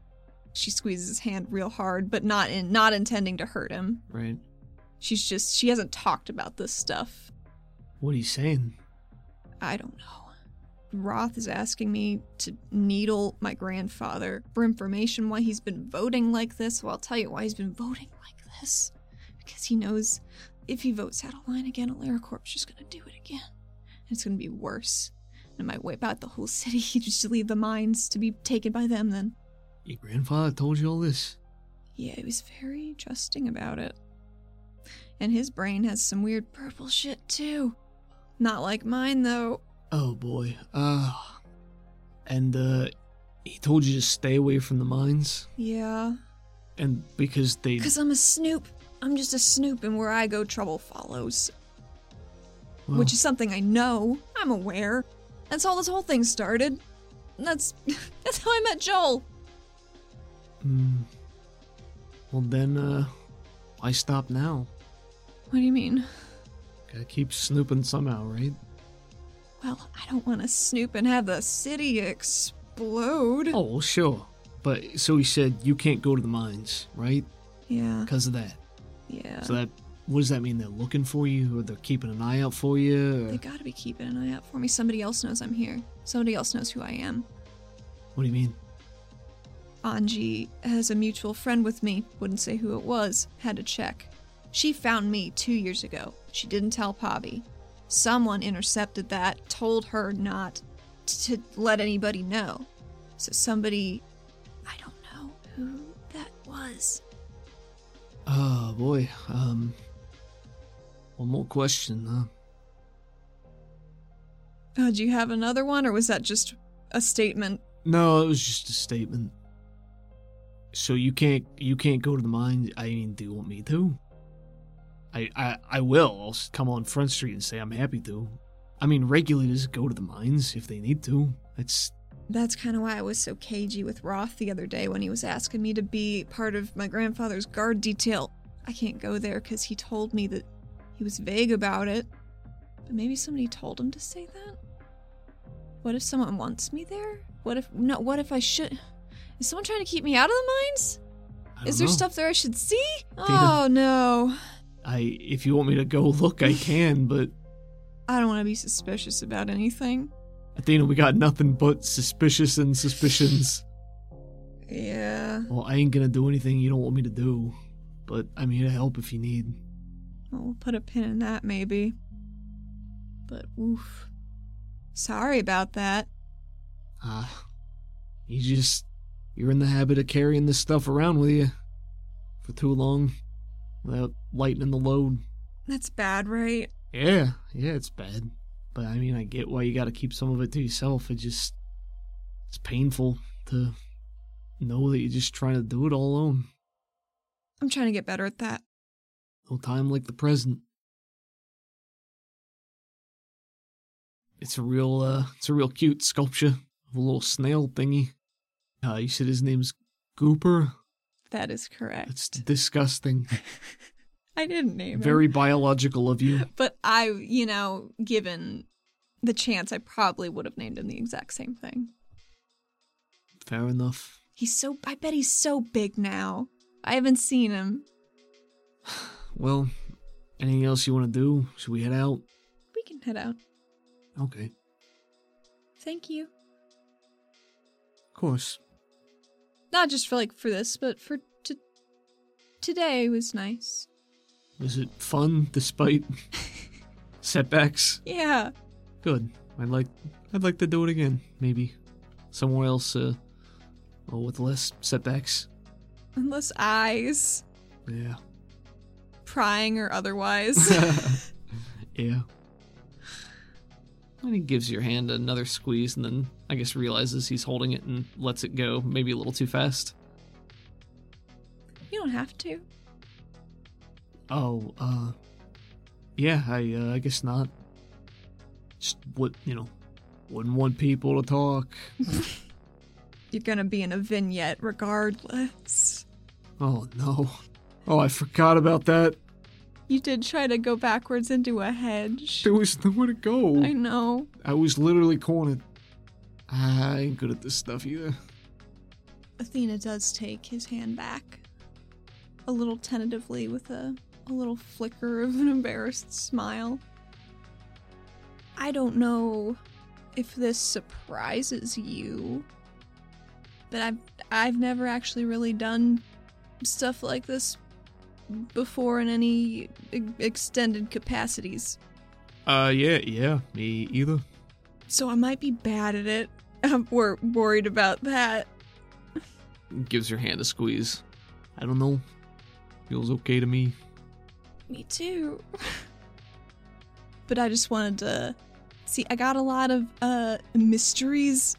She squeezes his hand real hard, but not in not intending to hurt him. Right. She's just she hasn't talked about this stuff. What are you saying? I don't know. Roth is asking me to needle my grandfather for information why he's been voting like this. Well, I'll tell you why he's been voting like this. Because he knows if he votes out of line again, AlariCorp's just going to do it again. And it's going to be worse. And it might wipe out the whole city. He'd just leave the mines to be taken by them then. Your grandfather told you all this. Yeah, he was very trusting about it. And his brain has some weird purple shit too. Not like mine though. Oh boy. Uh and uh he told you to stay away from the mines Yeah. and because they Because I'm a snoop. I'm just a snoop, and where I go, trouble follows. well, Which is something I know. I'm aware. That's how this whole thing started. And That's that's how I met Joel. mm, well then uh why stop now? What do you mean? Gotta keep snooping somehow, right? Well, I don't want to snoop and have the city explode. Oh, well, sure. But so he said you can't go to the mines, right? Yeah, Because of that. yeah. So that what does that mean? They're looking for you, or they're keeping an eye out for you? Or, they gotta be keeping an eye out for me. Somebody else knows I'm here. Somebody else knows who I am. what do you mean? Anji has a mutual friend with me, wouldn't say who it was, had to check. She found me two years ago. She didn't tell Pavi. Someone intercepted that, told her not t- to let anybody know. So somebody, I don't know who that was. Oh boy. Um. One more question, huh? oh, do you have another one, or was that just a statement? No, it was just a statement. So you can't you can't go to the mine. I mean, do you want me to? I I, I will. I'll s- come on Front Street and say I'm happy to. I mean, regulators go to the mines if they need to. That's That's kind of why I was so cagey with Roth the other day when he was asking me to be part of my grandfather's guard detail. I can't go there because he told me that he was vague about it. But maybe somebody told him to say that? What if someone wants me there? What if. No, what if I should. Is someone trying to keep me out of the mines? I Is don't there know. stuff there I should see? Oh, no. I if you want me to go look, I can. But I don't want to be suspicious about anything. Athena, we got nothing but suspicious and suspicions. Yeah. Well, I ain't gonna do anything you don't want me to do, but I'm here to help if you need. Well, we'll put a pin in that maybe. But oof. Sorry about that. Ah, you just you're in the habit of carrying this stuff around with you for too long without lightening the load. That's bad, right? Yeah, yeah, it's bad, but I mean, I get why you got to keep some of it to yourself. It just it's painful to know that you're just trying to do it all alone. I'm trying to get better at that. No time like the present. It's a real, uh, it's a real cute sculpture of a little snail thingy. Uh, you said his name's Gooper. That is correct. That's disgusting. I didn't name Very him. biological of you. But I, you know, given the chance, I probably would have named him the exact same thing. Fair enough. He's so I bet he's so big now. I haven't seen him. Well, anything else you want to do? Should we head out? We can head out. Okay, Thank you. of course. Not just for like for this, but for to today was nice. Was it fun despite setbacks? Yeah. Good. I'd like, I'd like to do it again. Maybe somewhere else. Uh, oh, well, with less setbacks. Unless eyes. Yeah. prying or otherwise. yeah. And he gives your hand another squeeze and then I guess realizes he's holding it and lets it go, maybe a little too fast. you don't have to. Oh, uh. Yeah, I, uh, I guess not. Just would, you know, wouldn't want people to talk. You're gonna be in a vignette regardless. Oh, no. Oh, I forgot about that. You did try to go backwards into a hedge. There was nowhere to go. I know. I was literally cornered. I ain't good at this stuff either. Athena does take his hand back. A little tentatively with a, a little flicker of an embarrassed smile. I don't know if this surprises you, but I've I've never actually really done stuff like this before in any e- extended capacities. Uh, yeah, yeah, me either. So I might be bad at it. I'm wor- worried about that. Gives your hand a squeeze. I don't know. Feels okay to me. Me too. but I just wanted to see. I got a lot of uh, mysteries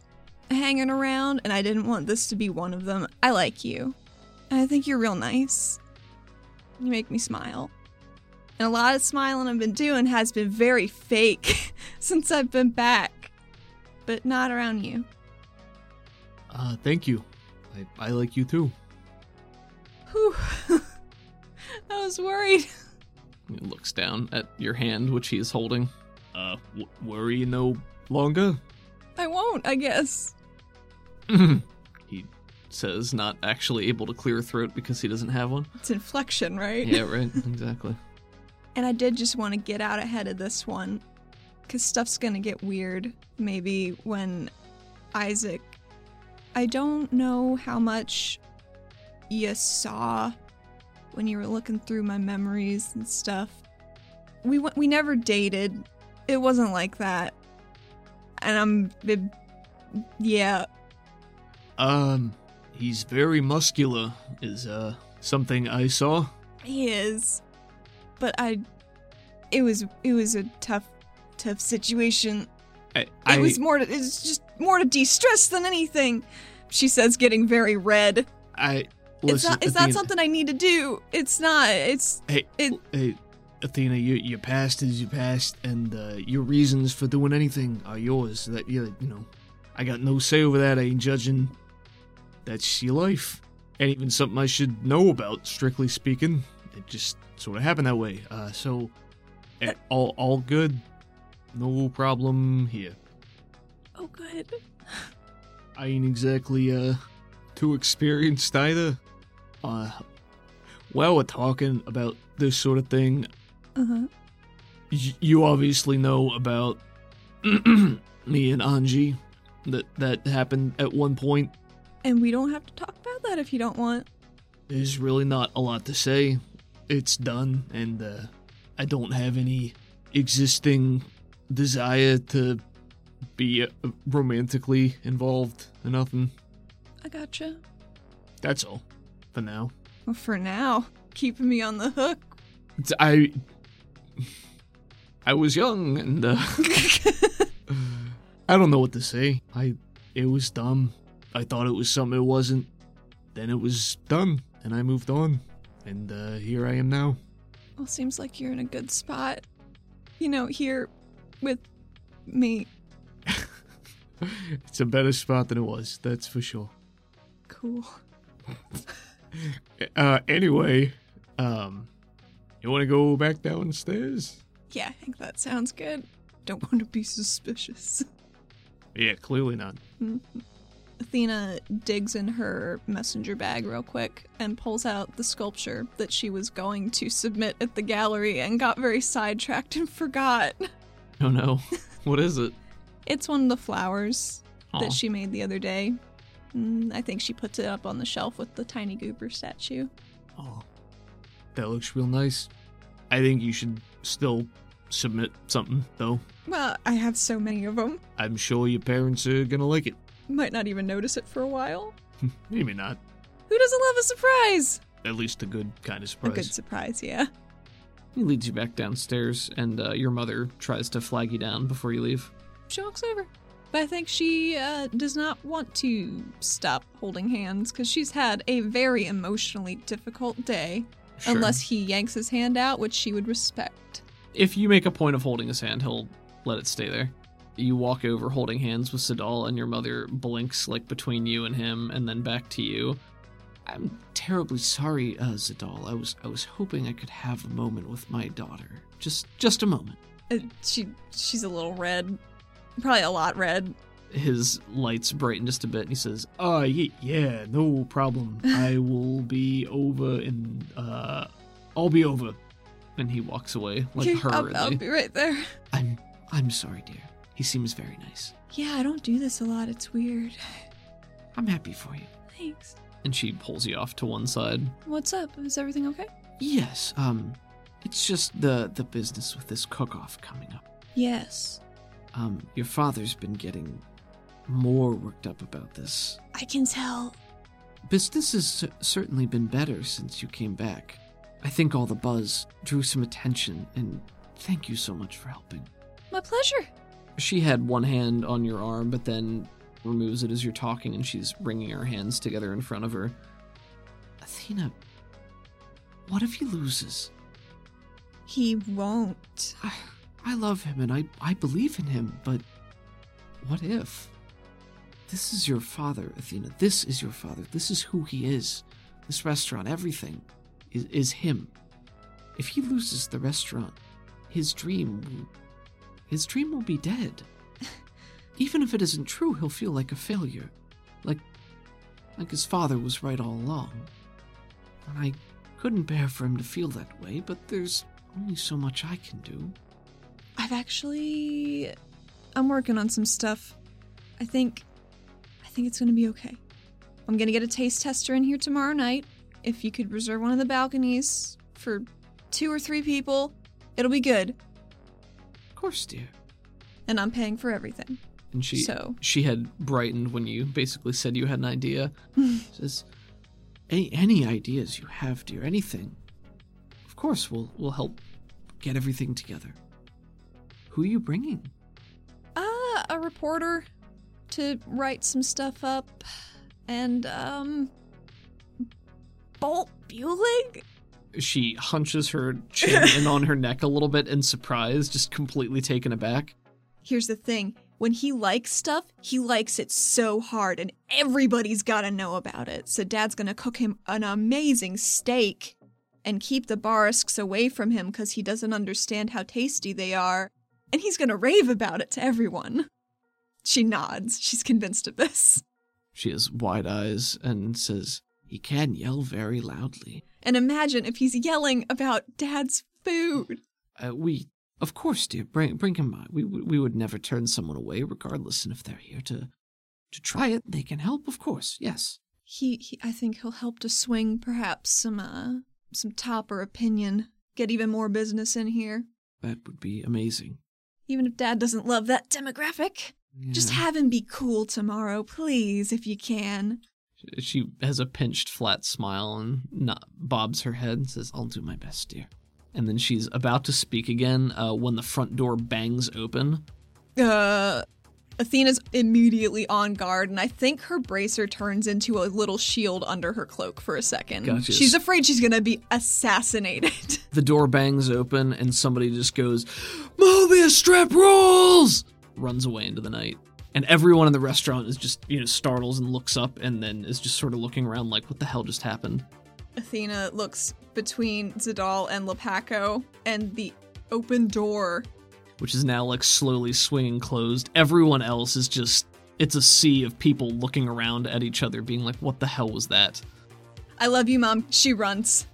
hanging around, and I didn't want this to be one of them. I like you, and I think you're real nice. You make me smile. And a lot of smiling I've been doing has been very fake since I've been back, but not around you. Uh, thank you. I, I like you too. Whew. I was worried. He looks down at your hand, which he is holding. Uh, w- worry no longer? I won't, I guess. he says, not actually able to clear a throat because he doesn't have one. It's inflection, right? Yeah, right, exactly. And I did just want to get out ahead of this one because stuff's going to get weird maybe when Isaac. I don't know how much you saw when you were looking through my memories and stuff. We went, we never dated. It wasn't like that. And I'm it- yeah, Um, he's very muscular, is, uh, something I saw. he is. But I it was it was a tough tough situation. I, It was more to, it's just more to de-stress than anything. She says, getting very red. I, it's not. It's not something I need to do. It's not. It's Hey, it- hey, Athena, you you passed as you passed, and uh, your reasons for doing anything are yours. That you you know, I got no say over that. I ain't judging. That's your life. Ain't even something I should know about, strictly speaking. It just sort of happened that way. Uh, so, eh, all all good. No problem here. Oh, good. I ain't exactly uh too experienced either. Uh, while we're talking about this sort of thing, Uh uh-huh. huh. y- you obviously know about me and Anji. That that happened at one point. and we don't have to talk about that if you don't want. There's really not a lot to say. It's done, and uh, I don't have any existing desire to be uh, romantically involved or nothing. I gotcha. That's all for now. Well, for now, keeping me on the hook. It's- I I was young and uh, I don't know what to say. I it was dumb. I thought it was something it wasn't. Then it was done and I moved on. And uh, here I am now. Well, seems like you're in a good spot. You know, here with me. It's a better spot than it was, that's for sure. Cool. Uh anyway, um you want to go back downstairs? Yeah, I think that sounds good. Don't want to be suspicious. Yeah, clearly not. Athena digs in her messenger bag real quick and pulls out the sculpture that she was going to submit at the gallery and got very sidetracked and forgot. Oh no. What is it? It's one of the flowers Aw. that she made the other day. Mm, I think she puts it up on the shelf with the tiny goober statue. Oh, that looks real nice. I think you should still submit something, though. Well, I have so many of them. I'm sure your parents are gonna like it. Might not even notice it for a while. Maybe not. Who doesn't love a surprise? At least a good kind of A good surprise. surprise, yeah. He leads you back downstairs, and uh, your mother tries to flag you down before you leave. She walks over. But I think she uh, does not want to stop holding hands because she's had a very emotionally difficult day. Sure. Unless he yanks his hand out, which she would respect. if you make a point of holding his hand, he'll let it stay there. You walk over holding hands with Sidal, and your mother blinks like between you and him, and then back to you. I'm terribly sorry, uh, Sidal. I was I was hoping I could have a moment with my daughter. Just just a moment. Uh, she she's a little red, probably a lot red. His lights brighten just a bit, and he says, Uh, ye- yeah, no problem. I will be over in, uh, I'll be over. and he walks away like Here, I'll, hurriedly. I'll be right there. I'm I'm sorry, dear. He seems very nice. Yeah, I don't do this a lot. It's weird. I'm happy for you. Thanks. And she pulls you off to one side. What's up? Is everything okay? Yes, um, it's just the the business with this cook-off coming up. Yes. Um, your father's been getting more worked up about this. I can tell. Business has cer- certainly been better since you came back. I think all the buzz drew some attention, and thank you so much for helping. My pleasure. She had one hand on your arm, but then removes it as you're talking, and she's bringing her hands together in front of her. Athena, what if he loses? He won't. I, I love him and I, I believe in him, but what if? This is your father, Athena. This is your father. This is who he is. This restaurant, everything is, is him. If he loses the restaurant, his dream will, his dream will be dead. Even if it isn't true, he'll feel like a failure. Like like his father was right all along. And I couldn't bear for him to feel that way, but there's only so much I can do. I've actually I'm working on some stuff. I think I think it's going to be okay. I'm going to get a taste tester in here tomorrow night. If you could reserve one of the balconies for two or three people, it'll be good. Of course, dear. And I'm paying for everything. And she So- she had brightened when you basically said you had an idea. Says, any, any ideas you have, dear, anything. Of course, we'll we'll help get everything together. Who are you bringing? Uh, a reporter to write some stuff up and um Bolt Bulig? She hunches her chin in on her neck a little bit in surprise, just completely taken aback. Here's the thing when he likes stuff, he likes it so hard, and everybody's gotta know about it. So dad's gonna cook him an amazing steak and keep the barisks away from him because he doesn't understand how tasty they are, and he's gonna rave about it to everyone. She nods. She's convinced of this. She has wide eyes and says, He can yell very loudly. And imagine if he's yelling about dad's food. Uh, we, of course, dear, bring, bring him by. We, w- we would never turn someone away, regardless, and if they're here to, to try it, they can help, of course, yes. He, he I think he'll help to swing perhaps some uh some topper opinion, get even more business in here. That would be amazing. Even if dad doesn't love that demographic. Just Yeah. have him be cool tomorrow, please, if you can. She has a pinched, flat smile and not, bobs her head and says, I'll do my best, dear. And then she's about to speak again uh, when the front door bangs open. Uh Athena's immediately on guard, and I think her bracer turns into a little shield under her cloak for a second. Gotcha. She's afraid she's gonna be assassinated. The door bangs open and somebody just goes, Mobius strip rules! Runs away into the night. And everyone in the restaurant is just, you know, startles and looks up and then is just sort of looking around like, what the hell just happened? Athena looks between Zidal and Lepaco and the open door. Which is now like slowly swinging closed. Everyone else is just, it's a sea of people looking around at each other, being like, what the hell was that? I love you, Mom. She runs.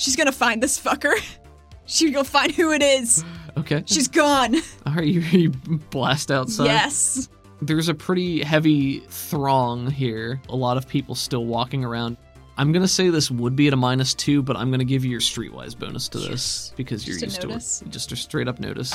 She's gonna find this fucker. She'll go find who it is. Okay. She's gone. All right, you, you blast outside. Yes. There's a pretty heavy throng here. A lot of people still walking around. I'm going to say this would be at a minus two, but I'm going to give you your streetwise bonus to this because you're Just a used notice. to it. Just a straight up notice.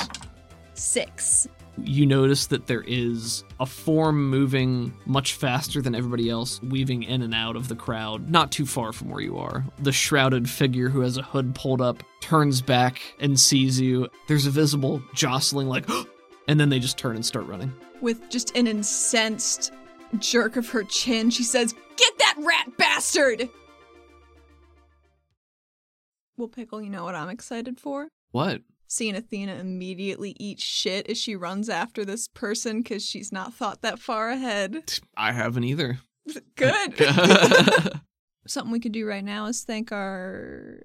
Six. You notice that there is a form moving much faster than everybody else, weaving in and out of the crowd, not too far from where you are. The shrouded figure who has a hood pulled up turns back and sees you. There's a visible jostling, like, and then they just turn and start running. With just an incensed jerk of her chin, she says, Get that rat bastard! Well, Pickle, you know what I'm excited for? What? Seeing Athena immediately eat shit as she runs after this person because she's not thought that far ahead. I haven't either. Good. Something we could do right now is thank our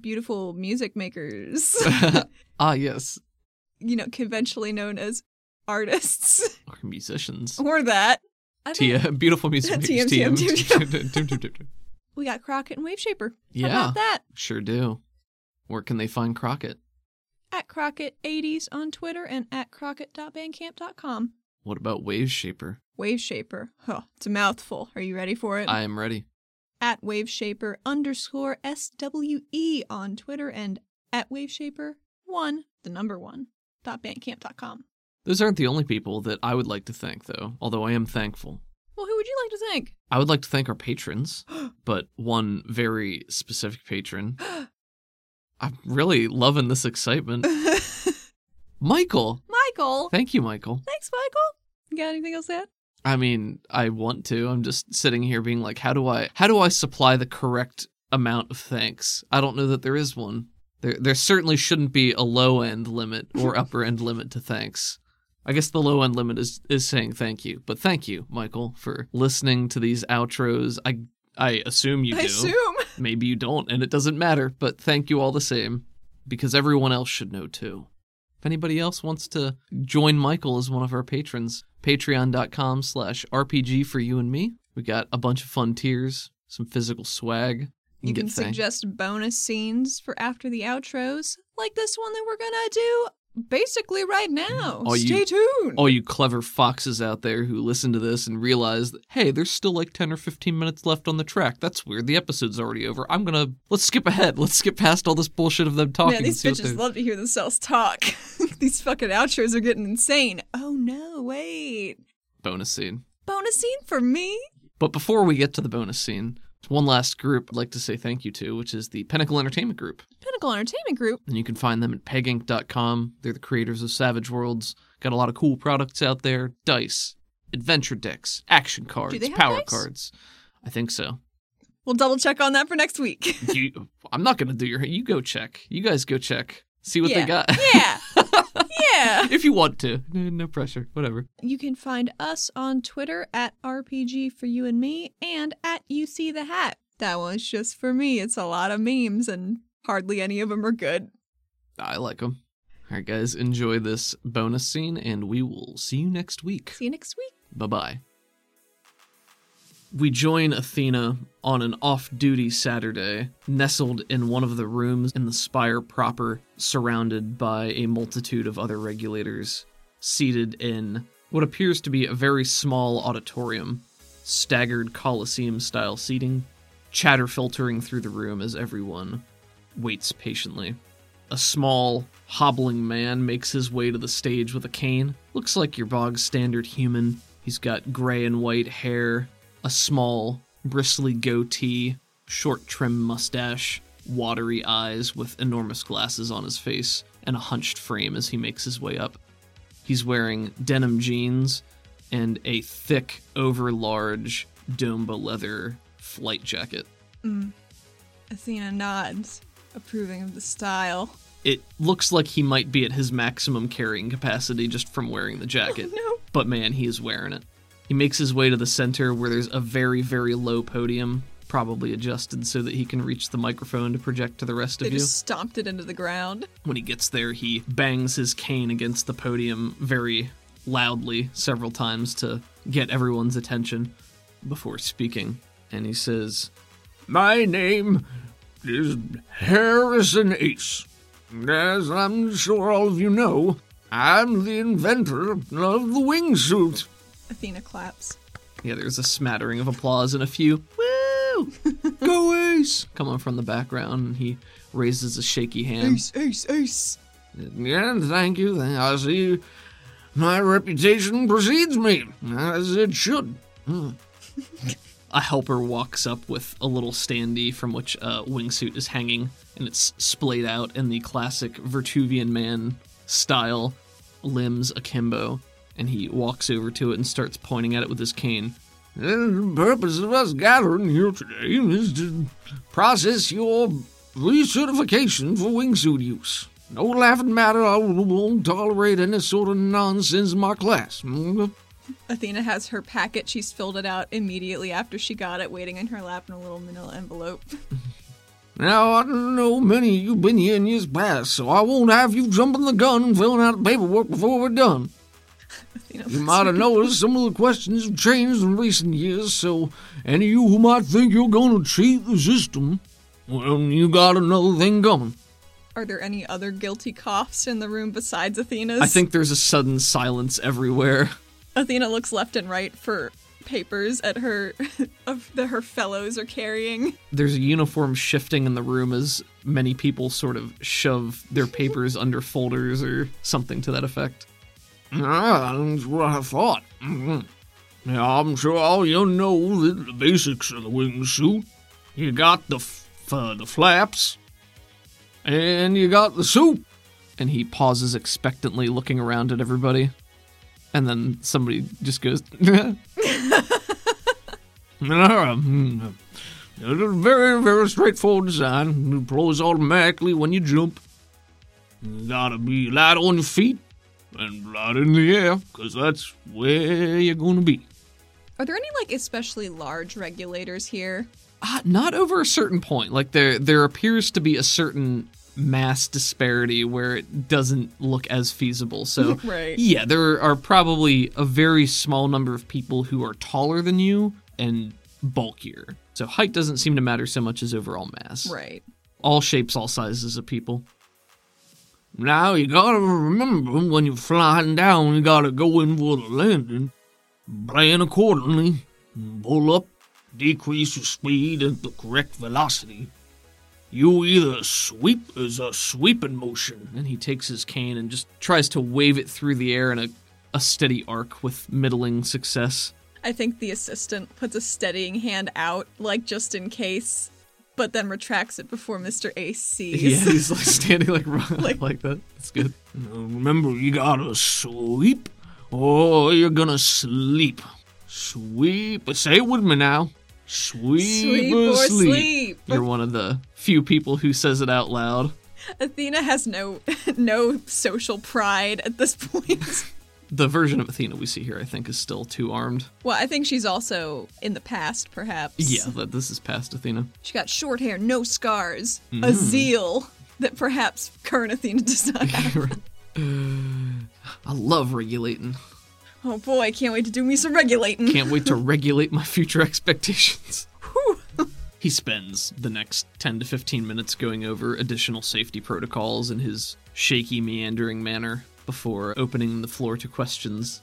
beautiful music makers, ah, yes. you know, conventionally known as artists, Our musicians. or that. I think Tia, beautiful music. TM, TM. TM, TM, TM, TM, TM. we got Crockett and Waveshaper. How Yeah, about that? sure do. Where can they find Crockett? At Crockett80s on Twitter and at Crockett.bandcamp.com. What about Wave Shaper? Waveshaper. Huh, it's a mouthful. Are you ready for it? I am ready. at Waveshaper underscore SWE on Twitter and at Waveshaper1, the number one, dot bandcamp.com. Those aren't the only people that I would like to thank, though, although I am thankful. Well, who would you like to thank? I would like to thank our patrons, but one very specific patron. I'm really loving this excitement. Michael! Michael. Thank you, Michael. Thanks, Michael. You got anything else to add? I mean, I want to. I'm just sitting here being like, how do I how do I supply the correct amount of thanks? I don't know that there is one. There there certainly shouldn't be a low end limit or upper end limit to thanks. I guess the low end limit is is saying thank you. But thank you, Michael, for listening to these outros. I I assume you I do. assume. Maybe you don't, and it doesn't matter, but thank you all the same. Because everyone else should know too. If anybody else wants to join Michael as one of our patrons, patreon.com slash RPG for you and me. We got a bunch of fun tiers, some physical swag. You can thanked. suggest bonus scenes for after the outros, like this one that we're going to do basically right now. All you- Stay tuned. all you clever foxes out there who listen to this and realize that, hey, there's still like 10 or 15 minutes left on the track. That's weird. The episode's already over. I'm going to, let's skip ahead. Let's skip past all this bullshit of them talking. Man, and these see what bitches they're- love to hear themselves talk. these fucking outros are getting insane. Oh no, wait. bonus scene. Bonus scene for me? But before we get to the bonus scene, there's one last group I'd like to say thank you to, which is the Pinnacle Entertainment Group. Pinnacle Entertainment Group. And you can find them at peginc.com. They're the creators of Savage Worlds. Got a lot of cool products out there dice, adventure decks, action cards, they have power dice? cards. I think so. We'll double check on that for next week. You, I'm not gonna do your. You go check. You guys go check. See what Yeah. they got. yeah. yeah. if you want to, no, no pressure. Whatever. You can find us on Twitter at RPG for you and me and at you see the hat. That one's just for me. It's a lot of memes and hardly any of them are good. I like them. All right, guys, enjoy this bonus scene, and we will see you next week. See you next week. Bye bye. We join Athena on an off duty Saturday, nestled in one of the rooms in the spire proper, surrounded by a multitude of other regulators, seated in what appears to be a very small auditorium, staggered Colosseum style seating, chatter filtering through the room as everyone waits patiently. A small, hobbling man makes his way to the stage with a cane. Looks like your bog standard human. He's got gray and white hair, a small, bristly goatee, short trim mustache, watery eyes with enormous glasses on his face, and a hunched frame as he makes his way up. He's wearing denim jeans and a thick, overlarge Domba leather flight jacket. Athena nods, approving of the style. it looks like he might be at his maximum carrying capacity just from wearing the jacket. no. But man, he is wearing it. He makes his way to the center where there's a very, very low podium, probably adjusted so that he can reach the microphone to project to the rest They of you. just stomped it into the ground. When he gets there, he bangs his cane against the podium very loudly several times to get everyone's attention before speaking. And he says, My name is Harrison Ace. As I'm sure all of you know, I'm the inventor of the wingsuit. Athena claps. Yeah, there's a smattering of applause and a few woo go ace coming from the background and he raises a shaky hand. ace, ace. And thank you. I see my reputation precedes me, as it should. A helper walks up with a little standee from which a wingsuit is hanging and it's splayed out in the classic Vertuvian man style, limbs akimbo, and he walks over to it and starts pointing at it with his cane. And the purpose of us gathering here today is to process your recertification for wingsuit use. No laughing matter, I won't tolerate any sort of nonsense in my class. Mm, Athena has her packet. She's filled it out immediately after she got it, waiting in her lap in a little manila envelope. Now, I know many of you been here in years past, so I won't have you jumping the gun and filling out the paperwork before we're done. Athena You might have noticed some of the questions have changed in recent years, so any of you who might think you're going to cheat the system, well, you got another thing coming. Are there any other guilty coughs in the room besides Athena's? I think there's a sudden silence everywhere. Athena looks left and right for papers at her of that her fellows are carrying. there's a uniform shifting in the room as many people sort of shove their papers under folders or something to that effect. Ah, that's what I thought. Mhm. Now, I'm sure all you know that the basics of the wingsuit. You got the f- uh, the flaps, and you got the suit. And he pauses expectantly, looking around at everybody. And then somebody just goes, Ah, mhm. It's a very, very straightforward design. It blows automatically when you jump. You gotta be light on your feet and light in the air, 'cause that's where you're gonna be. Are there any like especially large regulators here? ah, not over a certain point. Like there, there appears to be a certain mass disparity where it doesn't look as feasible. So Right. yeah, there are probably a very small number of people who are taller than you and bulkier. So height doesn't seem to matter so much as overall mass. Right. All shapes, all sizes of people. Now you gotta remember when you're flying down, you gotta go in for the landing, plan accordingly, pull up, decrease your speed at the correct velocity. You either sweep as a sweeping motion. And he takes his cane and just tries to wave it through the air in a, a steady arc with middling success. I think the assistant puts a steadying hand out, like just in case, but then retracts it before Mr. Ace Yeah, sees. he's like standing like like, like that. That's good. Remember, you gotta sweep, or you're gonna sleep. Sweep. Say it with me now. Sweet, Sleep or sleep. You're one of the few people who says it out loud. Athena has no no social pride at this point. The version of Athena we see here, I think, is still two armed. well, I think she's also in the past, perhaps. Yeah, that this is past Athena. She got short hair, no scars, Mm-hmm. a zeal that perhaps current Athena does not have. I love regulating. oh boy, can't wait to do me some regulating. Can't wait to regulate my future expectations. he spends the next 10 to 15 minutes going over additional safety protocols in his shaky, meandering manner before opening the floor to questions.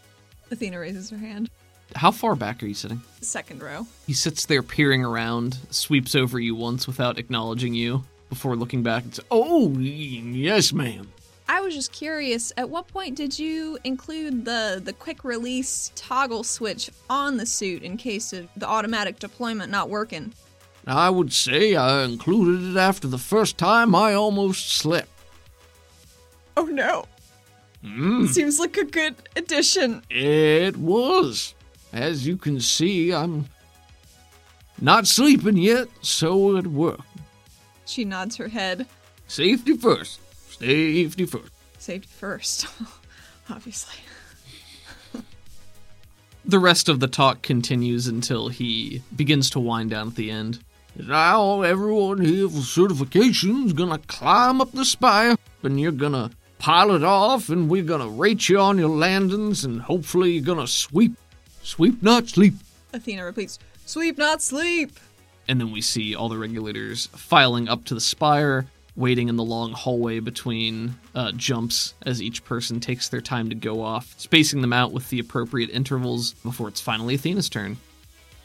Athena raises her hand. How far back are you sitting? Second row. He sits there peering around, sweeps over you once without acknowledging you, before looking back and says, Oh, y- yes, ma'am. I was just curious, at what point did you include the the quick release toggle switch on the suit in case of the automatic deployment not working? I would say I included it after the first time I almost slept. Oh no. Seems like a good addition. It was. As you can see, I'm not sleeping yet, so it worked. She nods her head. Safety first. Safety first. Safety first. Obviously. The rest of the talk continues until he begins to wind down at the end. Now everyone here for certification's gonna climb up the spire, and you're gonna pilot off, and we're gonna rate you on your landings, and hopefully you're gonna sweep, sweep not sleep. Athena repeats, Sweep not sleep. And then we see all the regulators filing up to the spire, waiting in the long hallway between uh, jumps as each person takes their time to go off, spacing them out with the appropriate intervals before it's finally Athena's turn.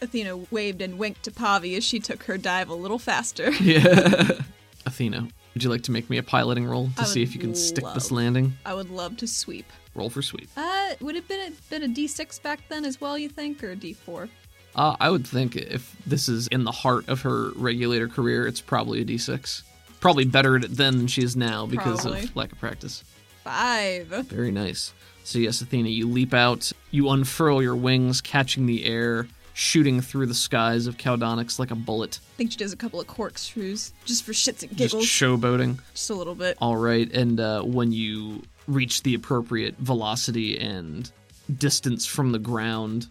Athena waved and winked to Pavi as she took her dive a little faster. Athena, would you like to make me a piloting roll to I see would if you can stick this love- landing? I would love to sweep. Roll for sweep. Uh, would it been a, been a D6 back then as well, you think, or a D4? Uh, I would think if this is in the heart of her regulator career, it's probably a d6. Probably better at it then than she is now because Probably. of lack of practice. Five. Very nice. So, yes, Athena, you leap out, you unfurl your wings, catching the air, shooting through the skies of Caldonix like a bullet, I think she does a couple of corkscrews just for shits and just giggles, just, showboating. a little bit. All right, and uh, when you reach the appropriate velocity and distance from the ground,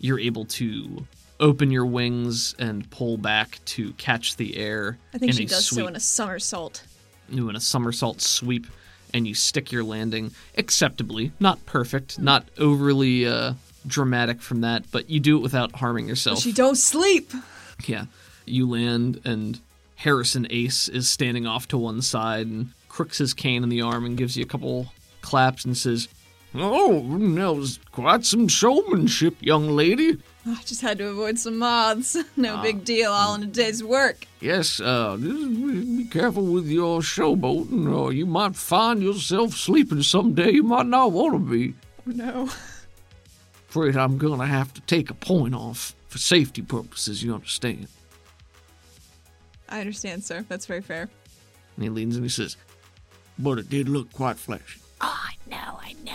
you're able to open your wings and pull back to catch the air. I think in she a does sweep. so in a somersault. you in a somersault sweep and you stick your landing acceptably, not perfect, not overly uh, dramatic from that, but you do it without harming yourself. She don't sleep. yeah. You land and Harrison Ace is standing off to one side and crooks his cane in the arm and gives you a couple claps and says, Oh, that was quite some showmanship, young lady. Oh, I just had to avoid some moths. No big deal, all in a day's work. Yes, uh, just be careful with your showboating, or you might find yourself sleeping someday you might not want to be. Oh no. Afraid I'm gonna have to take a point off for safety purposes, you understand? I understand, sir. That's very fair. and he leans and he says, But it did look quite flashy. Oh, I know, I know.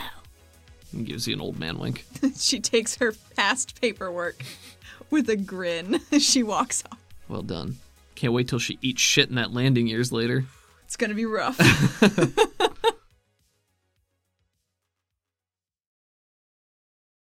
and gives you an old man wink. she takes her past paperwork with a grin as she walks off. well done. Can't wait till she eats shit in that landing years later. It's gonna be rough.